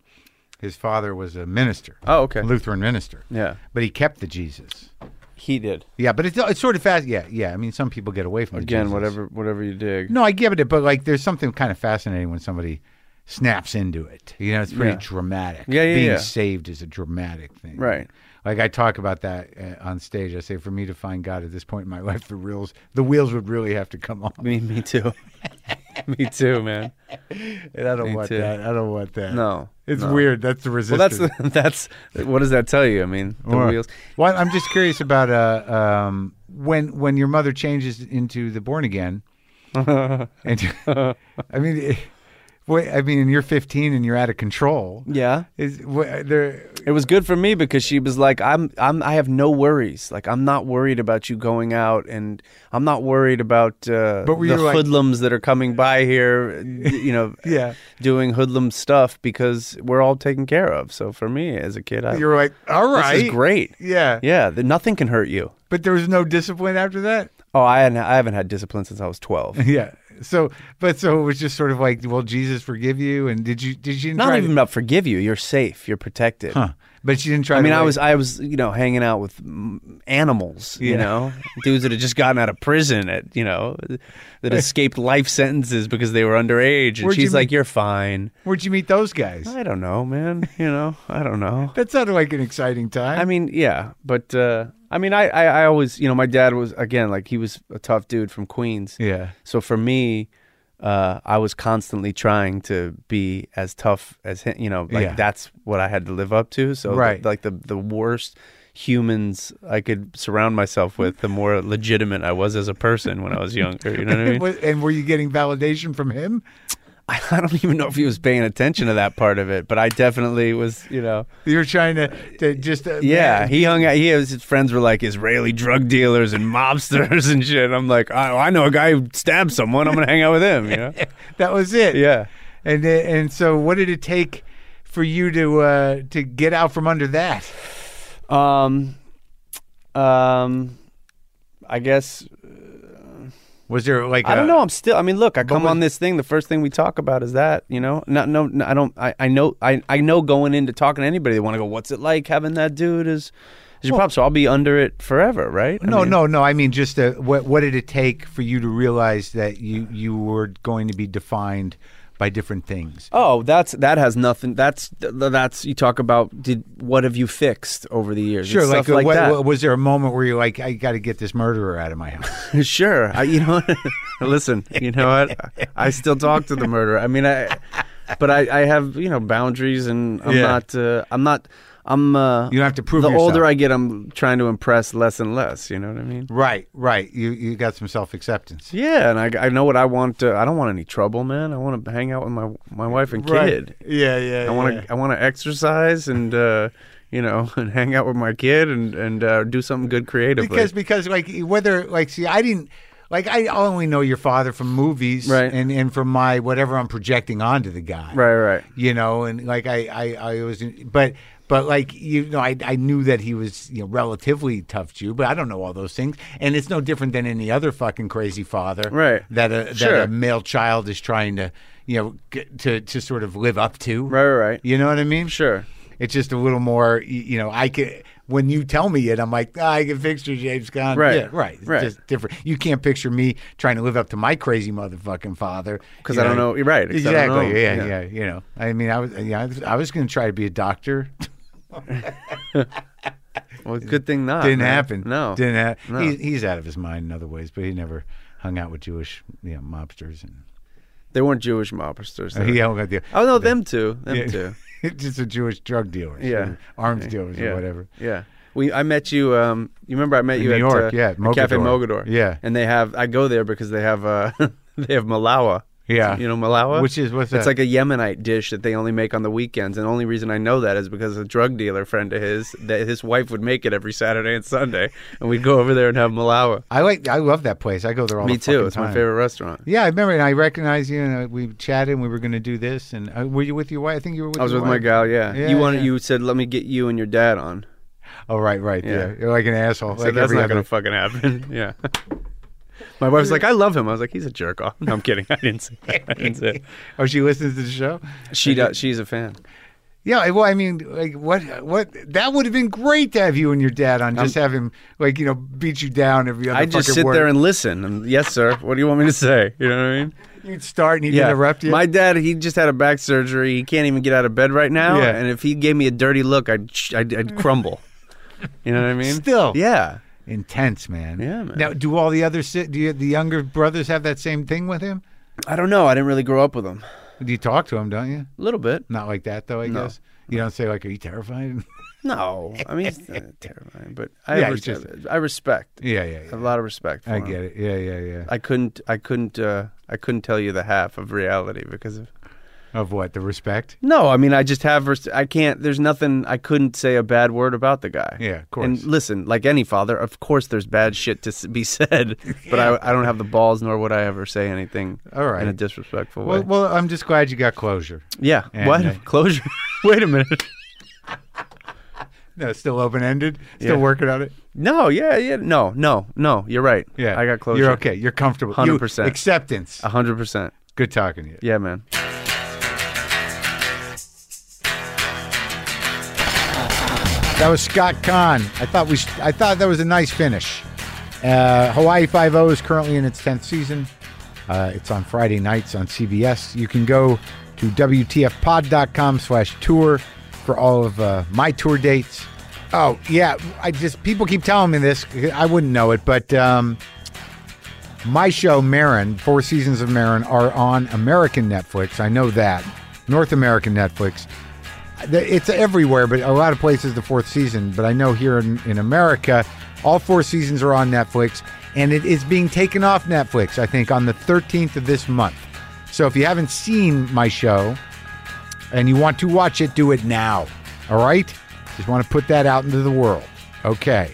[SPEAKER 2] His father was a minister,
[SPEAKER 1] Oh, okay.
[SPEAKER 2] Lutheran minister,
[SPEAKER 1] Yeah,
[SPEAKER 2] but he kept the Jesus.
[SPEAKER 1] he did.
[SPEAKER 2] Yeah, but it's, it's sort of fast. Yeah, yeah. I mean, some people get away from the
[SPEAKER 1] Again,
[SPEAKER 2] Jesus.
[SPEAKER 1] whatever, whatever you dig.
[SPEAKER 2] No, I get it, but like, there's something kind of fascinating when somebody snaps into it. You know, it's pretty
[SPEAKER 1] Yeah.
[SPEAKER 2] dramatic.
[SPEAKER 1] Yeah, yeah,
[SPEAKER 2] Being
[SPEAKER 1] yeah.
[SPEAKER 2] saved is a dramatic thing.
[SPEAKER 1] Right.
[SPEAKER 2] Like I talk about that uh, on stage. I say, for me to find God at this point in my life, the wheels, the wheels would really have to come off.
[SPEAKER 1] Me, me too. me too, man.
[SPEAKER 2] And I don't
[SPEAKER 1] Me
[SPEAKER 2] want
[SPEAKER 1] too.
[SPEAKER 2] that. I don't want that.
[SPEAKER 1] No,
[SPEAKER 2] It's
[SPEAKER 1] no.
[SPEAKER 2] weird. That's the
[SPEAKER 1] Well,
[SPEAKER 2] resistance.
[SPEAKER 1] that's the, that's what does that tell you? I mean, the
[SPEAKER 2] Or-
[SPEAKER 1] wheels.
[SPEAKER 2] Well, I'm just curious about uh, um, when when your mother changes into the born again. and, I mean, it- wait, I mean, you're 15 and you're out of control.
[SPEAKER 1] Yeah,
[SPEAKER 2] Is wha- there?
[SPEAKER 1] it was good for me because she was like, "I'm, I'm, I have no worries. Like, I'm not worried about you going out, and I'm not worried about uh,
[SPEAKER 2] But were
[SPEAKER 1] the
[SPEAKER 2] you like-
[SPEAKER 1] hoodlums that are coming by here. You know,
[SPEAKER 2] Yeah,
[SPEAKER 1] doing hoodlum stuff because we're all taken care of. So for me as a kid, I,
[SPEAKER 2] you're like, all
[SPEAKER 1] this
[SPEAKER 2] right,
[SPEAKER 1] is great.
[SPEAKER 2] Yeah,
[SPEAKER 1] Yeah, the, nothing can hurt you.
[SPEAKER 2] but there was no discipline after that.
[SPEAKER 1] Oh, I hadn't, I haven't had discipline since I was twelve.
[SPEAKER 2] Yeah. So, but so it was just sort of like, well, Jesus forgive you, and did you did you
[SPEAKER 1] Not
[SPEAKER 2] try
[SPEAKER 1] even
[SPEAKER 2] To,
[SPEAKER 1] about forgive you. You're safe. You're protected.
[SPEAKER 2] huh? But you didn't try.
[SPEAKER 1] I
[SPEAKER 2] to,
[SPEAKER 1] mean, I
[SPEAKER 2] like-
[SPEAKER 1] was I was you know hanging out with mm, animals, you
[SPEAKER 2] Yeah.
[SPEAKER 1] know, dudes that had just gotten out of prison at you know that escaped life sentences because they were underage, and
[SPEAKER 2] Where'd you
[SPEAKER 1] she's like,
[SPEAKER 2] meet-
[SPEAKER 1] "You're fine."
[SPEAKER 2] Where'd you meet those guys?
[SPEAKER 1] I don't know, man. You know, I don't know.
[SPEAKER 2] That sounded like an exciting time.
[SPEAKER 1] I mean, yeah, but uh, I mean, I, I, I always, you know, my dad was again like he was a tough dude from Queens.
[SPEAKER 2] yeah.
[SPEAKER 1] So for me, uh, I was constantly trying to be as tough as him. You know, like
[SPEAKER 2] Yeah.
[SPEAKER 1] that's what I had to live up to. So,
[SPEAKER 2] Right.
[SPEAKER 1] like the the worst humans I could surround myself with, the more legitimate I was as a person when I was younger. You know what I mean?
[SPEAKER 2] and were you getting validation from him?
[SPEAKER 1] I, I don't even know if he was paying attention to that part of it, but I definitely was. You know,
[SPEAKER 2] You were trying to, to just uh,
[SPEAKER 1] yeah, he hung out. He his friends were like Israeli drug dealers and mobsters and shit. I'm like, I, I know a guy who stabbed someone. I'm gonna hang out with him. You know?
[SPEAKER 2] That was it.
[SPEAKER 1] Yeah.
[SPEAKER 2] And uh, and so, what did it take for you to uh, to get out from under that?
[SPEAKER 1] Um, um, I guess
[SPEAKER 2] Was there like
[SPEAKER 1] I don't know. I'm still. I mean, look, I come
[SPEAKER 2] was-
[SPEAKER 1] on this thing. The first thing we talk about is that you know, not no, no I don't. I, I know. I I know going into talking to anybody, they want to go. What's it like having that dude as as your pop? So I'll be under it forever, right? I
[SPEAKER 2] No,
[SPEAKER 1] mean,
[SPEAKER 2] no, no. I mean, just uh what what did it take for you to realize that you you were going to be defined by different things?
[SPEAKER 1] Oh, that's that has nothing. That's th- that's you talk about. Did what have you fixed over the years? It's stuff
[SPEAKER 2] uh,
[SPEAKER 1] like
[SPEAKER 2] what,
[SPEAKER 1] that.
[SPEAKER 2] what- was there a moment where you're like, I got to get this murderer out of my house?
[SPEAKER 1] sure. I, you know, listen. You know what? I still talk to the murderer. I mean, I, but I, I have you know boundaries, and I'm
[SPEAKER 2] Yeah.
[SPEAKER 1] not. Uh, I'm not. I'm. Uh,
[SPEAKER 2] You don't have to prove
[SPEAKER 1] the
[SPEAKER 2] yourself.
[SPEAKER 1] older I get, I'm trying to impress less and less. You know what I mean?
[SPEAKER 2] right, right. You you got some self acceptance.
[SPEAKER 1] Yeah, and I, I know what I want. To, I don't want any trouble, man. I want to hang out with my my wife and kid.
[SPEAKER 2] Yeah, yeah.
[SPEAKER 1] I want to I want to exercise and uh, you know and hang out with my kid and and uh, do something good creatively.
[SPEAKER 2] because because like whether like see I didn't like I only know your father from movies
[SPEAKER 1] Right.
[SPEAKER 2] and and from my whatever I'm projecting onto the guy
[SPEAKER 1] right, right.
[SPEAKER 2] you know and like I I I was but but like you know I I knew that he was you know relatively tough Jew but I don't know all those things and it's no different than any other fucking crazy father
[SPEAKER 1] Right.
[SPEAKER 2] that a that
[SPEAKER 1] Sure.
[SPEAKER 2] a male child is trying to you know g- to to sort of live up to
[SPEAKER 1] Right, right, right.
[SPEAKER 2] you know what I mean
[SPEAKER 1] Sure.
[SPEAKER 2] it's just a little more, y- you know, I can, when you tell me it, I'm like, ah, I can picture James Conn.
[SPEAKER 1] Right.
[SPEAKER 2] Yeah, right. It's
[SPEAKER 1] Right.
[SPEAKER 2] just different. You can't picture me trying to live up to my crazy motherfucking father.
[SPEAKER 1] 'Cause
[SPEAKER 2] you
[SPEAKER 1] I don't know- you're right, 'cause I
[SPEAKER 2] Exactly.
[SPEAKER 1] don't know.
[SPEAKER 2] Yeah, yeah,
[SPEAKER 1] Yeah.
[SPEAKER 2] You know, I mean, I was, yeah, I was, I was going to try to be a doctor.
[SPEAKER 1] Well, good thing not.
[SPEAKER 2] Didn't
[SPEAKER 1] Oh, man.
[SPEAKER 2] happen.
[SPEAKER 1] No.
[SPEAKER 2] Didn't happen.
[SPEAKER 1] No.
[SPEAKER 2] He, he's out of his mind in other ways, but he never hung out with Jewish, you know, mobsters. And,
[SPEAKER 1] They weren't Jewish mobsters.
[SPEAKER 2] uh,
[SPEAKER 1] They
[SPEAKER 2] he
[SPEAKER 1] were-
[SPEAKER 2] hung out the,
[SPEAKER 1] Oh no, them too. Them
[SPEAKER 2] Yeah.
[SPEAKER 1] too.
[SPEAKER 2] just a Jewish drug dealers.
[SPEAKER 1] Yeah.
[SPEAKER 2] or Arms dealers
[SPEAKER 1] Yeah.
[SPEAKER 2] or whatever.
[SPEAKER 1] Yeah. We I met you. Um, you remember I met
[SPEAKER 2] In
[SPEAKER 1] you
[SPEAKER 2] New
[SPEAKER 1] at
[SPEAKER 2] York,
[SPEAKER 1] uh,
[SPEAKER 2] yeah,
[SPEAKER 1] at Cafe Mogador.
[SPEAKER 2] Mogador. Yeah.
[SPEAKER 1] And they have I go there because they have uh they have malawa.
[SPEAKER 2] Yeah.
[SPEAKER 1] You know malawa,
[SPEAKER 2] Which is, what's that?
[SPEAKER 1] It's like a Yemenite dish that they only make on the weekends, and the only reason I know that is because a drug dealer friend of his, that his wife would make it every Saturday and Sunday, and we'd go over there and have malawa.
[SPEAKER 2] I like, I love that place. I go there all
[SPEAKER 1] Me
[SPEAKER 2] the fucking
[SPEAKER 1] too. It's my
[SPEAKER 2] time.
[SPEAKER 1] favorite restaurant.
[SPEAKER 2] Yeah, I remember, and I recognized you, and uh, we chatted, and we were going to do this. And uh, were you with your wife? I think you were with.
[SPEAKER 1] I was
[SPEAKER 2] your
[SPEAKER 1] with my
[SPEAKER 2] wife.
[SPEAKER 1] gal. Yeah.
[SPEAKER 2] Yeah,
[SPEAKER 1] you wanted.
[SPEAKER 2] yeah.
[SPEAKER 1] You said, "Let me get you and your dad on."
[SPEAKER 2] Oh, right, right. Yeah,
[SPEAKER 1] Yeah.
[SPEAKER 2] you're like an asshole.
[SPEAKER 1] So
[SPEAKER 2] like
[SPEAKER 1] that's
[SPEAKER 2] every
[SPEAKER 1] not
[SPEAKER 2] other.
[SPEAKER 1] gonna fucking happen. yeah. My wife's like, I love him. I was like, he's a jerk off. No, I'm kidding. I didn't say that. I didn't say
[SPEAKER 2] Oh, she listens to the show.
[SPEAKER 1] that. She does, she's a fan.
[SPEAKER 2] Yeah, I- well, I mean, like, what, what? That would have been great to have you and your dad on. Just have him, like, you know, beat you down every other.
[SPEAKER 1] I just
[SPEAKER 2] fucking
[SPEAKER 1] sit
[SPEAKER 2] word.
[SPEAKER 1] there and listen. And, yes, sir. What do you want me to say? You know what I mean?
[SPEAKER 2] you'd start, and he'd interrupt you.
[SPEAKER 1] My dad, he just had a back surgery. He can't even get out of bed right now.
[SPEAKER 2] Yeah.
[SPEAKER 1] And if he gave me a dirty look, I'd sh- I'd, I'd crumble. you know what I mean?
[SPEAKER 2] Still.
[SPEAKER 1] Yeah.
[SPEAKER 2] Intense, man.
[SPEAKER 1] Yeah, man.
[SPEAKER 2] Now, do all the other si- do you, the younger brothers have that same thing with him?
[SPEAKER 1] I don't know. I didn't really grow up with him.
[SPEAKER 2] You talk to him, don't you?
[SPEAKER 1] A little bit.
[SPEAKER 2] Not like that, though. I
[SPEAKER 1] No.
[SPEAKER 2] guess you don't say like, "Are you terrified?"
[SPEAKER 1] No, I mean, it's not terrifying, but I
[SPEAKER 2] Yeah,
[SPEAKER 1] res-
[SPEAKER 2] it's just-
[SPEAKER 1] I respect.
[SPEAKER 2] yeah, yeah,
[SPEAKER 1] I have a
[SPEAKER 2] yeah.
[SPEAKER 1] lot of respect. For
[SPEAKER 2] I
[SPEAKER 1] him.
[SPEAKER 2] get it. Yeah, yeah, yeah.
[SPEAKER 1] I couldn't. I couldn't. Uh, I couldn't tell you the half of reality because of.
[SPEAKER 2] Of what? The respect?
[SPEAKER 1] No, I mean, I just have. Res- I can't. There's nothing. I couldn't say a bad word about the guy.
[SPEAKER 2] Yeah, of course.
[SPEAKER 1] And listen, like any father, of course, there's bad shit to s- be said, but I, I don't have the balls, nor would I ever say anything
[SPEAKER 2] All right.
[SPEAKER 1] in a disrespectful
[SPEAKER 2] Well,
[SPEAKER 1] way.
[SPEAKER 2] well, I'm just glad you got closure.
[SPEAKER 1] yeah.
[SPEAKER 2] and,
[SPEAKER 1] what
[SPEAKER 2] uh,
[SPEAKER 1] closure? Wait a minute.
[SPEAKER 2] No, it's still open ended. Still
[SPEAKER 1] Yeah.
[SPEAKER 2] working on it.
[SPEAKER 1] No. Yeah. Yeah. No. No. No. You're right.
[SPEAKER 2] Yeah,
[SPEAKER 1] I got closure.
[SPEAKER 2] You're okay. You're comfortable. You-
[SPEAKER 1] 100%.
[SPEAKER 2] acceptance.
[SPEAKER 1] A hundred percent.
[SPEAKER 2] Good talking to you.
[SPEAKER 1] Yeah, man.
[SPEAKER 2] That was Scott Kahn. I thought we. Sh- I thought that was a nice finish. Uh, Hawaii Five O is currently in its tenth season. Uh, it's on Friday nights on CBS. You can go to wtfpod.com/tour for all of uh, my tour dates. Oh yeah, I just people keep telling me this. I wouldn't know it, but um, My show, Marin, Four Seasons of Marin, are on American Netflix. I know that. North American Netflix. The- It's everywhere, but a lot of places the fourth season. But I know here in, in America, all four seasons are on Netflix, and it is being taken off Netflix, I think, on the 13th of this month. So if you haven't seen my show, and you want to watch it, do it now. All right? Just want to put that out into the world. Okay.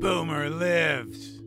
[SPEAKER 3] Boomer lives.